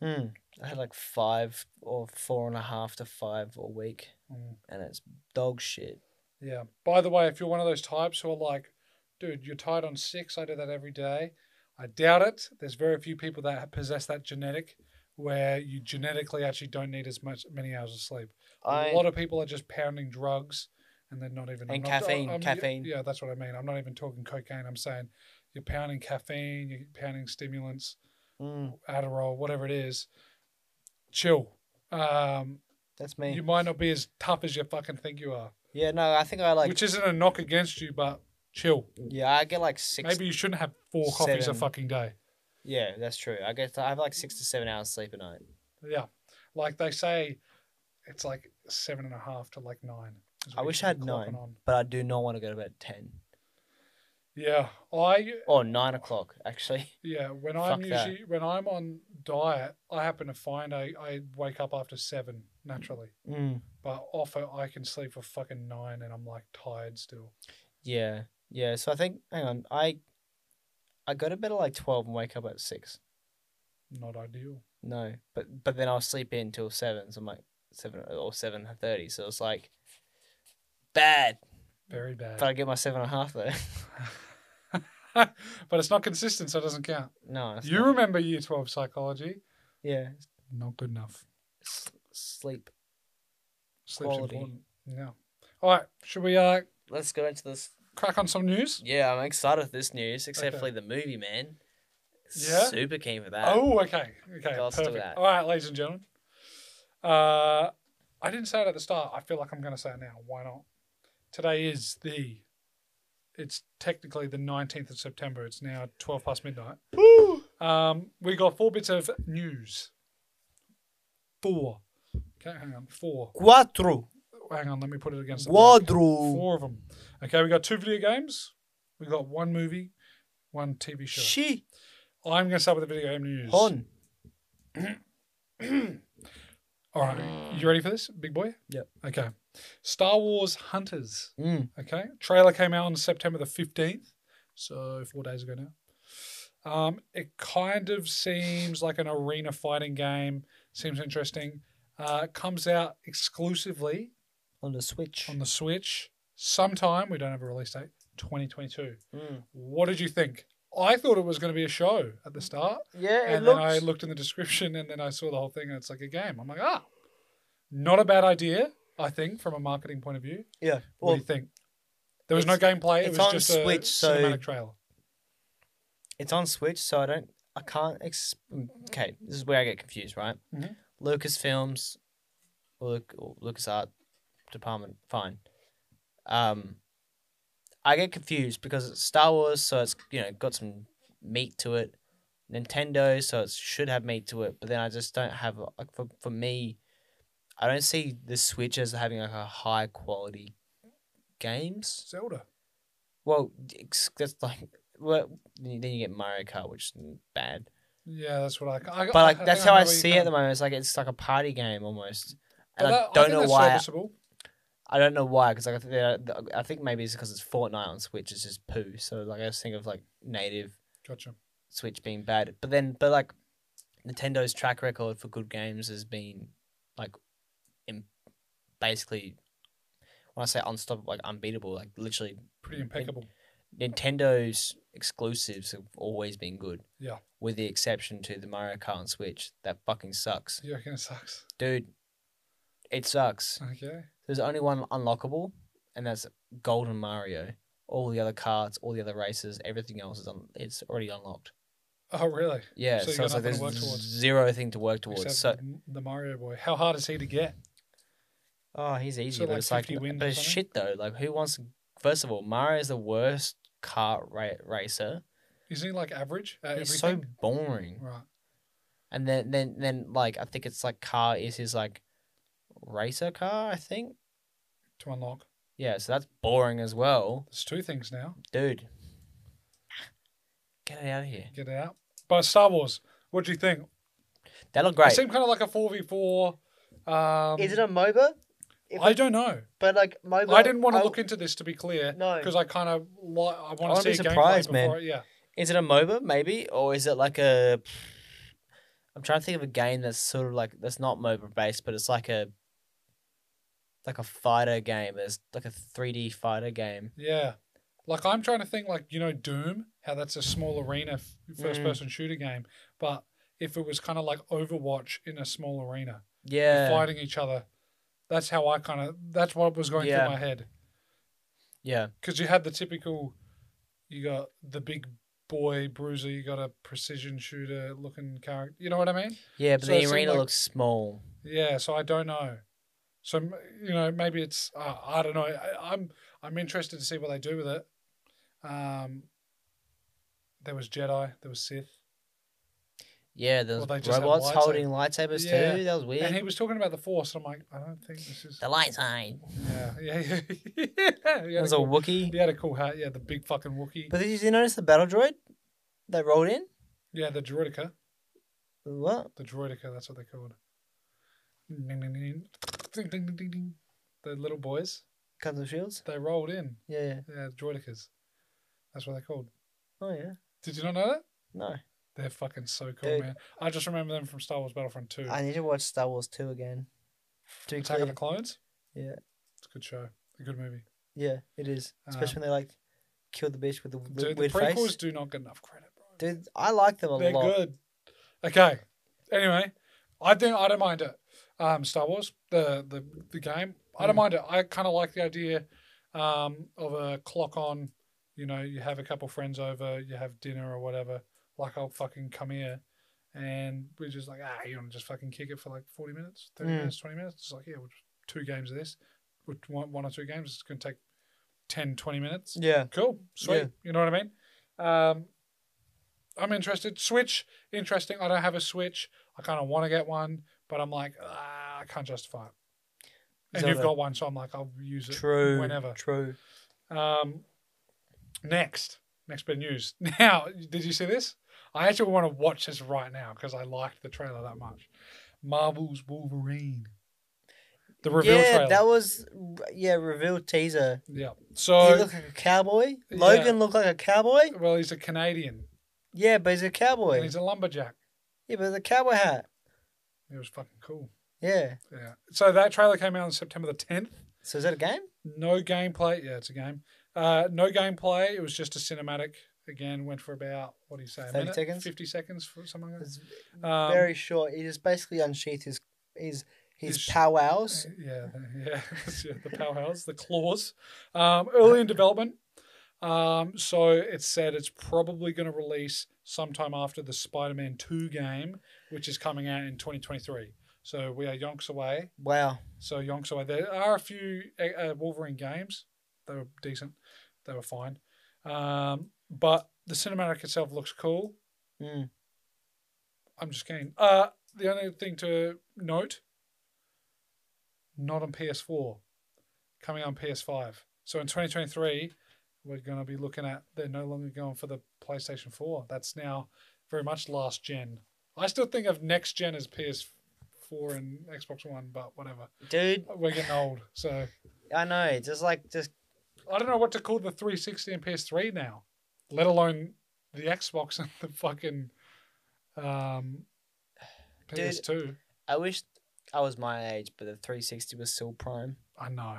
S1: Hmm. I had like five or four and a half to five a week,
S2: Mm.
S1: and it's dog shit.
S2: Yeah. By the way, if you're one of those types who are like, dude, you're tired on six, I do that every day. I doubt it. There's very few people that possess that genetic where you genetically actually don't need as much many hours of sleep.
S1: I
S2: A lot of people are just pounding drugs and they're not
S1: And
S2: even I'm not-
S1: caffeine,
S2: I'm-
S1: caffeine.
S2: Yeah, that's what I mean. I'm not even talking cocaine. I'm saying you're pounding caffeine, you're pounding stimulants,
S1: Mm,
S2: Adderall, whatever it is. Chill. Um,
S1: that's me.
S2: you might not be as tough as you fucking think you are,
S1: yeah, no, I think I like.
S2: which isn't a knock against you, but chill.
S1: yeah, I get like six.
S2: Maybe you shouldn't have four coffees a
S1: seven.
S2: fucking day.
S1: Yeah, that's true. I get. I have like six to seven hours sleep a night.
S2: Yeah, like they say, it's like seven and a half to like nine. is
S1: I
S2: what
S1: wish
S2: you
S1: I had
S2: should be clocking
S1: nine,
S2: on.
S1: but I do not want to go to bed at ten
S2: Yeah, I
S1: or nine o'clock. Actually,
S2: Yeah, when I'm
S1: Fuck that.
S2: usually when I'm on diet, I happen to find I, I wake up after seven naturally,
S1: mm.
S2: but off it I can sleep for fucking nine, and I'm like tired still.
S1: yeah, yeah. So I think. Hang on, I. I go to bed at like twelve and wake up at six.
S2: Not ideal.
S1: No, but but then I'll sleep in till seven. So I'm like seven or seven thirty. So it's like bad.
S2: Very
S1: But
S2: bad.
S1: I get my seven and a half though.
S2: but it's not consistent, so it doesn't count.
S1: no, it's
S2: you
S1: not.
S2: remember year twelve psychology?
S1: yeah.
S2: Not good enough.
S1: S- sleep.
S2: Sleep's
S1: Quality.
S2: important. Yeah. All right. Should we uh
S1: Let's go into this.
S2: crack on some news?
S1: Yeah, I'm excited for this news, except
S2: Okay.
S1: for the movie, man.
S2: Yeah?
S1: Super keen for that.
S2: Oh, okay. Okay.
S1: Let's do
S2: perfect.
S1: Uh, that.
S2: All right, ladies and gentlemen. Uh, I didn't say it at the start. I feel like I'm going to say it now. Why not? Today is the. It's technically the 19th of September. It's now 12 past midnight. Um, we got four bits of news. Four. Okay, hang on. Four.
S1: Quattro.
S2: Hang on. Let me put it against the mic.
S1: Quadro.
S2: Four of them. Okay, we got two video games. We got one movie, one TV show.
S1: She.
S2: I'm going to start with the video game news.
S1: Hon.
S2: All right, you ready for this, big boy?
S1: Yep.
S2: Okay. Star Wars Hunters.
S1: Mm.
S2: Okay. Trailer came out on September the 15th, so four days ago now. Um, it kind of seems like an arena fighting game. Seems interesting. Uh, comes out exclusively
S1: On the Switch.
S2: on the Switch sometime. We don't have a release date. 2022.
S1: Mm.
S2: What did you think? I thought it was going to be a show at the start
S1: Yeah, it
S2: and
S1: looks.
S2: then I looked in the description and then I saw the whole thing and it's like a game. I'm like, ah, not a bad idea, I think, from a marketing point of view.
S1: yeah.
S2: What
S1: Well,
S2: do you think? There was no gameplay. It
S1: it's
S2: was
S1: on
S2: just a
S1: Switch, so-
S2: cinematic trailer.
S1: it's on Switch, so I don't, I can't. Ex- okay, this is where I get confused, right?
S2: Mhm.
S1: Lucasfilms, or Luc- or LucasArt department, fine. Um, I get confused because it's Star Wars, so it's you know got some meat to it. Nintendo, so it should have meat to it, but then I just don't have like for for me, I don't see the Switch as having like a high quality games.
S2: Zelda.
S1: Well, it's- that's like well, then you then you get Mario Kart, which is bad.
S2: Yeah, that's what I. I
S1: But like
S2: think
S1: that's how I
S2: know where you
S1: see
S2: come-
S1: it at the moment. It's like it's like a party game almost,
S2: But
S1: and
S2: that-
S1: I don't
S2: think
S1: know
S2: that's
S1: why.
S2: serviceable.
S1: I don't know why because like I think, they're- I think maybe it's because it's Fortnite on Switch is just poo. So like I just think of like native
S2: Gotcha.
S1: Switch being bad. But then, but like Nintendo's track record for good games has been like, in basically, when I say unstoppable, like unbeatable, like literally
S2: Pretty impeccable.
S1: Nintendo's exclusives have always been good.
S2: Yeah.
S1: With the exception to the Mario Kart on Switch, that fucking sucks,
S2: You reckon it sucks?
S1: dude. It sucks.
S2: Okay.
S1: There's only one unlockable, and that's Golden Mario. All the other cards, all the other races, everything else is un- it's already unlocked.
S2: Oh really?
S1: Yeah,
S2: So
S1: so,
S2: you got
S1: it's like
S2: nothing
S1: there's
S2: to work towards.
S1: zero thing to work towards.
S2: Except
S1: so
S2: the- the Mario boy. How hard is he to get?
S1: oh, he's easy,
S2: So
S1: but
S2: like
S1: it's like
S2: 50 wins
S1: but
S2: or
S1: it's
S2: something?
S1: shit though. Like who wants? First of all, Mario is the worst kart ra- racer.
S2: Isn't he like average at
S1: He's so
S2: everything?
S1: boring.
S2: Right.
S1: And then then then like I think it's like car is his like racer car. I think
S2: To unlock.
S1: yeah. So that's boring as well,
S2: There's two things now.
S1: dude. Get it out of here.
S2: Get it out. But Star Wars. What do you think?
S1: That looked
S2: It
S1: great.
S2: seemed kind of like a four v four. Um,
S3: Is it a MOBA? If
S2: I
S3: it-
S2: don't know.
S3: but like MOBA.
S2: I didn't want to
S3: I'll-
S2: look into this to be clear.
S3: No.
S2: Because I kind of li- I want
S1: wanna
S2: to see
S1: be
S2: a gameplay
S1: surprised, man.
S2: before I- yeah.
S1: Is it a MOBA maybe, or is it like a? I'm trying to think of a game that's sort of like that's not MOBA based, but it's like a. Like a fighter game, it's like a 3D fighter game.
S2: Yeah. Like I'm trying to think like, you know, Doom, how that's a small arena f- first
S1: Mm.
S2: person shooter game, but if it was kind of like Overwatch in a small arena,
S1: Yeah,
S2: fighting each other. That's how I kind of that's what was going
S1: Yeah.
S2: through my head
S1: yeah,
S2: because you had the typical you got the big boy bruiser, you got a precision shooter looking character. You know what I mean?
S1: yeah. But
S2: So it
S1: the
S2: seemed
S1: arena
S2: like-
S1: looks small.
S2: Yeah, so I don't know. So m- you know, maybe it's uh, I don't know. I, I'm I'm interested to see what they do with it. Um, there was Jedi, there was Sith,
S1: Yeah, there's
S2: Or they just had
S1: robots
S2: lightsa-
S1: holding lightsabers
S2: Yeah.
S1: too. That was
S2: and
S1: weird.
S2: he was talking about the Force. And I'm like, I don't think this is.
S1: The light side.
S2: Yeah, yeah, yeah. yeah. He,
S1: That
S2: had a
S1: was a
S2: cool,
S1: Wookiee.
S2: he had a cool hat. Yeah, the big fucking Wookiee.
S1: But did you notice the battle droid that rolled in?
S2: yeah, the droidica,
S1: What?
S2: the droidica. That's what they're called. Ding, ding, ding, ding, ding, ding, ding, ding. The little boys,
S1: Guns and shields?
S2: they rolled in.
S1: Yeah. yeah.
S2: Yeah, droidicas. That's what they're called.
S1: Oh yeah.
S2: Did you not know that?
S1: No.
S2: They're fucking so cool,
S1: Dude.
S2: man. I just remember them from Star Wars Battlefront 2.
S1: I need to watch Star Wars two again. To be
S2: Attack of
S1: clear.
S2: the Clones?
S1: Yeah.
S2: It's a good show. A good movie.
S1: Yeah, it is. Especially when they like kill the bitch with the w-
S2: Dude, the
S1: weird
S2: prequels
S1: face.
S2: do not get enough credit, bro.
S1: Dude, I like them a
S2: They're
S1: lot.
S2: good. Okay. Anyway, I think I don't mind it. Um, Star Wars, the the, the game. I don't
S1: Mm.
S2: mind it. I kind of like the idea um, of a clock on. You know, you have a couple friends over, you have dinner or whatever. Like I'll fucking come here, and we're just like, ah, you want to just fucking kick it for like forty minutes, thirty
S1: Mm.
S2: minutes, twenty minutes. It's like, yeah, we'll just- two games of this, We'll- one one or two games. It's gonna take 10, 20 minutes.
S1: Yeah.
S2: Cool. Sweet.
S1: Yeah.
S2: You know what I mean? Um, I'm interested. Switch, interesting. I don't have a Switch. I kind of want to get one, but I'm like, ah, I can't justify it. And you've
S1: Zelda.
S2: got one, so I'm like, I'll use it
S1: True.
S2: whenever.
S1: True.
S2: Um, next, next bit of news. Now, did you see this? I actually want to watch this right now because I liked the trailer that much. Marvel's Wolverine. The reveal
S1: yeah,
S2: trailer.
S1: that was yeah, reveal teaser.
S2: yeah.
S1: he
S2: So,
S1: looked like a cowboy.
S2: Yeah.
S1: Logan looked like a cowboy.
S2: well, he's a Canadian
S1: Yeah, but he's a
S2: and
S1: cowboy.
S2: he's a lumberjack.
S1: Yeah, but the cowboy hat.
S2: It was fucking cool.
S1: Yeah.
S2: Yeah. So that trailer came out on September the 10th.
S1: So is that a game?
S2: No gameplay. Yeah, it's a game. Uh, no gameplay. It was just a cinematic. Again, went for about what do you say? A
S1: 30
S2: minute?
S1: seconds?
S2: Fifty seconds for something like
S1: It's
S2: that. Um,
S1: very short. He just basically unsheathed his his his,
S2: His-
S1: powwows.
S2: Uh, Yeah, yeah, yeah. The powwows, the claws. Um, early in development. Um, so it said it's probably going to release sometime after the Spider-Man Two game, which is coming out in 2023. So we are yonks away.
S1: Wow.
S2: So Yonks away. There are a few uh, uh, Wolverine games. They were decent. They were fine. Um, but the cinematic itself looks cool.
S1: Mm.
S2: I'm just keen. Uh, the only thing to note, not on PS4, coming on PS5. So in 2023, we're going to be looking at, they're no longer going for the PlayStation 4. That's now very much last gen. I still think of next gen as PS4 and Xbox One, but whatever.
S1: Dude,
S2: We're getting old, so
S1: I know. It's Just like, just
S2: I don't know what to call the 360 and PS3 now, let alone the Xbox and the fucking um,
S1: Dude.
S2: PS2.
S1: I wish I was my age, but the 360 was still prime.
S2: I know.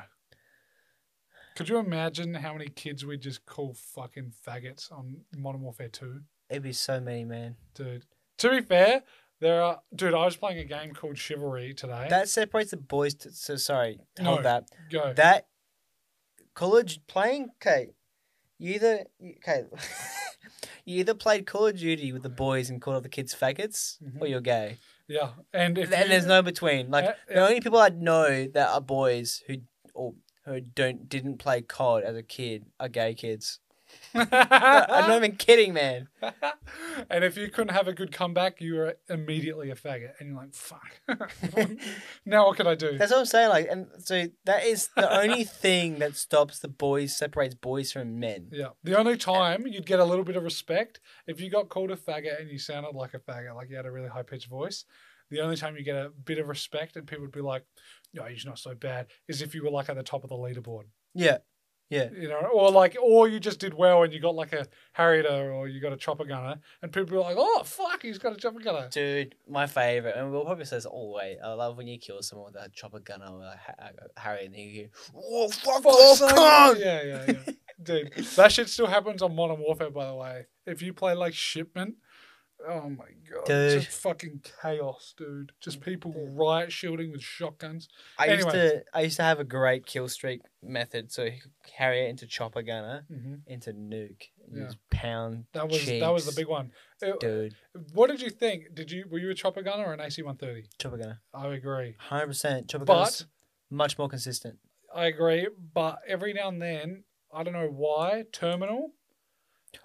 S2: Could you imagine how many kids we just call fucking faggots on Modern Warfare 2?
S1: It'd be so many, man.
S2: Dude. To be fair, there are. Dude, I was playing a game called Chivalry today.
S1: That separates the boys. To, so sorry.
S2: No.
S1: Hold that.
S2: Go.
S1: That Call of Ju-
S3: Playing, okay.
S1: you either you- okay. you either played Call of Duty with the boys and called all the kids faggots, or
S2: Mhm.
S1: you're gay.
S2: yeah. And if.
S1: And
S2: you-
S1: there's no between. Like
S2: Uh,
S1: the
S2: uh,
S1: only people I know that are boys who or who don't didn't play COD as a kid are gay kids. I'm not even kidding, man.
S2: and if you couldn't have a good comeback, you were immediately a faggot. And you're like, fuck. now what can I do?
S1: That's what I'm saying. Like, and so that is the only thing that stops the boys separates boys from men.
S2: Yeah. The only time you'd get a little bit of respect if you got called a faggot and you sounded like a faggot, like you had a really high pitched voice. The only time you get a bit of respect and people would be like, "No, he's not so bad," is if you were like at the top of the leaderboard,
S1: Yeah,
S2: you know, or like, or you just did well and you got like a Harrier or you got a chopper gunner, and people were like, "Oh fuck, he's got a chopper gunner."
S1: dude, my favorite, and we'll probably say this all the way. I love when you kill someone with a chopper gunner or a ha- a Harry, and you hear, "Oh fuck off,
S2: Fuck,
S1: cunt!"
S2: Yeah, yeah, yeah. Dude, that shit still happens on Modern Warfare, by the way. If you play like Shipment, oh my god, it's
S1: Dude. Mm,
S2: just fucking chaos, dude. Just people riot shielding with shotguns.
S1: I used
S2: Anyway.
S1: to, I used to have a great kill streak method, so you could carry it into chopper gunner, into nuke, and
S2: Yeah.
S1: just pound.
S2: That was that was the
S1: cheeks.
S2: big one. It-
S1: dude.
S2: what did you think? Did you were you a chopper gunner or an AC one thirty?
S1: Chopper gunner,
S2: I agree,
S1: hundred percent. Chopper
S2: but
S1: gunner's much more consistent.
S2: I agree, but every now and then. I don't know why terminal.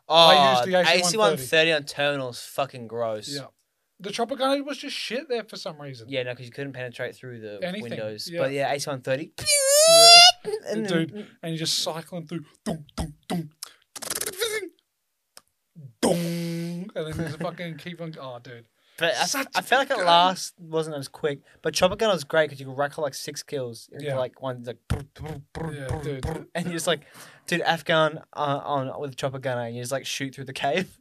S1: Oh,
S2: I used the
S1: AC-130 on terminals, fucking gross.
S2: Yeah, the chopper gunner was just shit there for some reason.
S1: Yeah, no, because you couldn't penetrate through the
S2: Anything,
S1: windows.
S2: yeah.
S1: But yeah, AC one thirty.
S2: Yeah.
S1: And then,
S2: Dude, and you're just cycling through. Dum, dum, dum, dum, and then you just fucking keep on. Oh, dude.
S1: but I,
S2: such
S1: I
S2: a
S1: felt like
S2: gun.
S1: at last wasn't as quick. But chopper gun was great because you could rack up like six kills into
S2: Yeah.
S1: like one like, brr, brr, brr,
S2: Yeah,
S1: brr,
S2: dude.
S1: brr. and you're just like, dude, Afghan uh, on with chopper gunner, and you just like shoot through the cave.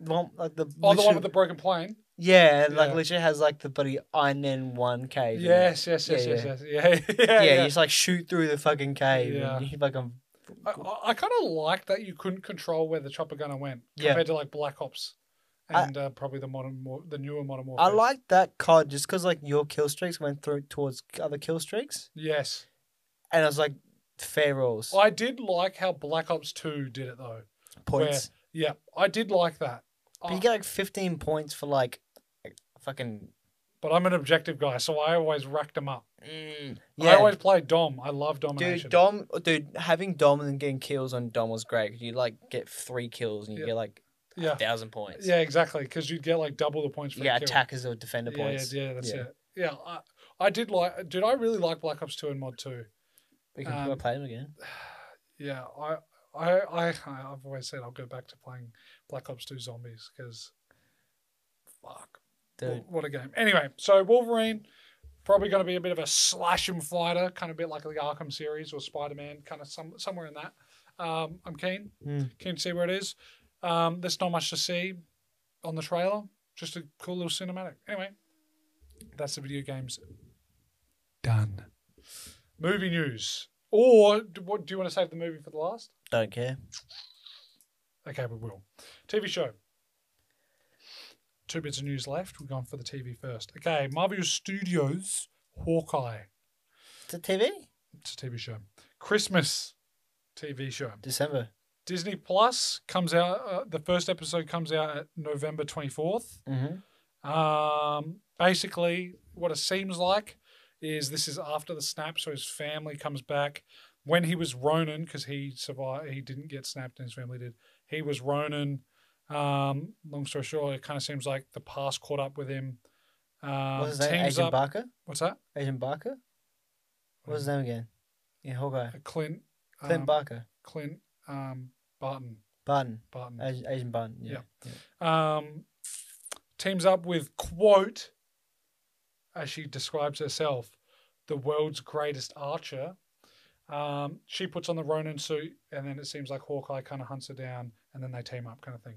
S1: The one, like the,
S2: Oh, the one
S1: literally-
S2: with the broken plane.
S1: yeah, like
S2: Yeah.
S1: literally has like the bloody Iron Man one cave. in it.
S2: Yes, yes, yes, yes, yes. Yeah, yeah,
S1: yeah,
S2: yeah.
S1: you just like shoot through the fucking cave.
S2: Yeah.
S1: and you fucking
S2: I, I- I kind of like that you couldn't control where the chopper gunner went
S1: Yeah.
S2: compared to like Black Ops
S1: I-
S2: and uh, probably the modern, war, the newer modern warfare.
S1: I like that card just because like your kill streaks went through towards other kill streaks,
S2: Yes,
S1: and I was like, fair rules,
S2: I did like how Black Ops Two did it though.
S1: points.
S2: Yeah, I did like that. Ah,
S1: But you get like fifteen points for like, fucking.
S2: But I'm an objective guy, so I always racked them up. I
S1: mm. Yeah,
S2: always play Dom. I love domination.
S1: dude, Dom, dude, having Dom and getting kills on Dom was great. 'cause You like get three kills and you
S2: Yeah.
S1: get like
S2: Yeah.
S1: thousand points.
S2: Yeah, exactly. Because you'd get like double the points for
S1: yeah,
S2: a kill.
S1: attackers or defender
S2: yeah,
S1: points
S2: Yeah, yeah, that's
S1: Yeah.
S2: it. Yeah, I, I did like. Did I really like Black Ops Two and Mod Two?
S1: We can
S2: Um,
S1: go play them again.
S2: Yeah, I, I, I, I've always said I'll go back to playing Black Ops Two Zombies because, fuck,
S1: Dude,
S2: wh- what a game. Anyway, so Wolverine probably going to be a bit of a slash and fighter, kind of bit like the Arkham series or Spider Man, kind of some somewhere in that. Um, I'm keen.
S1: Mm.
S2: Keen to see where it is. Um, there's not much to see on the trailer. Just a cool little cinematic. Anyway, that's the video games done. Movie news. Or do, what, do you want to save the movie for the last?
S1: don't care.
S2: Okay, we will. TV show. Two bits of news left. We're going for the TV first. Okay, Marvel Studios Hawkeye.
S1: It's a TV.
S2: It's a TV show. Christmas TV show.
S1: December.
S2: Disney Plus comes out. Uh, the first episode comes out at November 24th.
S1: Mm-hmm.
S2: Um, basically, what it seems like is this is after the snap, so his family comes back. When he was Ronin, because he survived, he didn't get snapped, and his family did. He was Ronin. Um, long story short, it kind of seems like the past caught up with him. Um,
S1: What's his name?
S2: teams
S1: Agent
S2: up-
S1: Barker.
S2: What's that?
S1: Agent Barker. What's his name again? Yeah, Hawkeye.
S2: Clint.
S1: Clint
S2: um,
S1: Barker.
S2: Clint um, Barton.
S1: Button.
S2: Barton.
S1: Asian, Asian button. Yeah.
S2: um, teams up with quote as she describes herself the world's greatest archer um, she puts on the ronin suit and then it seems like hawkeye kind of hunts her down and then they team up kind of thing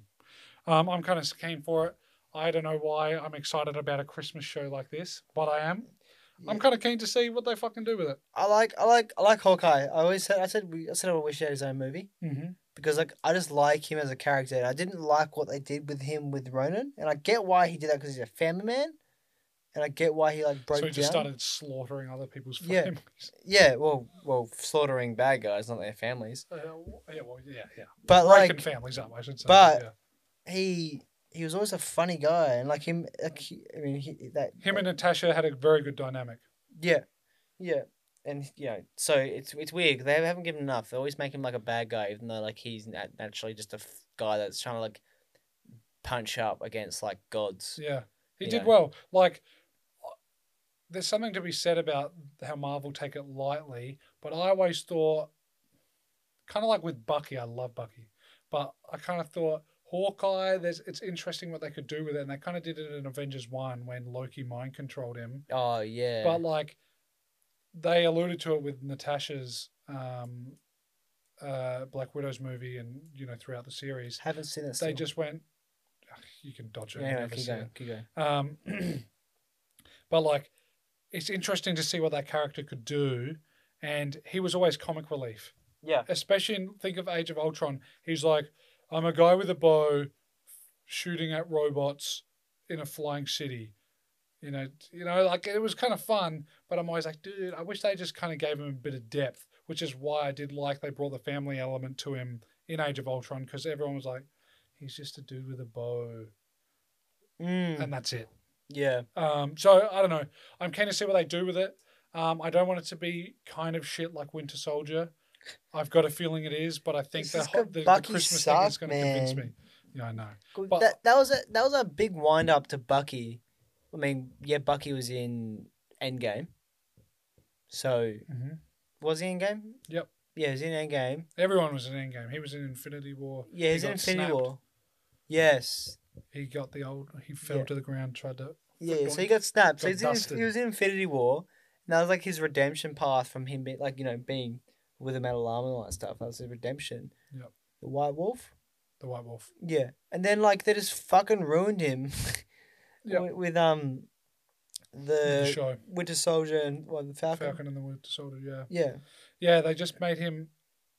S2: um, i'm kind of keen for it i don't know why i'm excited about a christmas show like this but i am i'm
S1: Yeah.
S2: kind of keen to see what they fucking do with it
S1: I like I like I like Hawkeye. I always said I said we, I said I wish he had his own movie
S2: mm-hmm.
S1: because like I just like him as a character. I didn't like what they did with him with Ronan, and I get why he did that because he's a family man, and I get why he like broke
S2: so he
S1: down.
S2: just started slaughtering other people's
S1: Yeah.
S2: families
S1: Yeah, well, well, slaughtering bad guys, not their families.
S2: Uh, yeah well yeah yeah
S1: But like,
S2: breaking families up i should say
S1: but-
S2: yeah.
S1: he he was always a funny guy, and like him, like he, I mean, he, that
S2: him and natasha had a very good dynamic
S1: yeah, yeah, and you know, so it's it's weird. 'cause They haven't given enough. They always make him like a bad guy, even though like he's nat- naturally just a f- guy that's trying to like punch up against like gods.
S2: Yeah, he
S1: you
S2: did
S1: know.
S2: well. Like, there's something to be said about how Marvel take it lightly, but I always thought, kind of like with Bucky, I love Bucky, but I kind of thought Hawkeye. There's it's interesting what they could do with it, and they kind of did it in Avengers One when Loki mind controlled him.
S1: Oh yeah,
S2: But like, they alluded to it with Natasha's um, uh, Black Widow's movie, and you know throughout the series,
S1: haven't seen it.
S2: they
S1: still.
S2: just went. "Ugh, You can dodge it.
S1: yeah,
S2: you
S1: anyway,
S2: never
S1: keep
S2: see it."
S1: going, keep going.
S2: Um, but like, it's interesting to see what that character could do, and he was always comic relief.
S1: Yeah.
S2: Especially in think of Age of Ultron, he's like, I'm a guy with a bow, shooting at robots in a flying city. You know, you know, like it was kind of fun, but I'm always like, dude, I wish they just kind of gave him a bit of depth, which is why I did like they brought the family element to him in Age of Ultron because everyone was like, he's just a dude with a bow,
S1: Mm,
S2: and that's it.
S1: yeah,
S2: Um, so I don't know. I'm keen to see what they do with it. Um, I don't want it to be kind of shit like Winter Soldier. I've got a feeling it is, but I think
S1: It's
S2: the,
S1: just
S2: ho-
S1: got
S2: the, the
S1: Bucky
S2: Christmas thing
S1: suck,
S2: is going to convince
S1: man.
S2: me. Yeah, I know.
S1: Good-
S2: But-
S1: that that was a that was a big wind up to Bucky. I mean, yeah, Bucky was in Endgame, so
S2: hmm
S1: Was he in game?
S2: Yep.
S1: Yeah, he was in Endgame.
S2: Everyone was in Endgame. He was in Infinity War.
S1: Yeah, he was
S2: He
S1: in
S2: got
S1: Infinity
S2: snapped.
S1: War. Yes.
S2: He got the old. He fell
S1: Yeah.
S2: to the ground. Tried to.
S1: Yeah,
S2: Football.
S1: so he got snapped. So
S2: Got
S1: he's in,
S2: dusted.
S1: he was in Infinity War. And that was like his redemption path from him being like, you know, being with the metal arm and all that stuff. That was his redemption.
S2: Yep.
S1: The White Wolf?
S2: The White Wolf.
S1: Yeah. And then like they just fucking ruined him
S2: Yep.
S1: with, with um
S2: The
S1: the
S2: show.
S1: Winter Soldier and well, the Uh, Falcon.
S2: Falcon and the Winter Soldier. Yeah.
S1: Yeah.
S2: Yeah. They just made him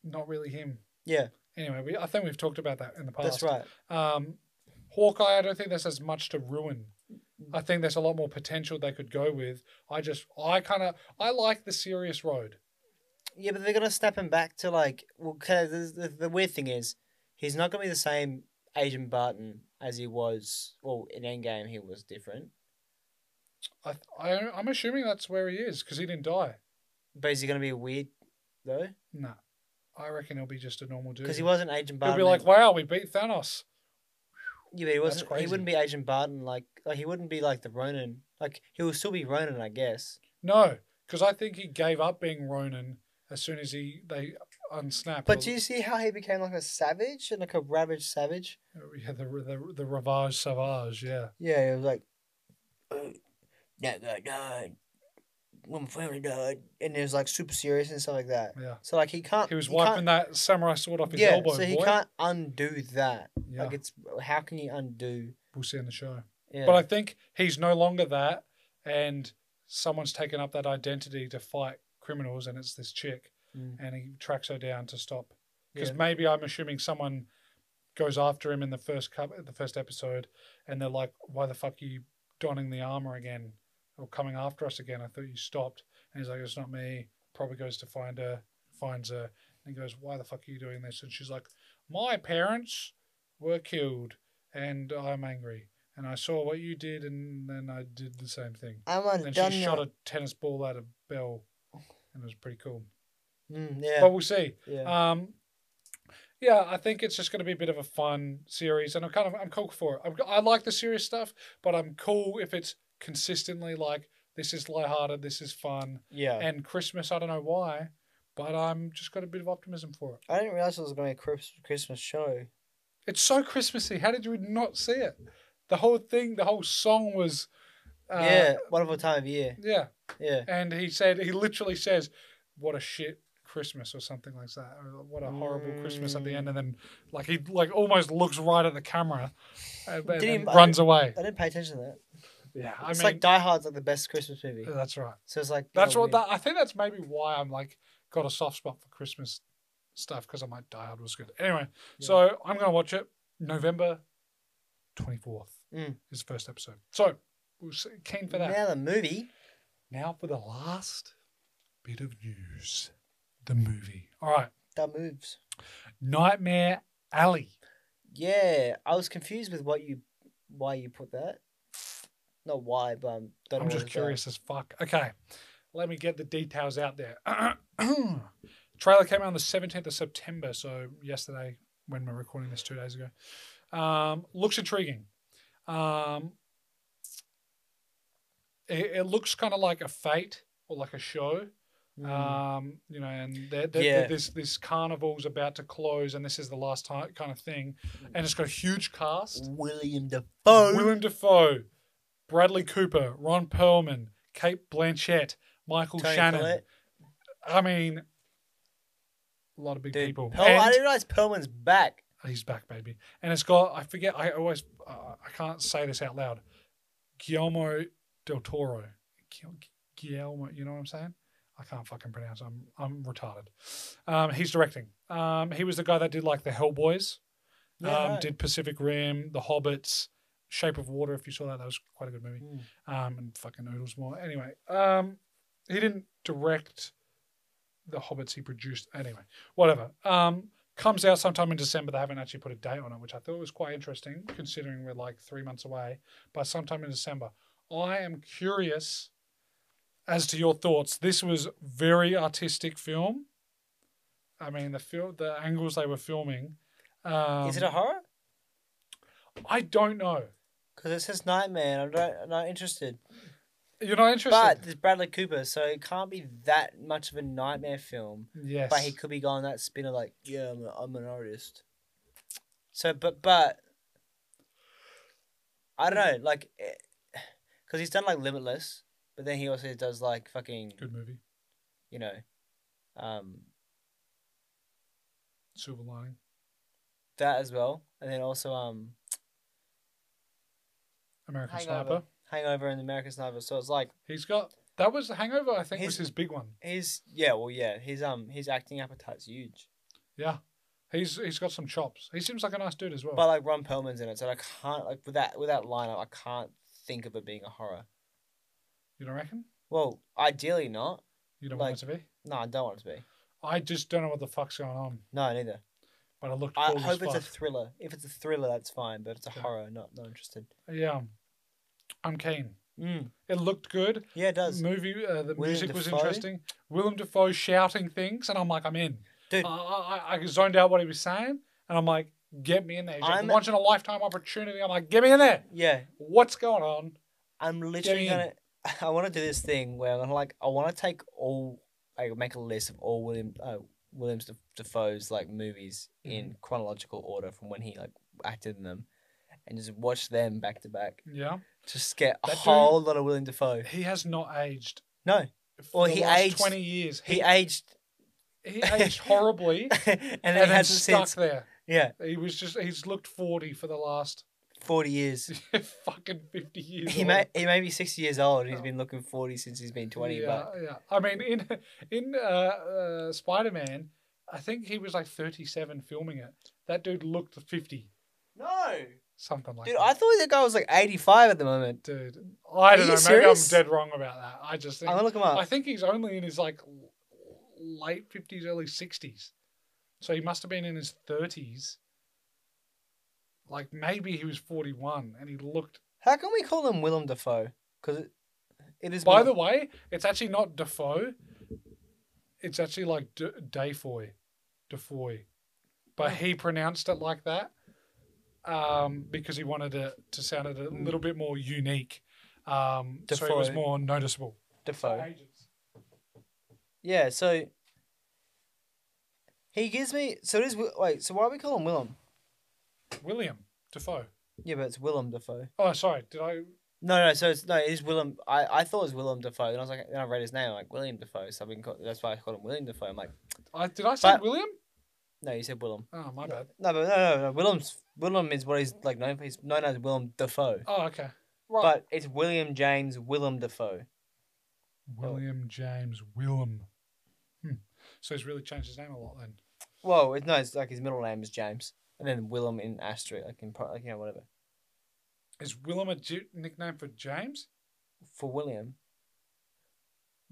S2: not really him.
S1: Yeah.
S2: Anyway, we, I think we've talked about that in the past.
S1: That's right.
S2: Um, Hawkeye, I don't think there's as much to ruin. I think there's a lot more potential they could go with. I just, I kind of, I like the serious road.
S1: Yeah, but they're gonna snap him back to like. Well, 'cause the, the, the weird thing is, he's not gonna be the same Agent Barton as he was. Well, in Endgame, he was different.
S2: I, I, I'm assuming that's where he is because he didn't die.
S1: But is he gonna be weird though?
S2: Nah, I reckon he'll be just a normal dude.
S1: Because he wasn't Agent
S2: Mm. He'll
S1: Barton.
S2: be like, wow, we beat Thanos.
S1: yeah, but he
S2: "That's
S1: wasn't. He
S2: crazy."
S1: wouldn't be Agent Barton. Like, like he wouldn't be like the Ronin. Like he will still be Ronin, I guess.
S2: No, because I think he gave up being Ronan as soon as he they unsnapped.
S1: But
S2: all-
S1: do you see how he became like a savage and like a ravaged savage?
S2: Oh, yeah, the the the Ravage Savage, yeah,
S1: Yeah, he was like, "Uh, that guy died. My family died, and it was like super serious and stuff like that.
S2: yeah.
S1: So like he can't.
S2: He was
S1: he can't-
S2: wiping that samurai sword off his
S1: yeah,
S2: elbow.
S1: so he
S2: boy.
S1: can't undo that.
S2: yeah,
S1: Like it's how can you undo?
S2: we'll see in the show.
S1: Yeah.
S2: But I think he's no longer that, and someone's taken up that identity to fight criminals, and it's this chick,
S1: Mm.
S2: and he tracks her down to stop. Because
S1: Yeah.
S2: maybe I'm assuming someone goes after him in the first cup, the first episode, and they're like, "Why the fuck are you donning the armor again, or coming after us again? I thought you stopped." And he's like, "It's not me." Probably goes to find her, finds her, and he goes, "Why the fuck are you doing this?" And she's like, "My parents were killed, and I'm angry." And I saw what you did, and then I did the same thing.
S1: I'm
S2: And
S1: undone.
S2: she shot
S1: now.
S2: a tennis ball at a bell, and it was pretty cool.
S1: Mm, yeah.
S2: But we'll see.
S1: yeah.
S2: Um, yeah, I think it's just going to be a bit of a fun series, and I'm kind of I'm cool for it. I'm, I like the serious stuff, but I'm cool if it's consistently like this is lighthearted, this is fun,
S1: yeah.
S2: and Christmas. I don't know why, but I'm just got a bit of optimism for it.
S1: I didn't realize it was going to be a Christ- Christmas show.
S2: It's so Christmassy. How did we not see it? The whole thing, the whole song was. Uh,
S3: yeah, wonderful time of year.
S2: Yeah.
S3: Yeah.
S2: And he said, he literally says, "What a shit Christmas" or something like that, or "What a horrible Christmas" at the end, and then like he like almost looks right at the camera and, and
S3: Did he-
S2: then runs away.
S3: I didn't pay attention to that.
S2: Yeah, I
S3: it's
S2: mean,
S3: like Die Hard's like the best Christmas movie.
S2: that's right.
S3: So it's like you
S2: That's
S3: know,
S2: what
S3: weird.
S2: that, I think. That's maybe why I'm like got a soft spot for Christmas stuff because I'm like Die Hard was good. Anyway, so I'm gonna watch it November twenty fourth
S3: Mm.
S2: is the first episode. So we're s- keen for that.
S3: Now the movie.
S2: Now for the last bit of news, the movie. All right,
S3: That moves.
S2: Nightmare Alley.
S3: Yeah, I was confused with what you, why you put that. Not why, but um, don't know
S2: I'm
S3: what
S2: just
S3: it's about.
S2: curious as fuck. Okay, let me get the details out there. Trailer came out on the 17th of September, so yesterday when we're recording this two days ago. Um, looks intriguing. Um, it, it looks kind of like a fate or like a show.
S3: Mm.
S2: Um, you know, and they're, they're-
S3: Yeah.
S2: this this carnival's about to close, and this is the last time kind of thing. And it's got a huge cast.
S3: William Defoe.
S2: Willem Dafoe, Bradley Cooper, Ron Perlman, Kate Blanchett, Michael
S3: Tony
S2: Shannon.
S3: Collette.
S2: I mean, a lot of big
S3: Dude,
S2: people.
S3: Pearl- I
S2: And-
S3: didn't realize Perlman's back.
S2: he's back, baby. And it's got, I forget, I always, uh, I can't say this out loud. Guillermo del Toro. Guil- Guillermo, you know what I'm saying? I can't fucking pronounce. I'm I'm retarded. Um, he's directing. Um, he was the guy that did like the Hellboys.
S3: Yeah,
S2: um,
S3: right.
S2: Did Pacific Rim, The Hobbits, Shape of Water. If you saw that, that was quite a good movie.
S3: Mm.
S2: Um, and fucking noodles more. Anyway, um, he didn't direct The Hobbits. He produced anyway. Whatever. Um, comes out sometime in December. They haven't actually put a date on it, which I thought was quite interesting considering we're like three months away. But sometime in December, I am curious as to your thoughts. This was very artistic film. I mean, the film, the angles they were filming. Um,
S3: Is it a horror?
S2: I don't know.
S3: Because it says Nightmare. and I'm not, I'm not interested.
S2: You're not interested.
S3: But there's Bradley Cooper, so it can't be that much of a nightmare film.
S2: yes,
S3: But he could be going that spin of like, yeah, I'm, a, I'm an artist. So, but but I don't know, like, because he's done like Limitless, but then he also does like fucking,
S2: good movie.
S3: you know, um,
S2: Silver Lining.
S3: that as well, and then also um,
S2: American
S3: Hangover.
S2: Sniper.
S3: Hangover and American Sniper. So it's like
S2: He's got that was the Hangover. I think
S3: His-
S2: was his big one.
S3: his yeah, well yeah, his um his acting appetite's huge.
S2: Yeah, he's he's got some chops. He seems like a nice dude as well.
S3: But like Ron Perlman's in it, so I can't like with that with that lineup, I can't think of it being a horror.
S2: you don't reckon?
S3: Well, ideally not.
S2: You don't
S3: Like-
S2: want it to be.
S3: No, I don't want it to be.
S2: I just don't know what the fuck's going on.
S3: No, neither.
S2: But it looked
S3: I
S2: cool as
S3: hope it's a
S2: fuck.
S3: thriller. If it's a thriller, that's fine. But it's a
S2: Okay.
S3: horror. Not not interested.
S2: yeah, um, I'm keen.
S3: Mm.
S2: It looked good.
S3: Yeah, it does.
S2: movie, uh, the
S3: Willem
S2: music was
S3: Dafoe?
S2: interesting. Willem Dafoe shouting things, and I'm like, I'm in.
S3: Dude.
S2: I, I, I zoned out what he was saying, and I'm like, get me in there. He's like,
S3: I'm-
S2: once in a lifetime opportunity. I'm like, get me in there.
S3: Yeah,
S2: What's going on?
S3: I'm literally
S2: Get me
S3: gonna. I want to do this thing where I'm gonna like I want to take all like make a list of all William uh, Williams Def- Defoe's like movies
S2: Mm-hmm.
S3: in chronological order from when he like acted in them, and just watch them back to back.
S2: Yeah,
S3: Just get a
S2: That dude-
S3: whole lot of William Defoe.
S2: he has not aged.
S3: No,
S2: for
S3: Well,
S2: the
S3: he
S2: last
S3: aged-
S2: twenty years.
S3: he aged
S2: He, he aged horribly,
S3: and then
S2: and,
S3: he
S2: then
S3: hasn't
S2: stuck
S3: since.
S2: there.
S3: Yeah,
S2: He was just he's looked forty for the last
S3: forty years.
S2: fucking fifty years.
S3: He
S2: or
S3: may he may be sixty years old. and He's been looking forty since he's been twenty.
S2: Oh. Yeah,
S3: But
S2: yeah. I mean, in in uh, uh, Spider Man, I think he was like thirty seven filming it. That dude looked fifty,
S3: No,
S2: something like
S3: dude, I
S2: that.
S3: thought the guy was like eighty-five at the moment.
S2: dude, I
S3: Are
S2: don't
S3: you
S2: know.
S3: serious?
S2: Maybe I'm dead wrong about that. I just think
S3: I'm gonna look him
S2: I
S3: up.
S2: think he's only in his like l- late fifties, early sixties. So he must have been in his thirties. Like maybe he was forty one, and he looked.
S3: How can we call him Willem Dafoe? Because it, it is.
S2: By
S3: Willem-
S2: the way, it's actually not Defoe. It's actually like D- Defoy, Defoy, but he pronounced it like that um, because he wanted it to sound a little bit more unique, um, so it was
S3: Defoe.
S2: more noticeable.
S3: Dafoe. Yeah. So he gives me. So it is. Wi- Wait. So why do we call him Willem?
S2: William Defoe.
S3: Yeah, but it's Willem Dafoe.
S2: Oh, sorry. Did I?
S3: No, no. So it's no. It is Willem. I, I thought it was Willem Dafoe. Then I was like, then I read his name. I'm like William Dafoe. So I've been. Called, that's why I called him William Dafoe. I'm like,
S2: I did I say
S3: But-
S2: William?
S3: no, you said Willem.
S2: Oh, my
S3: No,
S2: bad.
S3: but no, no, no. Willem's Willem is what he's like known for. He's known as Willem Dafoe.
S2: Oh, okay. Right.
S3: But it's William James Willem Dafoe. Oh.
S2: William James Willem. Hmm. So he's really changed his name a lot then.
S3: Whoa, it's no, it's like his middle name is James, and then Willem in asterisk, like in pro- like you know whatever
S2: Is Willem a j- nickname for James?
S3: for William.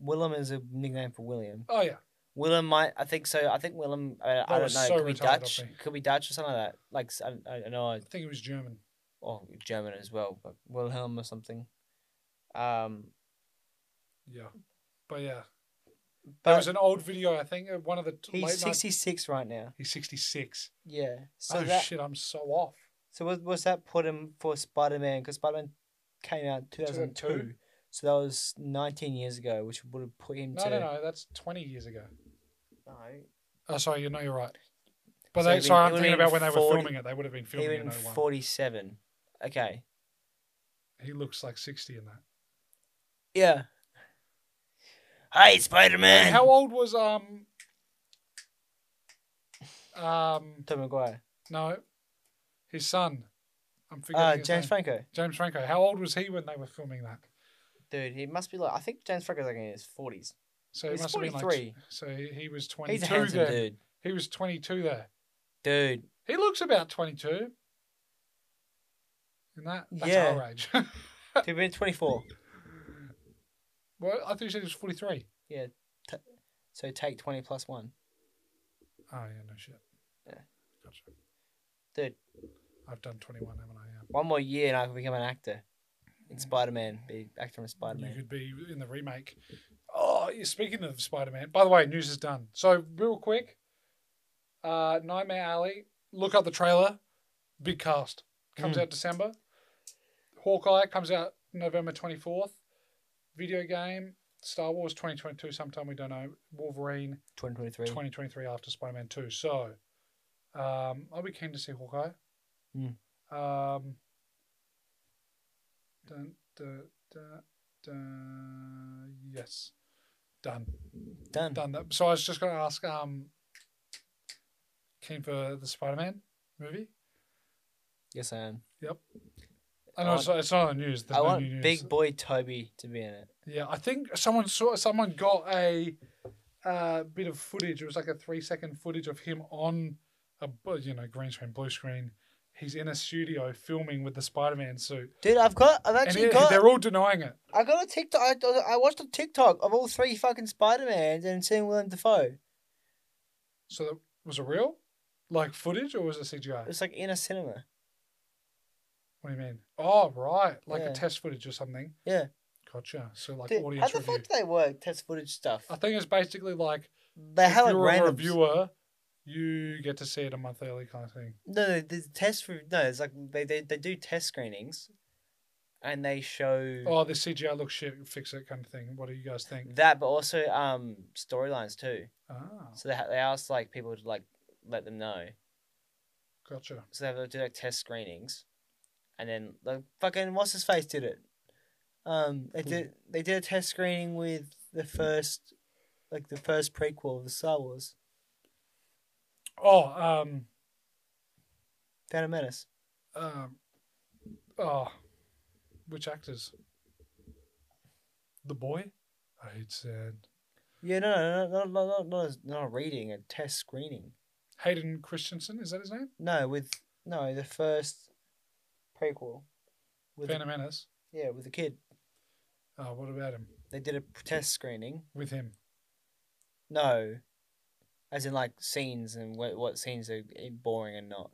S3: Willem is a nickname for William.
S2: Oh yeah.
S3: Willem might, I think so. I think Willem. Uh, I don't
S2: was
S3: know.
S2: so
S3: could be
S2: retarded
S3: Dutch.
S2: of me.
S3: Could be Dutch or something like that. Like s- I, I don't know,
S2: I think it was German.
S3: or German as well, but Wilhelm or something. Um,
S2: Yeah. But yeah, there
S3: but
S2: was an old video. I think of one of the t- late
S3: he's
S2: night-
S3: sixty six right now.
S2: He's sixty six.
S3: Yeah. So
S2: oh
S3: that.
S2: shit! I'm so off.
S3: So what was that put him for Spider Man? Because Spider Man came out in two thousand two.
S2: 2002.
S3: So that was nineteen years ago, which would have put him
S2: No,
S3: to.
S2: no, no. That's twenty years ago.
S3: no.
S2: Oh, sorry. You know you're right. But
S3: So
S2: they,
S3: it'd be-
S2: sorry,
S3: it
S2: I'm
S3: would've
S2: thinking
S3: been
S2: about when they
S3: 40
S2: were filming it. They would have been filming it in
S3: Even
S2: 01.
S3: 47. Okay.
S2: He looks like sixty in that.
S3: Yeah. Hey, Spider Man!
S2: How old was um um
S3: Tom McGuire.
S2: no his son? I'm forgetting
S3: Uh,
S2: his
S3: James
S2: name.
S3: Franco.
S2: James Franco. How old was he when they were filming that?
S3: Dude, he must be like, I think James Franco's like in his 40s.
S2: So he
S3: He's
S2: must have been like
S3: 43.
S2: so he, he was
S3: He's a
S2: 22
S3: handsome
S2: there.
S3: dude.
S2: He was 22 there.
S3: Dude.
S2: He looks about 22. And that that's
S3: Yeah.
S2: our age.
S3: He's been 24.
S2: well, I thought you said he was 43.
S3: So take 20 plus 1.
S2: Oh yeah, no shit.
S3: Yeah.
S2: Gotcha.
S3: Dude,
S2: I've done 21, haven't I? Yeah.
S3: one more year and I can become an actor in Spider Man. Be actor in Spider
S2: You
S3: Man.
S2: could be in the remake. Oh, yeah, speaking of Spider Man, by the way, news is done. So, real quick uh, Nightmare Alley, look up the trailer. Big cast. Comes
S3: Mm.
S2: out December. Hawkeye comes out November 24th. Video game, Star Wars 2022, sometime we don't know. Wolverine
S3: 2023.
S2: 2023 after Spider Man 2. So, um, I'll be keen to see Hawkeye.
S3: Mm.
S2: Um, dun, dun, dun, dun, yes. Done.
S3: Done.
S2: Done that. So, I was just going to ask um, keen for the Spider Man movie?
S3: Yes, I am.
S2: I
S3: I
S2: know it's, it's not on the news. There's
S3: I
S2: no
S3: want
S2: new news.
S3: big boy Toby to be in it.
S2: Yeah, I think someone saw someone got a uh, bit of footage. It was like a three second footage of him on a bu- you know green screen, blue screen. He's in a studio filming with the Spider Man suit,
S3: Dude, I've got, I've
S2: and
S3: actually
S2: it-
S3: got,
S2: they're all denying it.
S3: I got a TikTok. I, I watched a TikTok of all three fucking Spider Mans and seeing Willem Dafoe.
S2: So that, was it real, like footage, or was it CGI?
S3: It's like in a cinema.
S2: What do you mean? Oh, right, like
S3: Yeah.
S2: a test footage or something.
S3: Yeah.
S2: Gotcha. So like
S3: Dude, how
S2: audience
S3: the
S2: review.
S3: fuck do they work? Test footage stuff.
S2: I think it's basically like
S3: They
S2: if
S3: have like
S2: you're a
S3: random.
S2: reviewer, you get to see it a month early kind of thing.
S3: No, no, the test re- no, it's like they, they they do test screenings, and they show
S2: Oh, this CGI looks shit. Fix it kind of thing. What do you guys think?
S3: that, but also um storylines too.
S2: Ah,
S3: So they ha- they ask like people to like let them know.
S2: gotcha.
S3: So they have to do like test screenings, and then like fucking what's his face did it. Um, they
S2: Who?
S3: did they did a test screening with the first, like the first prequel of the Star Wars,
S2: Oh, um,
S3: Phantom Menace.
S2: um, oh, which actors? The boy. I hate sand.
S3: Yeah, no, no, no, no, no, no, not, not a reading, a test screening.
S2: Hayden Christensen is that his name?
S3: No, with no the first prequel with
S2: Phantom Menace.
S3: The, yeah with the kid.
S2: Oh, what about him?
S3: They did a p- test screening.
S2: With him.
S3: No, as in like scenes and what what scenes are i- boring and not.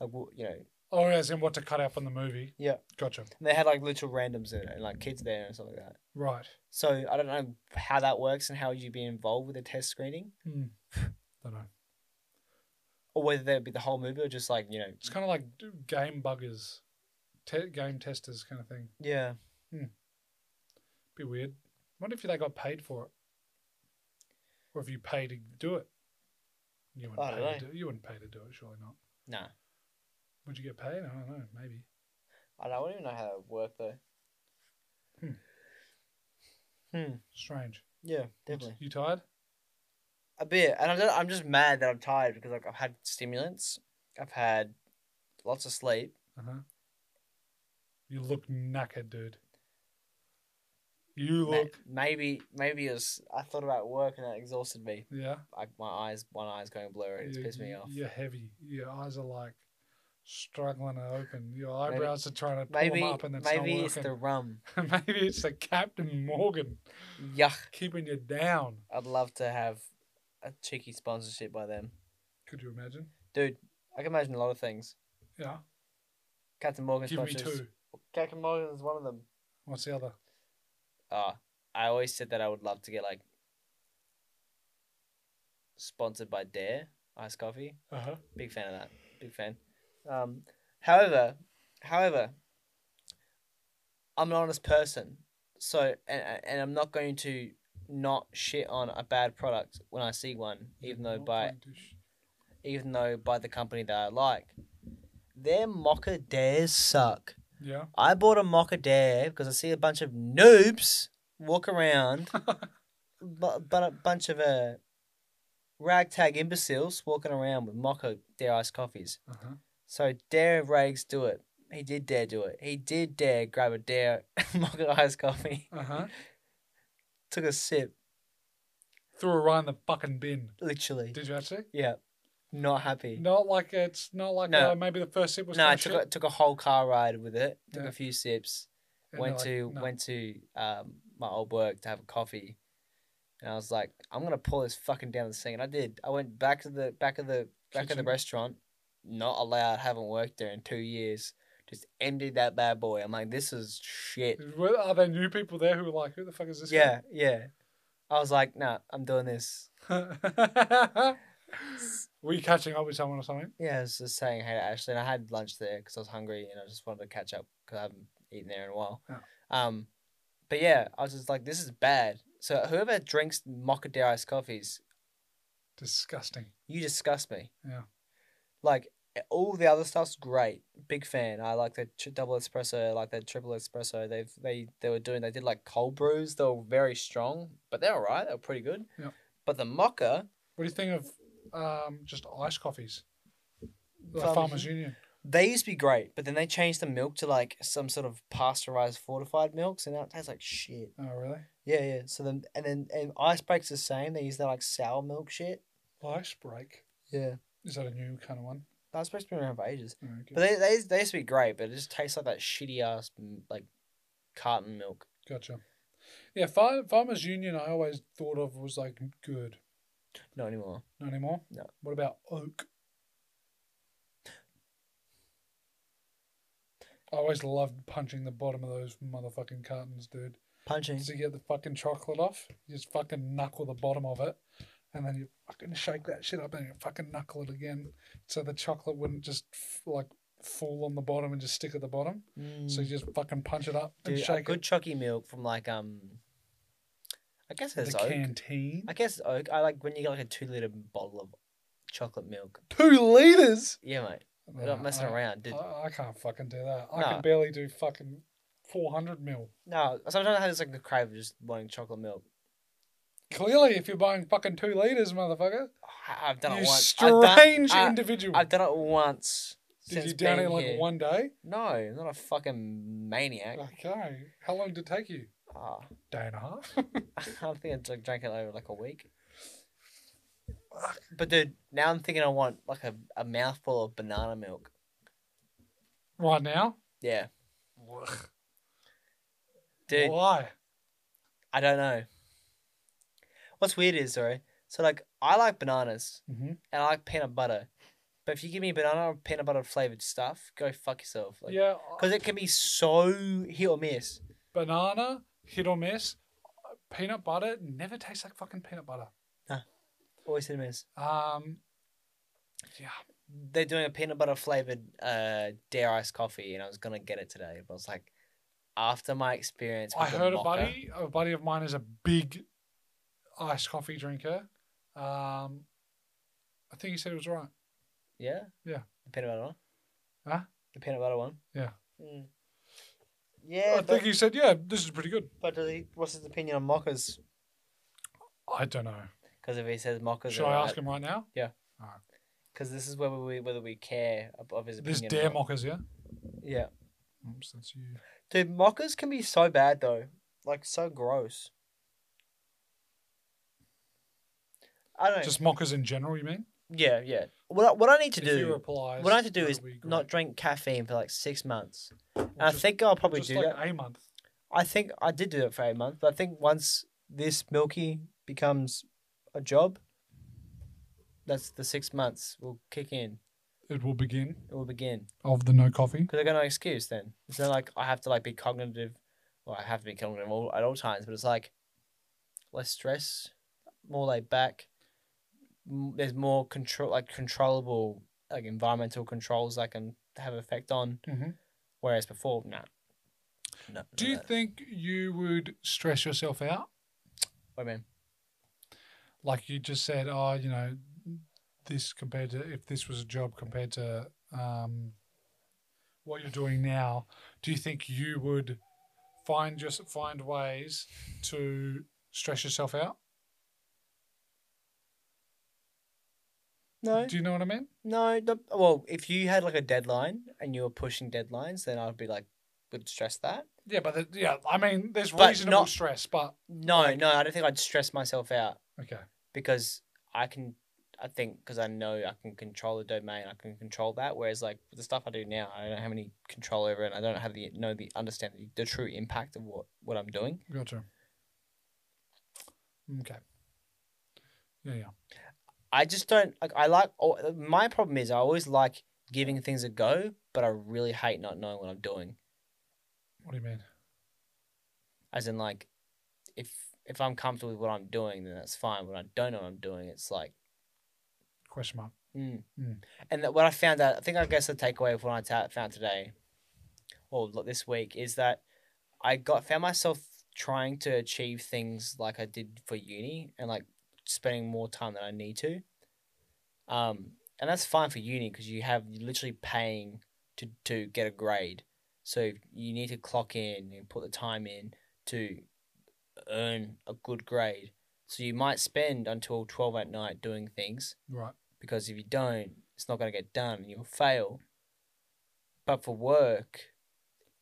S3: Like wh- you know,
S2: Oh, as in what to cut out from the movie.
S3: Yeah.
S2: Gotcha.
S3: they had like literal randoms in it and like kids there and stuff like that.
S2: Right.
S3: So I don't know how that works and how you'd be involved with a test screening
S2: Hmm. Don't know.
S3: or whether that would be the whole movie or just like you know.
S2: It's kind of like game buggers, te- game testers kind of thing.
S3: Yeah.
S2: Be weird. wonder if they got paid for it, or if you pay to do it. You wouldn't,
S3: I
S2: pay
S3: dunno.
S2: to do, you wouldn't pay to do it, surely not.
S3: Nah.
S2: Would you get paid? I don't know. Maybe.
S1: I don't even know how that would work though.
S2: Hmm.
S1: Hmm.
S2: Strange.
S1: Yeah,
S2: You-
S1: definitely.
S2: You, tired?
S1: A bit, and I don't, I'm just mad that I'm tired because like I've had stimulants, I've had lots of sleep.
S2: Uh huh. You look knackered, dude. You
S1: Ma-
S2: look.
S1: Maybe, maybe it was, I thought about work and that exhausted me.
S2: Yeah.
S1: Like my eyes, one eye's going blurry. It's
S2: You-
S1: pissed me
S2: you-
S1: off.
S2: You're heavy. Your eyes are like struggling to open. Your
S1: Maybe-
S2: eyebrows are trying to pull
S1: Maybe,
S2: them up, and it's
S1: maybe
S2: not
S1: it's the rum.
S2: working. maybe it's the Captain Morgan
S1: Yuck!
S2: keeping you down.
S1: I'd love to have a cheeky sponsorship by them,
S2: Could you imagine?
S1: dude. I can imagine a lot of things.
S2: Yeah.
S1: Captain Morgan
S2: Give me
S1: sponsors.
S2: two.
S1: Captain Morgan is one of them.
S2: What's the other?
S1: Oh, I always said that I would love to get like sponsored by Dare Iced Coffee.
S2: Uh huh.
S1: Big fan of that. Big fan. Um, however, however, I'm an honest person, so and and I'm not going to not shit on a bad product when I see one, even though by even though by the company that I like, their mocha dares suck.
S2: Yeah.
S1: I bought a mocha dare because I see a bunch of noobs walk around, but, but a bunch of uh, ragtag imbeciles walking around with mocha dare iced coffees.
S2: Uh huh.
S1: So dare rags do it. He did dare do it. He did dare grab a dare mocha iced coffee.
S2: Uh huh.
S1: Took a sip,
S2: Threw her right in the fucking bin.
S1: literally.
S2: Did you actually?
S1: Yeah, not happy.
S2: Not like it's not like
S1: No.
S2: uh, maybe the first sip was.
S1: No, I
S2: kinda
S1: took
S2: shit,
S1: a, took a whole car ride with it. Took
S2: Yeah.
S1: a few sips.
S2: and
S1: went
S2: they're
S1: to
S2: like, "No."
S1: went to um, my old work to have a coffee, and I was like, I'm gonna pull this fucking down this thing, and I did. I went back to the back of the back of
S2: Kitchen.
S1: the restaurant, not allowed, haven't worked there in two years. Just emptied that bad boy. I'm like, this is shit.
S2: Were- Are there new people there who were like, "Who the fuck is this?"
S1: Yeah, yeah. I was like, nah, I'm doing this.
S2: guy?" were you catching up with someone or something?
S1: Yeah, I was just saying hey to Ashley, and I had lunch there because I was hungry and I just wanted to catch up because I haven't eaten there in a while.
S2: Oh.
S1: Um, but yeah, I was just like, this is bad. So whoever drinks mocha dare iced coffees,
S2: Disgusting.
S1: you disgust me.
S2: Yeah.
S1: Like all the other stuff's great. Big fan. I like their ch- double espresso. I like their triple espresso. They've they they were doing. They did like cold brews. They were very strong, but they're alright. They were pretty good.
S2: Yeah.
S1: But the mocha,
S2: What do you think of um, just iced coffees? Like
S1: Farmers
S2: Farmers Union.
S1: they used to be great, but then they changed the milk to like some sort of pasteurized fortified milks, and now it tastes like shit.
S2: Oh, really?
S1: Yeah, yeah. So then and then and ice breaks the same. They use that like sour milk shit.
S2: Ice break.
S1: Yeah.
S2: Is that a new kind of one?
S1: That's supposed to be around for ages.
S2: Oh, okay.
S1: But they, they, they used to be great, but it just tastes like that shitty ass mm, like carton milk.
S2: Gotcha. Yeah, Far- Farmers Union. I always thought of was like good.
S1: Not anymore.
S2: Not anymore.
S1: No.
S2: What about oak? I always loved punching the bottom of those motherfucking cartons, dude.
S1: Punching.
S2: To get the fucking chocolate off, you just fucking knuckle the bottom of it, and then you fucking shake that shit up, and you fucking knuckle it again, so the chocolate wouldn't just f- like fall on the bottom and just stick at the bottom. So you just fucking punch it up and
S1: Mm. Dude, a
S2: shake
S1: good
S2: it.
S1: chocky milk from like um, I guess it's
S2: The
S1: oak.
S2: canteen.
S1: I guess it's oak. I like when you get like a two liter bottle of chocolate milk.
S2: Two liters.
S1: Yeah, mate. We're not messing
S2: Uh, I-
S1: around, dude.
S2: I, I can't fucking do that. I
S1: Nah.
S2: can barely do fucking 400 mil.
S1: No, sometimes I have this like a crave of just wanting chocolate milk.
S2: Clearly, if you're buying fucking two liters, motherfucker,
S1: I- I've done
S2: you
S1: it once.
S2: strange
S1: I've done,
S2: individual.
S1: I, have done it once.
S2: did you
S1: since
S2: down it in
S1: being
S2: like
S1: here.
S2: one day?
S1: No, I'm oh, not a fucking maniac.
S2: Okay. How long did it take you?
S1: Ah,
S2: Day and a half.
S1: I think I drank- drank it over like a week. But dude, now I'm thinking I want like a, a mouthful of banana milk.
S2: right now?
S1: Yeah, dude.
S2: Why?
S1: I don't know. What's weird is, sorry, so like I like bananas
S2: Mm-hmm.
S1: and I like peanut butter, but if you give me banana or peanut butter flavored stuff, go fuck yourself. Like,
S2: yeah. uh,
S1: Because it can be so hit or miss.
S2: Banana, hit or miss. Peanut butter never tastes like fucking peanut butter.
S1: Always hit or miss.
S2: Um, yeah.
S1: They're doing a peanut butter flavored uh, dare iced coffee, and I was gonna get it today, but I was like, after my experience, with
S2: I
S1: the
S2: heard a
S1: mocha-
S2: buddy, a buddy of mine is a big iced coffee drinker. Um, I think he said it was right.
S1: Yeah.
S2: Yeah.
S1: The peanut butter one.
S2: Huh?
S1: The peanut butter one.
S3: Mm. Yeah,
S2: I
S3: but,
S2: think he said, yeah, this is pretty good.
S1: But does he, what's his opinion on mockers?
S2: I don't know.
S1: Because if he says mockers,
S2: Should I ask him right now?
S1: Because this is whether we whether we care of, of his
S2: This
S1: opinion. or
S2: dare
S1: not.
S2: mockers, yeah?
S1: Yeah.
S2: Oops, that's you.
S1: Dude, mockers can be so bad though. Like so gross. I don't
S2: Just mockers in general, you mean?
S1: Yeah, yeah. What I, what I need to
S2: If he
S1: do
S2: replies,
S1: what I need to do
S2: that
S1: is
S2: would be great.
S1: not drink caffeine for like six months.
S2: Or
S1: And I
S2: just-
S1: think I'll probably
S2: just
S1: do
S2: like
S1: that.
S2: a month.
S1: I think I did do that for eight months, but I think once this milky becomes a job, that's the six months will kick in.
S2: It will begin
S1: It will begin.
S2: of the no coffee.
S1: Because I got no excuse then. It's not like I have to like be cognitive. Well, I have to be cognitive all, at all times, but it's like less stress, more laid back. M- There's more control, like controllable, like environmental controls I can have effect on.
S2: Mhm.
S1: Whereas before, no. No.
S2: Do
S1: no,
S2: you
S1: no.
S2: think you would stress yourself out?
S1: What do you mean?
S2: Like you just said, oh, you know, this compared to if this was a job compared to um, what you're doing now, do you think you would find just find ways to stress yourself out?
S1: No,
S2: Do you know what I mean?
S1: no. The, well, if you had like a deadline and you were pushing deadlines, then I'd be like, would stress that.
S2: Yeah, but the, yeah, I mean, there's
S1: But
S2: reasonable
S1: not-
S2: stress, but
S1: No, no, I don't think I'd stress myself out.
S2: okay,
S1: because I can, I think, because I know I can control the domain, I can control that. Whereas, like the stuff I do now, I don't have any control over it. I don't have the know the understand the, the true impact of what what I'm doing.
S2: gotcha. Okay. Yeah, yeah.
S1: I just don't like. I like al- my problem is I always like giving things a go, but I really hate not knowing what I'm doing.
S2: What do you mean?
S1: As in, like, if if I'm comfortable with what I'm doing, then that's fine. When I don't know what I'm doing, it's like
S2: Question mark.
S1: Mm.
S2: Mm.
S1: And that what I found out, I think I guess the takeaway of what I ta- found today, or lo- this week, is that I got found myself trying to achieve things like I did for uni and like spending more time than I need to. Um, and that's fine for uni because you have you're literally paying to to get a grade, so you need to clock in and put the time in to earn a good grade. So you might spend until twelve at night doing things
S2: Right.
S1: because if you don't, it's not going to get done and you'll fail. But for work,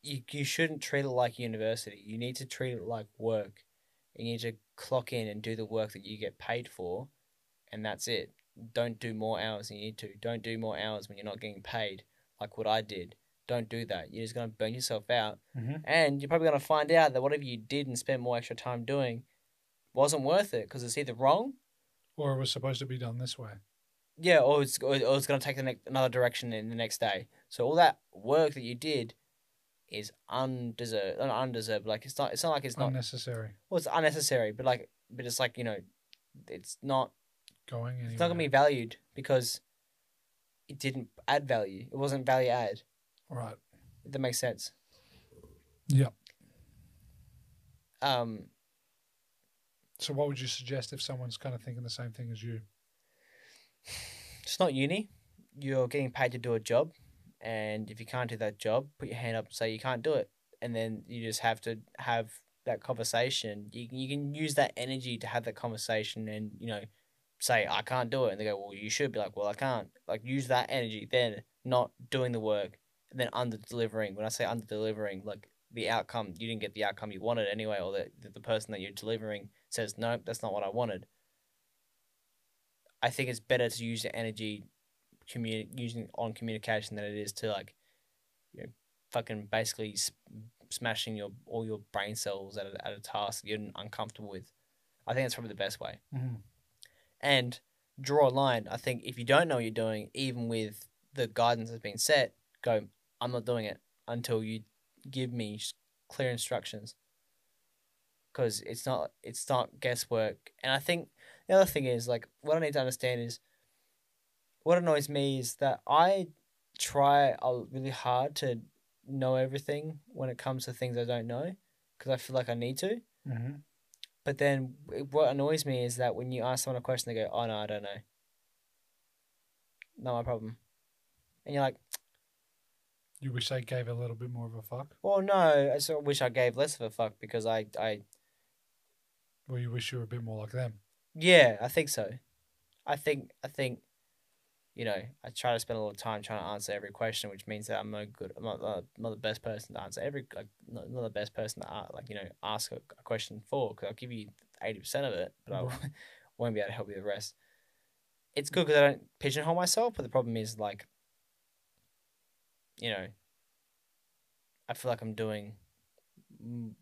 S1: you, you shouldn't treat it like university. You need to treat it like work. You need to clock in and do the work that you get paid for, and that's it. Don't do more hours than you need to. Don't do more hours when you're not getting paid, like what I did. Don't do that. You're just going to burn yourself out.
S2: Mhm.
S1: And you're probably going to find out that whatever you did and spent more extra time doing wasn't worth it because it's either wrong
S2: Or it was supposed to be done this way.
S1: yeah, or it's or or it's going to take the next, another direction in the next day. So all that work that you did is undeserved, not undeserved. Like it's not, it's not like it's not.
S2: Unnecessary.
S1: well, it's unnecessary, but like, but it's like you know, it's not.
S2: Going anywhere.
S1: It's not going to be valued because it didn't add value. It wasn't value add.
S2: Right.
S1: If that makes sense.
S2: Yeah.
S1: Um,
S2: So what would you suggest if someone's kind of thinking the same thing as you?
S1: it's not uni. You're getting paid to do a job, and if you can't do that job, put your hand up and say you can't do it, and then you just have to have that conversation. You can, you can use that energy to have that conversation, and you know, say I can't do it, and they go, well, you should be like, well, I can't. Like use that energy, then not doing the work, and then under delivering. When I say under delivering, like the outcome, you didn't get the outcome you wanted anyway, or that the, the person that you're delivering says, nope, that's not what I wanted. I think it's better to use the energy communi- using on communication than it is to like you know, fucking basically s- smashing your all your brain cells at a, at a task you're uncomfortable with. I think that's probably the best way.
S2: Mm-hmm.
S1: And draw a line. I think if you don't know what you're doing, even with the guidance that's been set, go. I'm not doing it until you give me s- clear instructions. Because it's not it's not guesswork. And I think the other thing is like what I need to understand is what annoys me is that I try uh, really hard to know everything when it comes to things I don't know because I feel like I need to.
S2: Mm-hmm.
S1: But then w- what annoys me is that when you ask someone a question, they go, "Oh no, I don't know." Not my problem. And you're like,
S2: You wish they gave a little bit more of a fuck?
S1: Well, "Oh, no, I sort of wish I gave less of a fuck because I, I,
S2: Or you wish you were a bit more like them?
S1: yeah, I think so. I think, I think, you know, I try to spend a lot of time trying to answer every question, which means that I'm no good, I'm not, uh, not the best person to answer every, like, not, not the best person to, uh, like, you know, ask a, a question for because I'll give you 80% of it, but I
S2: Right.
S1: won't be able to help you with the rest. It's good because I don't pigeonhole myself, but the problem is, like, you know, I feel like I'm doing m-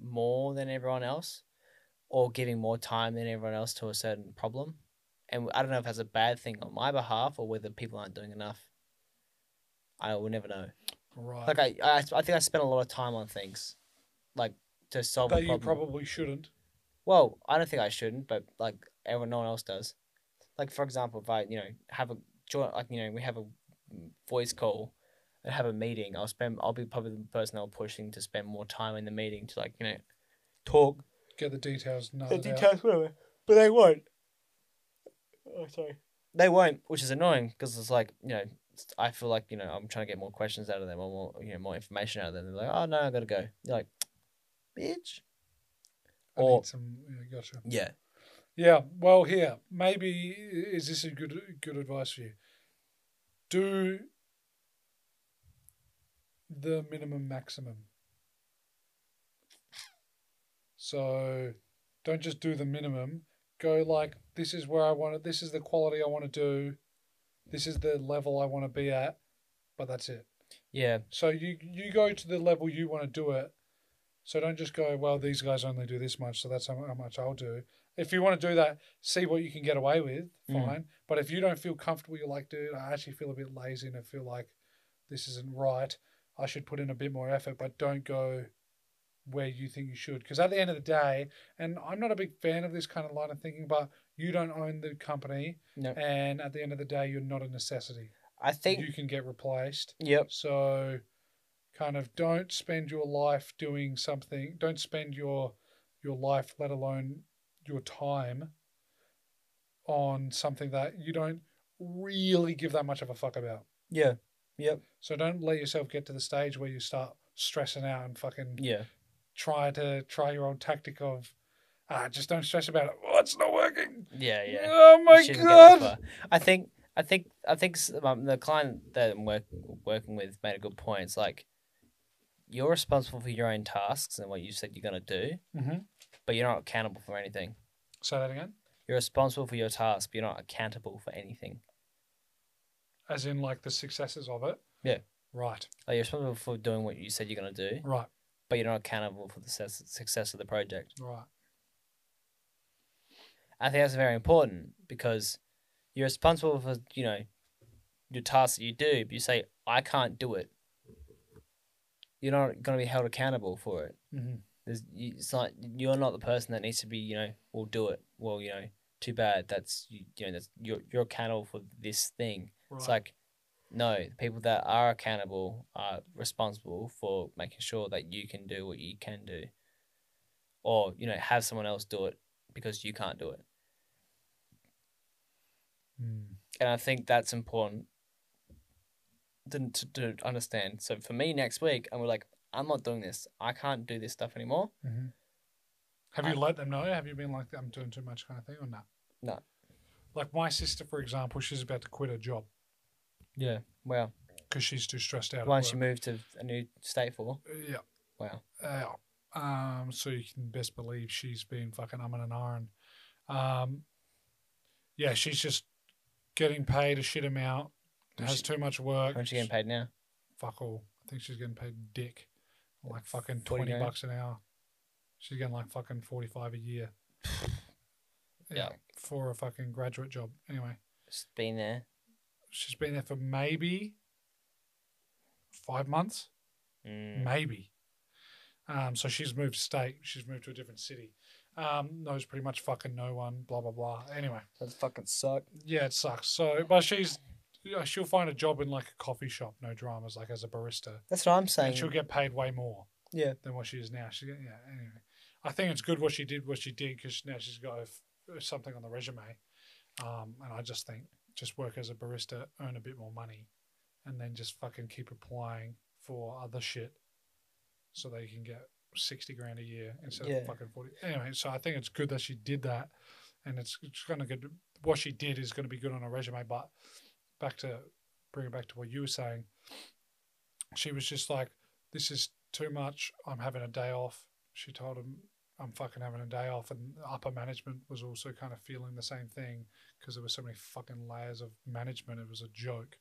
S1: more than everyone else or giving more time than everyone else to a certain problem. And I don't know if that's a bad thing on my behalf or whether people aren't doing enough. I will never know.
S2: Right.
S1: Like, I, I, I think I spend a lot of time on things, like, to solve a
S2: that you
S1: problem.
S2: probably shouldn't.
S1: Well, I don't think I shouldn't, but like everyone, no one else does. Like for example, if I you know have a joint, like you know we have a voice call and have a meeting, I'll spend I'll be probably the person I'll pushing to spend more time in the meeting to like you know talk
S2: Get the details. No,
S1: whatever, but they won't. Oh sorry. They won't, which is annoying because it's like you know it's- I feel like you know I'm trying to get more questions out of them or more you know more information out of them. They're like, oh no, I gotta go. You're like, bitch.
S2: I
S1: Or-
S2: need some. Yeah, gotcha.
S1: Yeah.
S2: Yeah. Well, here maybe is this a good good advice for you? Do the minimum maximum. So, don't just do the minimum. Go like this is where I want it. This is the quality I want to do. This is the level I want to be at. But that's it.
S1: Yeah.
S2: So you you go to the level you want to do it. So don't just go, well, these guys only do this much, so that's how, how much I'll do. If you want to do that, see what you can get away with,
S1: Mm.
S2: fine. But if you don't feel comfortable, you're like, dude, I actually feel a bit lazy and I feel like this isn't right. I should put in a bit more effort, but don't go where you think you should. Because at the end of the day, and I'm not a big fan of this kind of line of thinking, but you don't own the company.
S1: No.
S2: And at the end of the day, you're not a necessity.
S1: I think.
S2: you can get replaced.
S1: Yep.
S2: So, kind of don't spend your life doing something. Don't spend your your life, let alone your time, on something that you don't really give that much of a fuck about.
S1: Yeah.
S2: So don't let yourself get to the stage where you start stressing out and fucking
S1: Yeah.
S2: try to try your old tactic of, ah, just don't stress about it. Oh, it's not working.
S1: Yeah. Yeah.
S2: Oh my
S1: She didn't get that
S2: god.
S1: far. I think I think I think s- um, the client that I'm work, working with made a good point. It's like you're responsible for your own tasks and what you said you're gonna do,
S2: Mm-hmm.
S1: but you're not accountable for anything.
S2: Say that again.
S1: You're responsible for your task, but you're not accountable for anything.
S2: As in, like the successes of it.
S1: Yeah.
S2: Right.
S1: Like you're responsible for doing what you said you're gonna do,
S2: Right.
S1: but you're not accountable for the success, success of the project.
S2: Right.
S1: I think that's very important because you're responsible for you know your tasks that you do, but you say I can't do it. You're not going to be held accountable for it.
S2: Mm-hmm.
S1: There's, you, it's not you're not the person that needs to be you know will do it. Well, you know, too bad. That's you, you know that's you're you're accountable for this thing.
S2: Right.
S1: It's like no, the people that are accountable are responsible for making sure that you can do what you can do, or you know have someone else do it because you can't do it.
S2: Mm.
S1: and I think that's important to, to, to understand. So for me next week, I'm like, I'm not doing this. I can't do this stuff anymore.
S2: Mm-hmm. Have you let them know? Have you been like, I'm doing too much kind of thing or not?
S1: No.
S2: Like my sister, for example, she's about to quit her job
S1: Yeah. Well,
S2: because she's too stressed out. at
S1: once you
S2: work.
S1: move to a new state for,
S2: Yeah.
S1: wow.
S2: Uh, um, so you can best believe she's been fucking umming and ahhing. Um, yeah, she's just getting paid a shit amount,
S1: Is
S2: has
S1: she-
S2: too much work.
S1: How much are you getting paid now?
S2: Fuck all. I think she's getting paid dick. Like fucking
S1: 40
S2: 20
S1: grand?
S2: bucks an hour. She's getting like fucking 45 a year.
S1: Yeah.
S2: For a fucking graduate job. Anyway.
S1: Just been there.
S2: she's been there for maybe five months,
S1: Mm.
S2: maybe. Um, so she's moved state. She's moved to a different city. Um, knows pretty much fucking no one. Blah blah blah. Anyway,
S1: That fucking suck.
S2: yeah, it sucks. So, but she's yeah, she'll find a job in like a coffee shop, no dramas, like as a barista,
S1: That's what I'm
S2: and
S1: saying.
S2: she'll get paid way more
S1: Yeah.
S2: than what she is now. She yeah. Anyway, I think it's good what she did, what she did, because now she's got a f- something on the resume. Um, and I just think just work as a barista, earn a bit more money, and then just fucking keep applying for other shit so they can get 60 grand a year instead
S1: Yeah.
S2: of fucking 40. Anyway, so I think it's good that she did that. And it's, it's going to good. What she did is going to be good on a resume. But back to bring it back to what you were saying, she was just like, this is too much. I'm having a day off. She told him, I'm fucking having a day off. And upper management was also kind of feeling the same thing because there were so many fucking layers of management. It was a joke.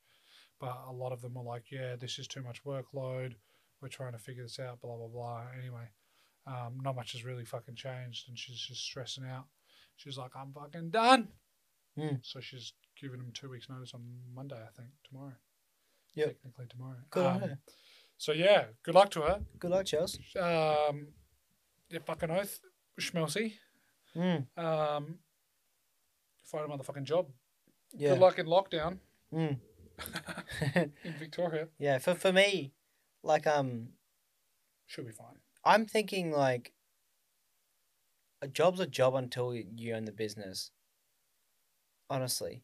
S2: But a lot of them were like, yeah, this is too much workload. We're trying to figure this out, blah, blah, blah. Anyway, um, not much has really fucking changed. And she's just stressing out. She's like, I'm fucking done.
S1: Hmm.
S2: So she's giving him two weeks' notice on Monday, I think, tomorrow.
S1: Yep.
S2: Technically tomorrow.
S1: Good on
S2: Um,
S1: her.
S2: So yeah, good luck to her.
S1: Good luck, Chels.
S2: Um, your fucking oath, Schmelzy.
S1: Mm.
S2: Um, find a motherfucking job.
S1: Yeah.
S2: Good luck in lockdown
S1: Mm.
S2: in Victoria.
S1: yeah. For for me, like um,
S2: Should be fine.
S1: I'm thinking like a job's a job until you own the business. Honestly,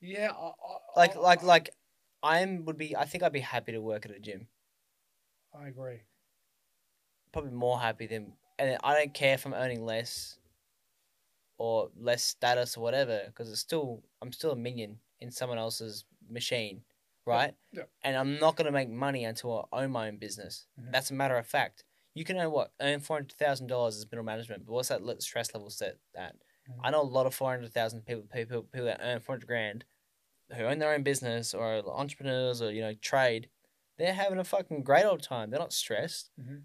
S2: Yeah. I, I,
S1: like
S2: I-
S1: like like I'm would be I think I'd be happy to work at a gym.
S2: I agree.
S1: Probably more happy than and I don't care if I'm earning less or less status or whatever because it's still I'm still a minion in someone else's machine, right?
S2: yeah.
S1: And I'm not going to make money until I own my own business.
S2: Mhm.
S1: That's a matter of fact. You can earn what earn four hundred thousand dollars as middle management, but what's that le- stress level set at?
S2: Mhm.
S1: I know a lot of four hundred thousand people, people people that earn four hundred grand, who own their own business or are entrepreneurs or you know trade, they're having a fucking great old time. They're not stressed.
S2: Mhm.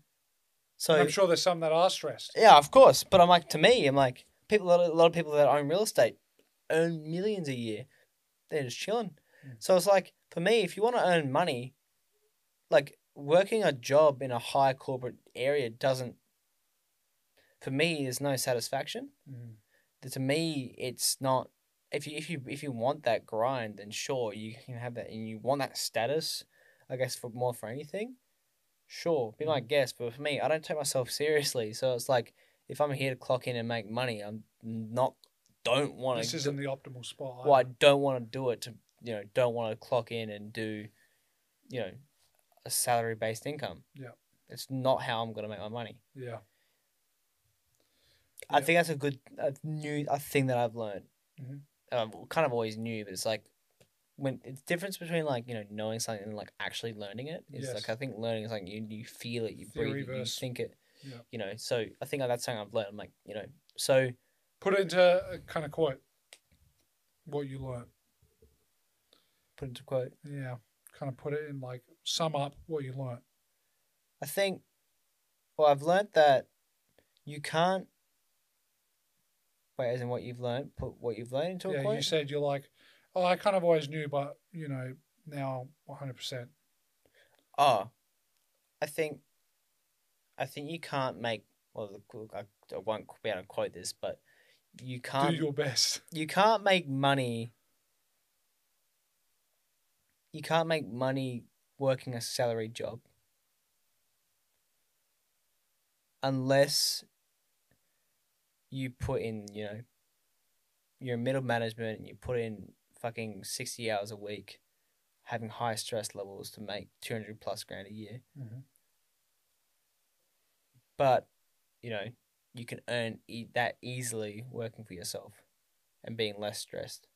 S1: So
S2: I'm sure there's some that are stressed.
S1: yeah, of course. But I'm like, to me, I'm like, people. A lot of, a lot of people that own real estate earn millions a year. They're just chilling.
S2: Mm.
S1: So it's like, for me, if you want to earn money, like working a job in a high corporate area doesn't. For me, there's no satisfaction.
S2: Mm.
S1: To me, it's not. If you if you if you want that grind, then sure you can have that, and you want that status. I guess for more for anything, sure, be
S2: Mm.
S1: my guest. But for me, I don't take myself seriously. So it's like if I'm here to clock in and make money, I'm not don't want
S2: This
S1: to.
S2: isn't the optimal spot.
S1: well, I don't want to do it to you know don't want to clock in and do, you know, a salary based income.
S2: Yeah.
S1: it's not how I'm gonna make my money.
S2: Yeah.
S1: I
S2: Yeah.
S1: think that's a good a new a thing that I've learned.
S2: Mhm.
S1: I've kind of always knew, but it's like when it's difference between like you know knowing something and like actually learning it. It's
S2: Yes.
S1: like I think learning is like you you feel it, you
S2: Theory
S1: breathe it, you
S2: verse.
S1: think it.
S2: Yeah.
S1: You know, so I think that's something I've learned. I'm like you know, so
S2: Put it into a kind of quote. What you learned.
S1: put into quote.
S2: Yeah. Kind of put it in like sum up what you learned.
S1: I think, well, I've learnt that you can't. Wait, as in what you've learned, put what you've learned into a
S2: yeah,
S1: quote.
S2: you said you're like, oh, I kind of always knew, but you know, now 100. percent
S1: Oh, I think, I think you can't make. Well, the qu- I, I won't be able to quote this, but you
S2: Do
S1: can't.
S2: your best.
S1: You can't make money. You can't make money working a salary job unless you put in, you know, your middle management and you put in fucking 60 hours a week having high stress levels to make 200 plus grand a year.
S2: Mhm.
S1: But, you know, you can earn e- that easily working for yourself and being less stressed,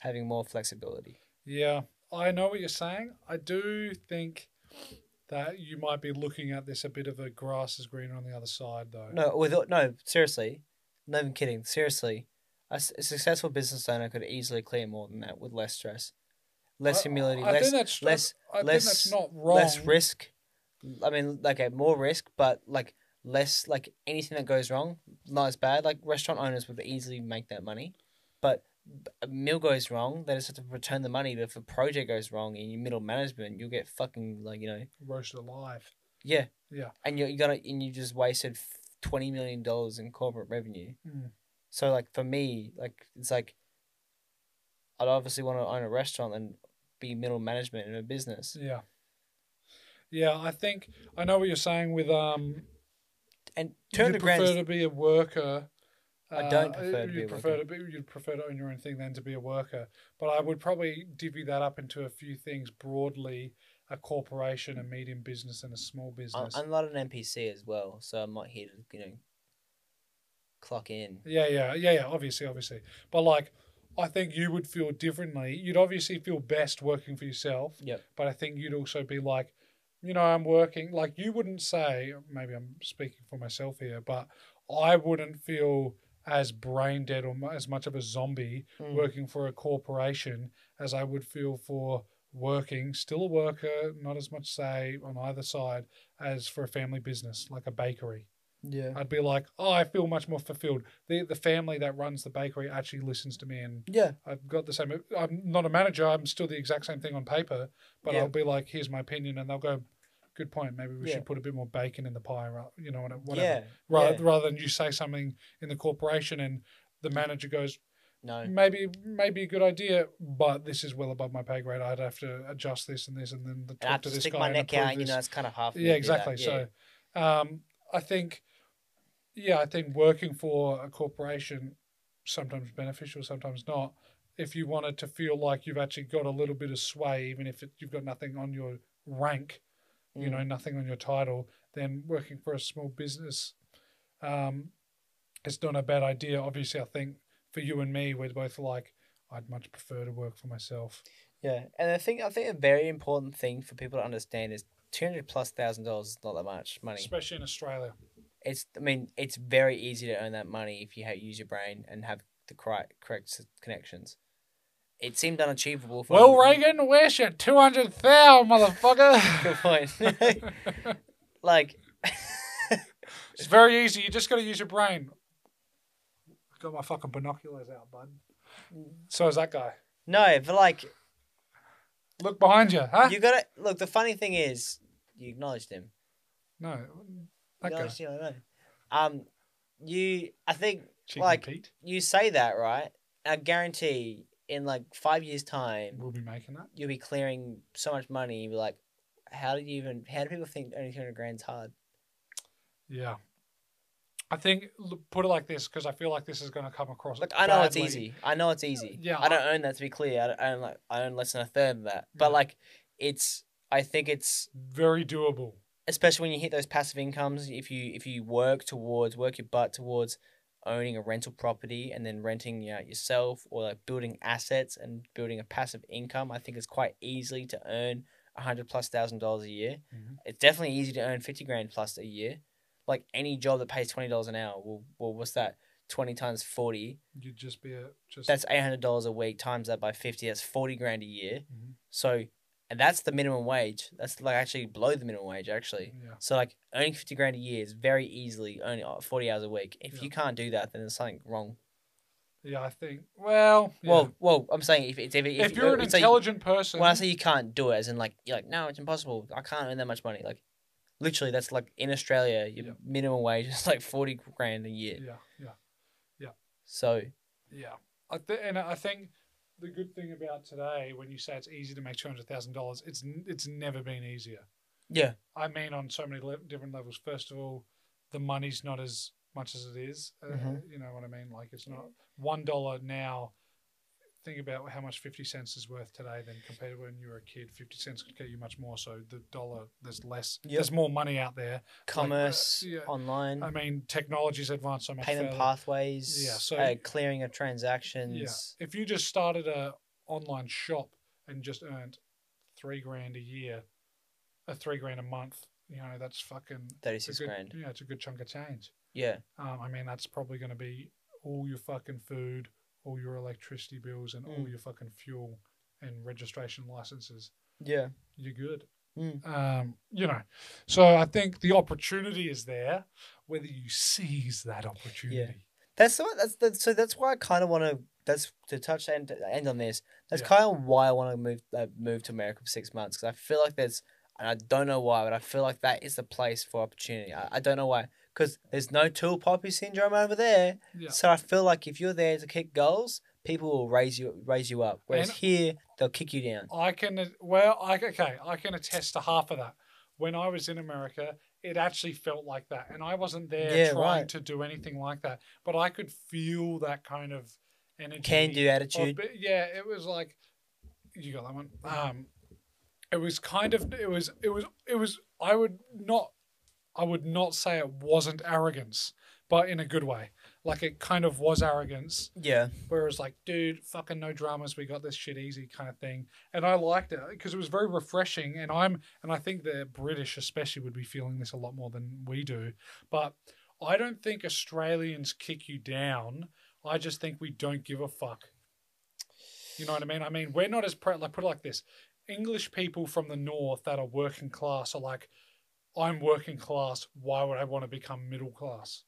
S1: having more flexibility.
S2: Yeah, I know what you're saying. I do think that you might be looking at this a bit of a grass is greener on the other side, though.
S1: No, with no, seriously, not even kidding. Seriously, a, s- a successful business owner could easily clear more than that with less stress, less
S2: I-
S1: humility,
S2: I, I
S1: less
S2: think that's,
S1: less
S2: I think
S1: less-
S2: that's not wrong.
S1: less risk. I mean, okay, more risk, but like less like anything that goes wrong, not as bad. Like restaurant owners would easily make that money, but a meal goes wrong, they just have to return the money. But if a project goes wrong in your middle management, you'll get fucking like you know
S2: Roasted alive.
S1: yeah.
S2: Yeah.
S1: And you you got to and you just wasted twenty million dollars in corporate revenue.
S2: Mm.
S1: So like for me, like it's like I'd obviously want to own a restaurant and be middle management in a business.
S2: Yeah. Yeah, I think I know what you're saying with um
S1: And two
S2: you
S1: hundred
S2: prefer
S1: grand,
S2: to be a worker
S1: I don't
S2: Uh,
S1: prefer to be a
S2: you'd prefer to be, you'd prefer to own your own thing than to be a worker. But I would probably divvy that up into a few things broadly: a corporation, a medium business, and a small
S1: I'm,
S2: business.
S1: I'm not an NPC as well, so I'm not here to you know clock in.
S2: Yeah, yeah, yeah, yeah. Obviously, obviously. But like, I think you would feel differently. You'd obviously feel best working for yourself.
S1: Yep.
S2: But I think you'd also be like, you know, I'm working. Like, you wouldn't say. Maybe I'm speaking for myself here, but I wouldn't feel as brain dead or mu- as much of a zombie
S1: Mm.
S2: working for a corporation as I would feel for working still a worker not as much say on either side as for a family business like a bakery
S1: Yeah.
S2: I'd be like, oh, I feel much more fulfilled. The the family that runs the bakery actually listens to me, and
S1: Yeah.
S2: I've got the same. I'm not a manager. I'm still the exact same thing on paper, but
S1: Yeah.
S2: I'll be like, here's my opinion, and they'll go, good point. Maybe we
S1: Yeah.
S2: should put a bit more bacon in the pie, right? You know, what- whatever.
S1: Yeah.
S2: Rather,
S1: yeah.
S2: rather than you say something in the corporation and the manager goes,
S1: No.
S2: maybe maybe a good idea, but this is well above my pay grade. I'd have to adjust this and this, and then talk
S1: And I have
S2: to
S1: to
S2: this
S1: stick
S2: guy
S1: my
S2: and
S1: neck
S2: approve
S1: out. and, You
S2: this
S1: know, it's kind of half.
S2: yeah exactly so um, i think yeah i think working for a corporation sometimes beneficial sometimes not if you wanted to feel like you've actually got a little bit of sway even if it, you've got nothing on your rank you know nothing on your title then working for a small business um, it's not a bad idea obviously i think for you and me we're both like i'd much prefer to work for myself
S1: Yeah, and I think I think a very important thing for people to understand is two hundred plus thousand dollars is not that much money.
S2: especially in australia
S1: It's I mean it's very easy to earn that money if you ha- use your brain and have the correct correct s- connections. It seemed unachievable. For
S2: well reagan where's your 200 thou
S1: Good
S2: motherfucker
S1: point. like,
S2: It's very easy. You just got to use your brain. I got my fucking binoculars out, bud. So is that guy.
S1: no, but like
S2: Look behind you, huh?
S1: you gotta look. The funny thing is, you acknowledged him.
S2: no,
S1: You
S2: that guy.
S1: acknowledged him. I know. Um, you. I think
S2: Cheeky
S1: like-
S2: Pete.
S1: you say that right. I guarantee in like five years' time,
S2: We'll be making that.
S1: you'll be clearing so much money. You'll be like, how do you even? How do people think earning two hundred grand's hard?
S2: Yeah. I think l- put it like this because I feel like this is going to come across.
S1: Look, I know it's
S2: badly.
S1: easy. I know it's easy.
S2: Yeah,
S1: I don't own that to be clear. I don't own like I own less than a third of that. But
S3: Mm.
S2: Yeah.
S1: like, it's. I think it's
S2: Very doable.
S1: especially when you hit those passive incomes. If you if you work towards work your butt towards owning a rental property and then renting you out yourself or like building assets and building a passive income, I think it's quite easily to earn a hundred plus thousand dollars a year.
S2: Mhm.
S1: It's definitely easy to earn fifty grand plus a year. Like any job that pays twenty dollars an hour, well, well, what's that? Twenty times forty.
S2: You'd just be a just.
S1: That's eight hundred dollars a week. Times that by fifty. That's forty grand a year.
S2: Mhm.
S1: So, and that's the minimum wage. That's like actually below the minimum wage actually.
S2: yeah.
S1: So like earning fifty grand a year is very easily only forty hours a week. If
S2: Yeah.
S1: you can't do that, then there's something wrong.
S2: Yeah, I think. Well, yeah.
S1: Well, well, I'm saying if it's if, if,
S2: if, you're an
S1: it's like-
S2: intelligent person,
S1: when I say you can't do it, as in like you're like no, it's impossible. I can't earn that much money. Like literally, that's like in Australia, your
S2: Yeah.
S1: minimum wage is like forty grand a year.
S2: yeah, yeah.
S1: So
S2: Yeah, I th- and I think the good thing about today, when you say it's easy to make two hundred thousand dollars, it's n- it's never been easier.
S1: yeah,
S2: I mean, on so many le- different levels. First of all, the money's not as much as it is. Uh,
S1: Mhm.
S2: You know what I mean? Like it's not one dollar now. Think about how much fifty cents is worth today than compared to when you were a kid. Fifty cents could get you much more. So the dollar, there's less.
S1: Yep.
S2: There's more money out there.
S1: commerce
S2: uh, yeah.
S1: online.
S2: I mean, technology's advanced so much.
S1: Payment
S2: further.
S1: pathways,
S2: Yeah, so-
S1: uh, clearing of transactions.
S2: If you just started a online shop and just earned three grand a year, a three grand a month, you know that's fucking
S1: Thirty
S2: it's a
S1: six
S2: good-
S1: grand.
S2: Yeah, it's a good chunk of change.
S1: Yeah,
S2: Um, I mean that's probably going to be all your fucking food, all your electricity bills, and all
S1: Mm.
S2: your fucking fuel and registration licenses.
S1: yeah.
S2: You're good.
S1: Mm.
S2: Um, you know, so I think the opportunity is there, whether you seize that opportunity.
S1: That's the that's the, so that's why I kind of want to that's to touch and end on this. That's
S2: Yeah.
S1: kind of why I want to move uh, move to America for six months because I feel like there's and I don't know why, but I feel like that is the place for opportunity. I, I don't know why because there's no tool poppy syndrome over there.
S2: Yeah.
S1: So I feel like if you're there to kick goals, people will raise you raise you up. Whereas
S2: And-
S1: here they'll kick you down.
S2: I can well, I okay, I can attest to half of that. When I was in America, it actually felt like that. And I wasn't there
S3: Yeah,
S2: trying
S3: right.
S2: to do anything like that, but I could feel that kind of energy.
S3: Can do
S2: of-
S3: attitude.
S2: but yeah, it was like you got that one. Um, it was kind of it was it was it was. I would not, I would not say it wasn't arrogance, but in a good way. Like it kind of was arrogance,
S3: Yeah.
S2: Whereas, like, dude, fucking no dramas. We got this shit easy kind of thing. And I liked it because it was very refreshing. And I'm, and I think the British especially would be feeling this a lot more than we do. But I don't think Australians kick you down. I just think we don't give a fuck. You know what I mean? I mean, we're not as, pre- like, put it like this English people from the north that are working class are like, I'm working class. Why would I want to become middle class?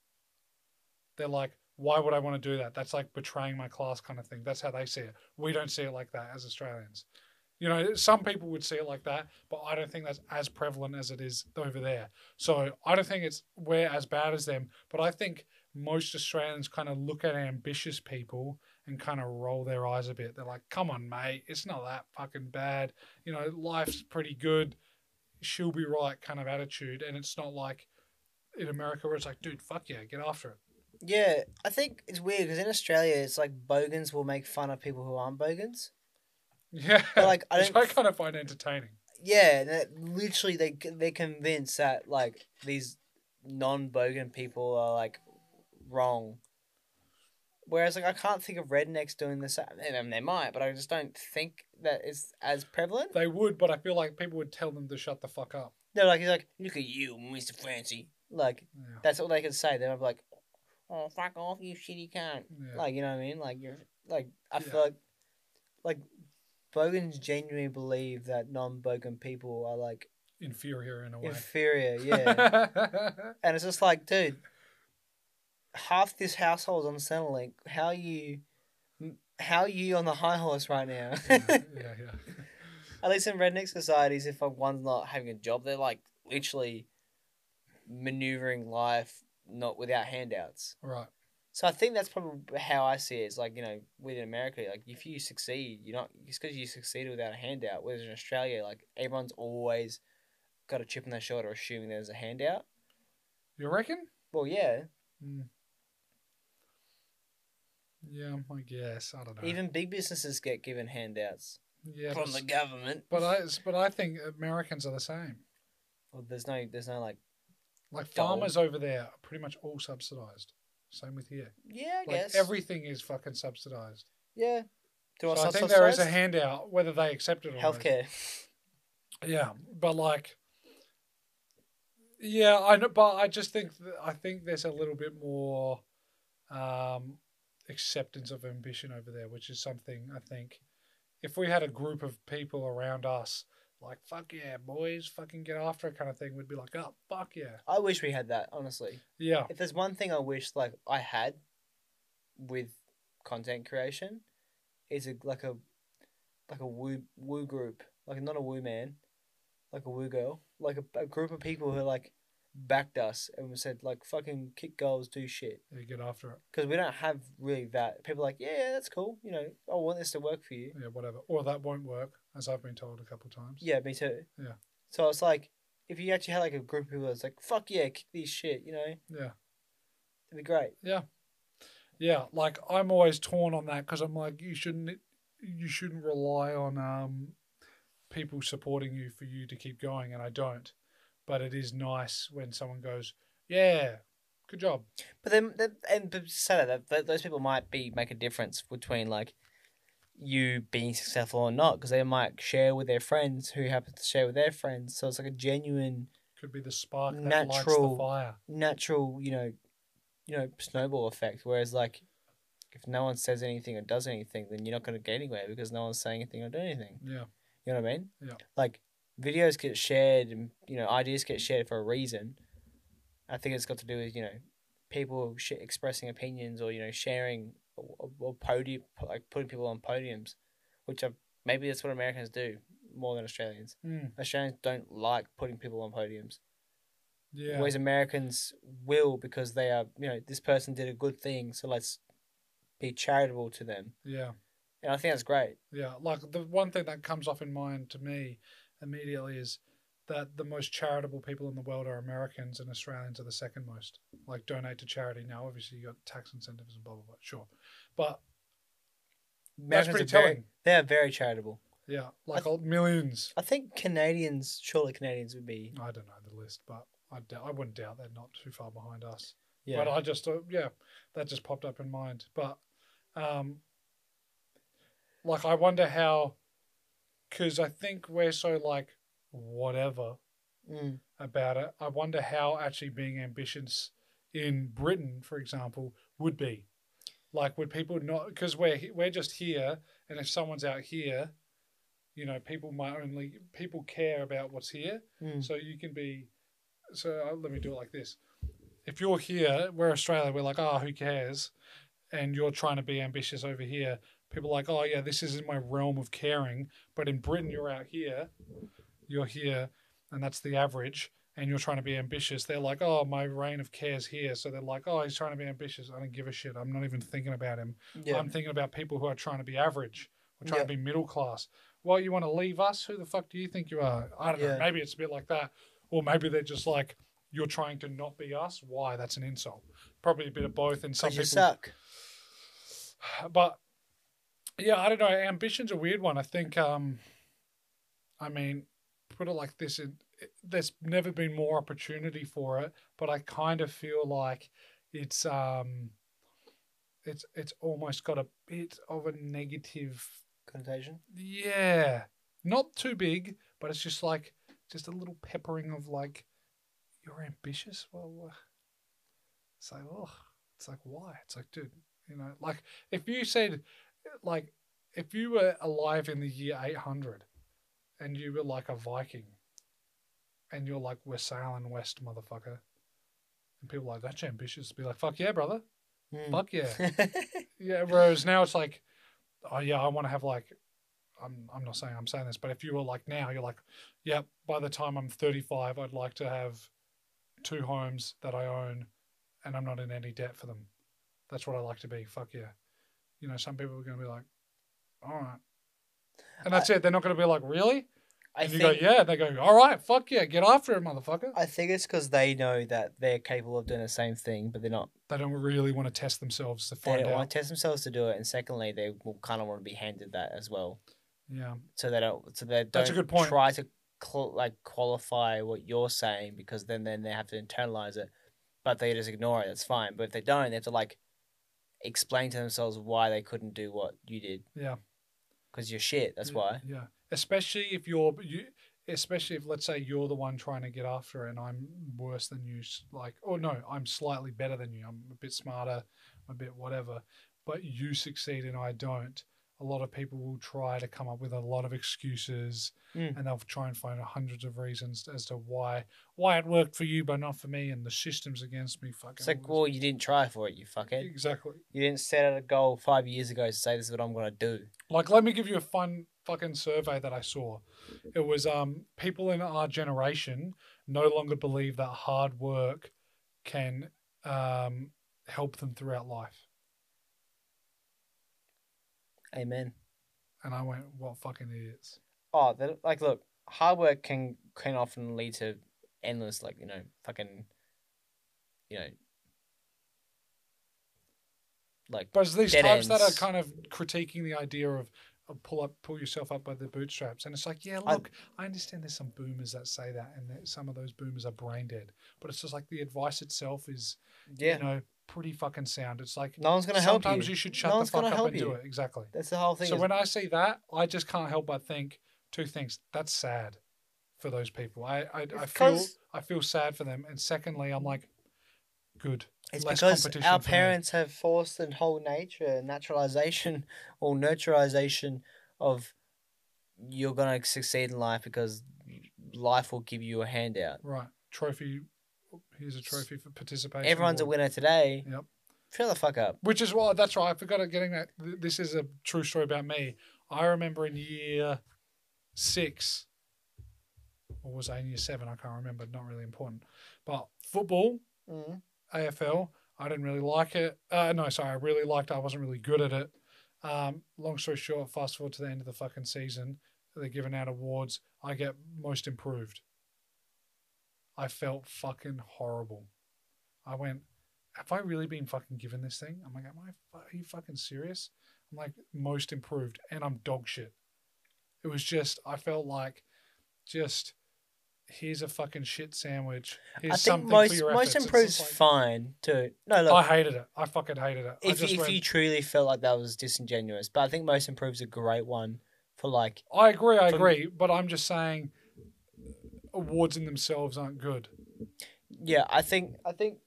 S2: They're like, why would I want to do that? That's like betraying my class kind of thing. That's how they see it. We don't see it like that as Australians. You know, some people would see it like that, but I don't think that's as prevalent as it is over there. So I don't think it's we're as bad as them, but I think most Australians kind of look at ambitious people and kind of roll their eyes a bit. They're like, come on, mate, it's not that fucking bad. You know, life's pretty good. She'll be right kind of attitude. And it's not like in America where it's like, dude, fuck yeah, get after it.
S3: Yeah, I think it's weird because in Australia, it's like bogans will make fun of people who aren't bogans.
S2: Yeah.
S3: But like, I
S2: which
S3: don't.
S2: I kind of find entertaining.
S3: yeah, that literally, they they're convinced that like these non-bogan people are like wrong. Whereas, like, I can't think of rednecks doing this. I mean, they might, but I just don't think that it's as prevalent.
S2: They would, but I feel like people would tell them to shut the fuck up.
S3: They're like, he's like, look at you, Mister Fancy. Like,
S2: Yeah.
S3: that's all they can say. They're like, oh, fuck off, you shitty cunt.
S2: Yeah.
S3: Like you know what I mean? Like you're like I
S2: Yeah.
S3: feel like like Bogans genuinely believe that non Bogan people are like
S2: Inferior in a way.
S3: inferior, yeah. and it's just like, dude, half this household's on Centrelink. How you how you on the high horse right now?
S2: yeah, yeah, yeah.
S3: At least in redneck societies, if like one's not having a job, they're like literally maneuvering life not without handouts.
S2: Right.
S3: So I think that's probably how I see it. It's like you know, within America, like if you succeed, you're not it's because you succeeded without a handout. Whereas in Australia, like everyone's always got a chip on their shoulder, assuming there's a handout.
S2: You reckon?
S3: Well, yeah,
S2: Mm. Yeah, I guess. I don't know.
S3: even big businesses get given handouts
S2: yeah, but,
S3: from the government.
S2: but I but I think Americans are the same.
S3: Well, there's no, there's no like,
S2: Like
S3: Dull.
S2: farmers over there are pretty much all subsidized. Same with here.
S3: yeah, I
S2: Like
S3: guess
S2: everything is fucking subsidized.
S3: yeah.
S2: So
S3: Do I
S2: I
S3: subsidise
S2: think there is a handout, whether they accept it or not.
S3: healthcare?
S2: Yeah, but like, yeah, I know, but I just think th- I think there's a little bit more um, acceptance of ambition over there, which is something I think if we had a group of people around us, like fuck yeah, boys, fucking get after it, kind of thing, we'd be like, oh fuck yeah,
S3: I wish we had that honestly.
S2: yeah,
S3: if there's one thing I wish like I had with content creation is a like a like a woo woo group like not a woo man like a woo girl like a, a group of people who like backed us and said like fucking kick goals do shit
S2: yeah, get after it,
S3: because we don't have really that people are like yeah that's cool you know I want this to work for you
S2: yeah, whatever, or that won't work, as I've been told a couple of times.
S3: yeah me too
S2: Yeah.
S3: so it's like if you actually had like a group of people that's like fuck yeah kick these shit you know it'd
S2: yeah.
S3: be great
S2: Yeah, like I'm always torn on that because I'm like, you shouldn't, you shouldn't rely on um, people supporting you for you to keep going, and I don't. But it is nice when someone goes, "Yeah, good job."
S3: But then, then and but to say that, that, that those people might be make a difference between like you being successful or not because they might share with their friends who happen to share with their friends. So it's like a genuine,
S2: Could be the spark that lights the
S3: Natural.
S2: fire.
S3: natural, you know, you know, snowball effect. Whereas like if no one says anything or does anything, then you're not going to get anywhere because no one's saying anything or doing anything.
S2: Yeah,
S3: You know what I mean?
S2: Yeah.
S3: Like videos get shared and you know ideas get shared for a reason. I think it's got to do with you know people sh- expressing opinions or you know sharing or, or podium like putting people on podiums, which I maybe that's what Americans do more than Australians.
S2: Mm,
S3: Australians don't like putting people on podiums,
S2: yeah,
S3: whereas Americans will because they are you know this person did a good thing, so let's be charitable to them,
S2: yeah.
S3: and I think that's great.
S2: Yeah, like the one thing that comes off in mind to me immediately is that the most charitable people in the world are Americans and Australians are the second most. Like donate to charity. Now, obviously, you got tax incentives and blah blah blah. Sure, but that's
S1: Americans
S2: pretty
S1: are very-
S2: telling.
S1: They are very charitable.
S2: Yeah, like all millions.
S1: I think Canadians, surely Canadians would be.
S2: I don't know the list, but I doubt, I wouldn't doubt they're not too far behind us.
S1: Yeah.
S2: But I just uh, yeah, that just popped up in mind. But um, like I wonder how, because I think we're so like whatever
S1: Mm.
S2: about it. I wonder how actually being ambitious in Britain, for example, would be. Like, would people not? Because we're he- we're just here, and if someone's out here, you know, people might only people care about what's here.
S1: Mm.
S2: So you can be. So uh, let me do it like this. If you're here, we're Australia. We're like, oh, who cares? And you're trying to be ambitious over here. People are like, oh yeah, this isn't my realm of caring. But in Britain, you're out here. You're here, and that's the average. And you're trying to be ambitious. They're like, oh, my reign of cares here. So they're like, oh, he's trying to be ambitious. I don't give a shit. I'm not even thinking about him.
S1: Yeah.
S2: I'm thinking about people who are trying to be average or trying to be middle class. Well, you want to leave us? Who the fuck do you think you are? I don't know.
S1: Yeah.
S2: Maybe it's a bit like that. Or maybe they're just like, you're trying to not be us. Why? That's an insult. Probably a bit of both. And some
S1: 'Cause you
S2: people.
S1: suck.
S2: But yeah, I don't know. Ambition's a weird one. I think, um, I mean, put it like this it, it- there's never been more opportunity for it, but I kind of feel like it's. um it's it's almost got a bit of a negative
S1: Contagion.
S2: yeah. Not too big, but it's just like just a little peppering of like you're ambitious. Well, uh, it's like oh, it's like why? It's like dude, you know, like if you said like if you were alive in the year 800 and you were like a Viking and you're like we're sailing west, motherfucker. And people are like that's ambitious. Be like fuck yeah, brother.
S1: Mm.
S2: Fuck yeah. Yeah, whereas now it's like, oh yeah, I want to have like, I'm I'm not saying I'm saying this, but if you were like now, you're like, yeah, by the time I'm 35, I'd like to have two homes that I own, and I'm not in any debt for them. That's what I like to be. Fuck yeah, you know, some people are gonna be like, all right, and that's it. They're not gonna be like, really?
S1: I
S2: and
S1: think.
S2: you go, yeah. And they go, all right, fuck yeah, get after it, motherfucker.
S1: I think it's because they know that they're capable of doing the same thing, but they're not.
S2: They don't really want to test themselves to
S1: They
S2: find
S1: don't
S2: out.
S1: want to test themselves to do it, and secondly, they will kind of want to be handed that as well,
S2: yeah,
S1: so they don't. So they don't
S2: That's a good point.
S1: try to cl- like qualify what you're saying because then then they have to internalize it, but they just ignore it. That's fine. But if they don't, they have to like explain to themselves why they couldn't do what you did
S2: yeah.
S1: because you're shit. That's
S2: Yeah,
S1: why.
S2: Yeah, especially if you're you, especially if let's say you're the one trying to get after, it and I'm worse than you. s- Like, or no, I'm slightly better than you. I'm a bit smarter, a bit whatever. But you succeed and I don't. A lot of people will try to come up with a lot of excuses,
S1: Mm.
S2: and they'll try and find hundreds of reasons as to why why it worked for you but not for me, and the system's against me. Fucking
S1: It's like,
S2: all
S1: well, you didn't try for it, you
S2: this-
S1: fuckhead.
S2: exactly.
S1: You didn't set out a goal five years ago to say this is what I'm gonna do.
S2: Like, let me give you a fun fucking survey that I saw. It was um, people in our generation no longer believe that hard work can um, help them throughout life.
S1: Amen.
S2: And I went, what fucking idiots.
S1: Oh, that like look, hard work can can often lead to endless like you know fucking, you know, like
S2: But it's these
S1: Dead
S2: types that are
S1: ends.
S2: kind of critiquing the idea of, of pull up, pull yourself up by the bootstraps. And it's like, yeah,
S1: I-
S2: look, I, understand there's some boomers that say that, and that some of those boomers are brain dead. But it's just like the advice itself is,
S1: yeah,
S2: you know, pretty fucking sound. It's like
S1: no one's gonna help you.
S2: sometimes you. should shut
S1: No
S2: the
S1: one's
S2: fuck
S1: gonna
S2: up
S1: help
S2: and do
S1: you.
S2: it. Exactly.
S1: That's the whole thing.
S2: So
S1: is-
S2: when I see that, I just can't help but think two things. That's sad for those people. I I, I feel
S1: 'cause-
S2: I feel sad for them. And secondly, I'm like, good.
S1: it's
S2: less
S1: because
S2: competition
S1: our
S2: for me.
S1: parents have forced the whole nature naturalization or nurturization of you're gonna succeed in life because life will give you a handout.
S2: Right. Trophy. Here's a trophy for participation.
S1: Everyone's a
S2: award.
S1: winner today.
S2: Yep.
S1: Fill the fuck up.
S2: Which is why that's right. I forgot getting that. th- This is a true story about me. I remember in year six, or was I in year seven? I can't remember. Not really important. But football,
S1: Mm.
S2: AFL. I didn't really like it. Uh, no, sorry, I really liked it. I wasn't really good at it. Um, long story short, fast forward to the end of the fucking season, they're giving out awards. I get most improved. I felt fucking horrible. I went, have I really been fucking given this thing? I'm like, am I? fu- Are you fucking serious? I'm like, most improved, and I'm dog shit. It was just, I felt like, just here's a fucking shit sandwich. Here's
S3: I think
S2: something for
S3: most
S2: your
S3: most
S2: efforts. It's
S3: improves
S2: just like-
S3: fine too. No,
S2: I
S3: look,
S2: hated it. I fucking hated it. I
S3: if
S2: just
S3: if
S2: went,
S3: you truly felt like that was disingenuous, but I think most improves a great one for like
S2: I agree, I
S3: For-
S2: agree, but I'm just saying awards in themselves aren't good.
S3: yeah. I think I think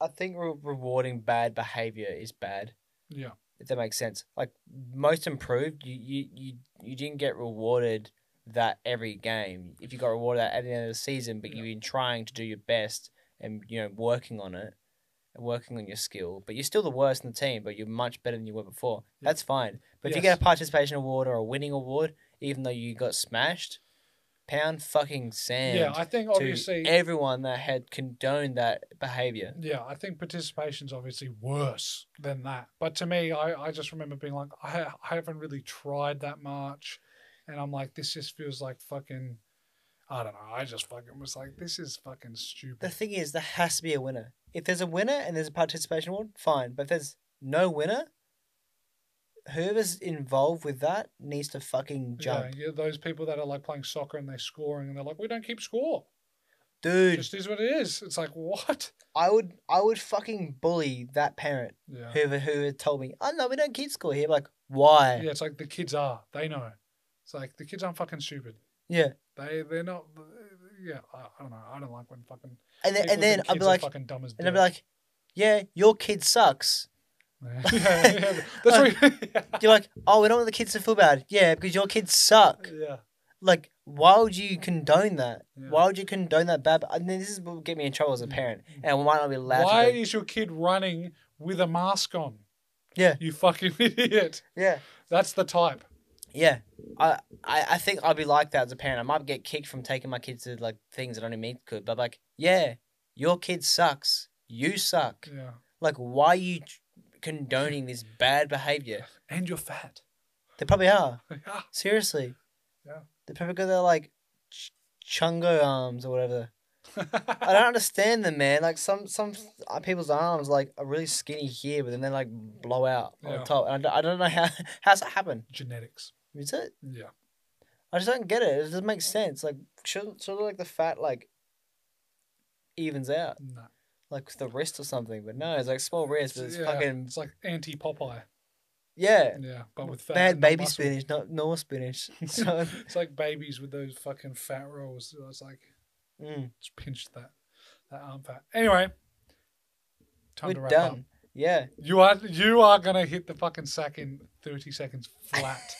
S3: I think re- rewarding bad behavior is bad.
S2: Yeah.
S3: If that makes sense, like most improved, you you you, you didn't get rewarded that every game. If you got rewarded that at the end of the season, but
S2: Yeah.
S3: you've been trying to do your best and you know working on it and working on your skill, but you're still the worst in the team, but you're much better than you were before.
S2: Yeah.
S3: That's fine. But if you
S2: Yes.
S3: get a participation award or a winning award, even though you got smashed, pound fucking sand
S2: yeah, I think
S3: to e-
S2: obviously
S3: everyone that had condoned that behavior.
S2: Yeah, I think participation's obviously worse than that. But to me, I, I just remember being like, I, I haven't really tried that much. And I'm like, this just feels like fucking, I don't know. I just fucking was like, this is fucking
S3: The
S2: stupid.
S3: thing is, there has to be a winner. If there's a winner and there's a participation award, fine. But if there's no winner, whoever's involved with that needs to fucking jump.
S2: Yeah, yeah, those people that are like playing soccer and they're scoring and they're like, we don't keep score. It
S3: Dude,
S2: just is what it is. It's like, what?
S3: I would I would fucking bully that parent
S2: Yeah.
S3: whoever who had told me, Oh no, we don't keep score here. Like, why?
S2: Yeah, it's like the kids are. They know. It's like the kids aren't fucking stupid.
S3: Yeah.
S2: They, they're not. Yeah, I, I don't know. I don't like when fucking.
S3: And then
S2: people
S3: and then
S2: think
S3: I'd be
S2: kids are
S3: like
S2: fucking dumb as
S3: and I'd
S2: dirt.
S3: be like, Yeah, your kid sucks.
S2: Yeah, yeah, yeah. That's what.
S3: You're like, Oh, we don't want the kids to feel bad. Yeah, because your kids suck.
S2: yeah.
S3: like why would you condone that?
S2: Yeah.
S3: Why would you condone that bad? I mean, this is what would get me in trouble as a parent, and I might not be allowed.
S2: Why
S3: To do.
S2: is your kid running with a mask on?
S3: Yeah.
S2: You fucking idiot.
S3: Yeah,
S2: That's the type.
S3: yeah. I, I, I think I'd be like that as a parent. I might get kicked from taking my kids to like things that only me could, but like, yeah, your kid sucks. You suck.
S2: Yeah.
S3: Like, why are you condoning this bad behavior?
S2: And you're fat.
S3: They probably are.
S2: Yeah.
S3: Seriously.
S2: Yeah.
S3: They probably got their like ch- chungo arms or whatever. I don't understand them, man. Like some some uh, people's arms like are really skinny here, but then they like blow out on
S2: Yeah.
S3: top. And I don't- I, don't know how how's that happen.
S2: Genetics.
S3: Is it?
S2: Yeah.
S3: I just don't get it. It doesn't make sense. Like shouldn't sort of like the fat like evens out,
S2: No.
S3: like with the wrist or something. But no, it's like small wrist, but it's
S2: yeah.
S3: fucking
S2: It's like anti Popeye.
S3: yeah.
S2: Yeah. But with fat.
S3: They had
S2: and no
S3: baby
S2: muscle.
S3: spinach, not normal spinach. So
S2: It's like babies with those fucking fat rolls. It's like
S3: mm,
S2: just pinch that that arm fat. Anyway. Time to
S3: we're
S2: wrap up.
S3: done. Yeah.
S2: You are you are gonna hit the fucking sack in thirty seconds flat.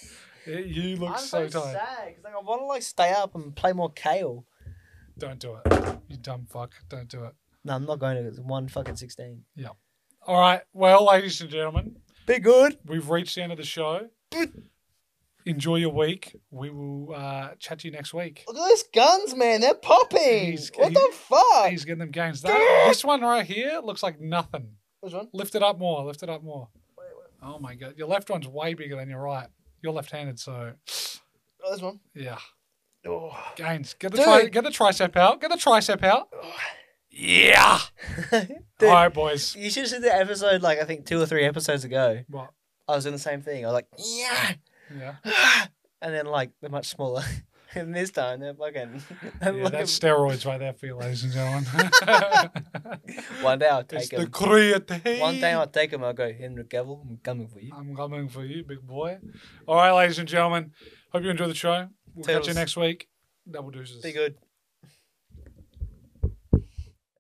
S2: you look so, tired.
S3: sad because like, I want to like stay up and play more kale.
S2: Don't do it. You dumb fuck. Don't do it.
S3: No, I'm not going to. It's one fucking sixteen.
S2: All right. Well, ladies and gentlemen,
S3: Be good.
S2: we've reached the end of the show. Enjoy your week. We will uh, chat to you next week.
S3: Look at those guns, man. They're popping.
S2: He's-
S3: what the
S2: he-
S3: fuck?
S2: He's getting them gains. That, this one right here looks like nothing.
S3: Which one?
S2: Lift it up more. Lift it up more. Oh my god, your left one's way bigger than your right. You're left-handed, so
S3: Oh, this one.
S2: yeah.
S3: Oh.
S2: Gains. Get the
S3: Dude.
S2: tri- get the tricep out. Get the tricep out. Yeah.
S3: Dude,
S2: All right, boys.
S3: You should have seen the episode like I think two or three episodes ago.
S2: What?
S3: I was doing the same thing. I was like, yeah,
S2: Yeah.
S3: and then like they're much smaller. and this time they're fucking. they're
S2: yeah that's
S3: looking-
S2: steroids right there for you, ladies and gentlemen.
S3: one day I'll
S2: it's
S3: take
S2: the
S3: them.
S2: creatine.
S3: One day I'll take them. I'll go, Henry Cavill, I'm coming for you.
S2: I'm coming for you, big boy. All right, ladies and gentlemen. Hope you enjoyed the show. We'll catch you
S3: Toodles.
S2: next week. Double deuces.
S3: Be good.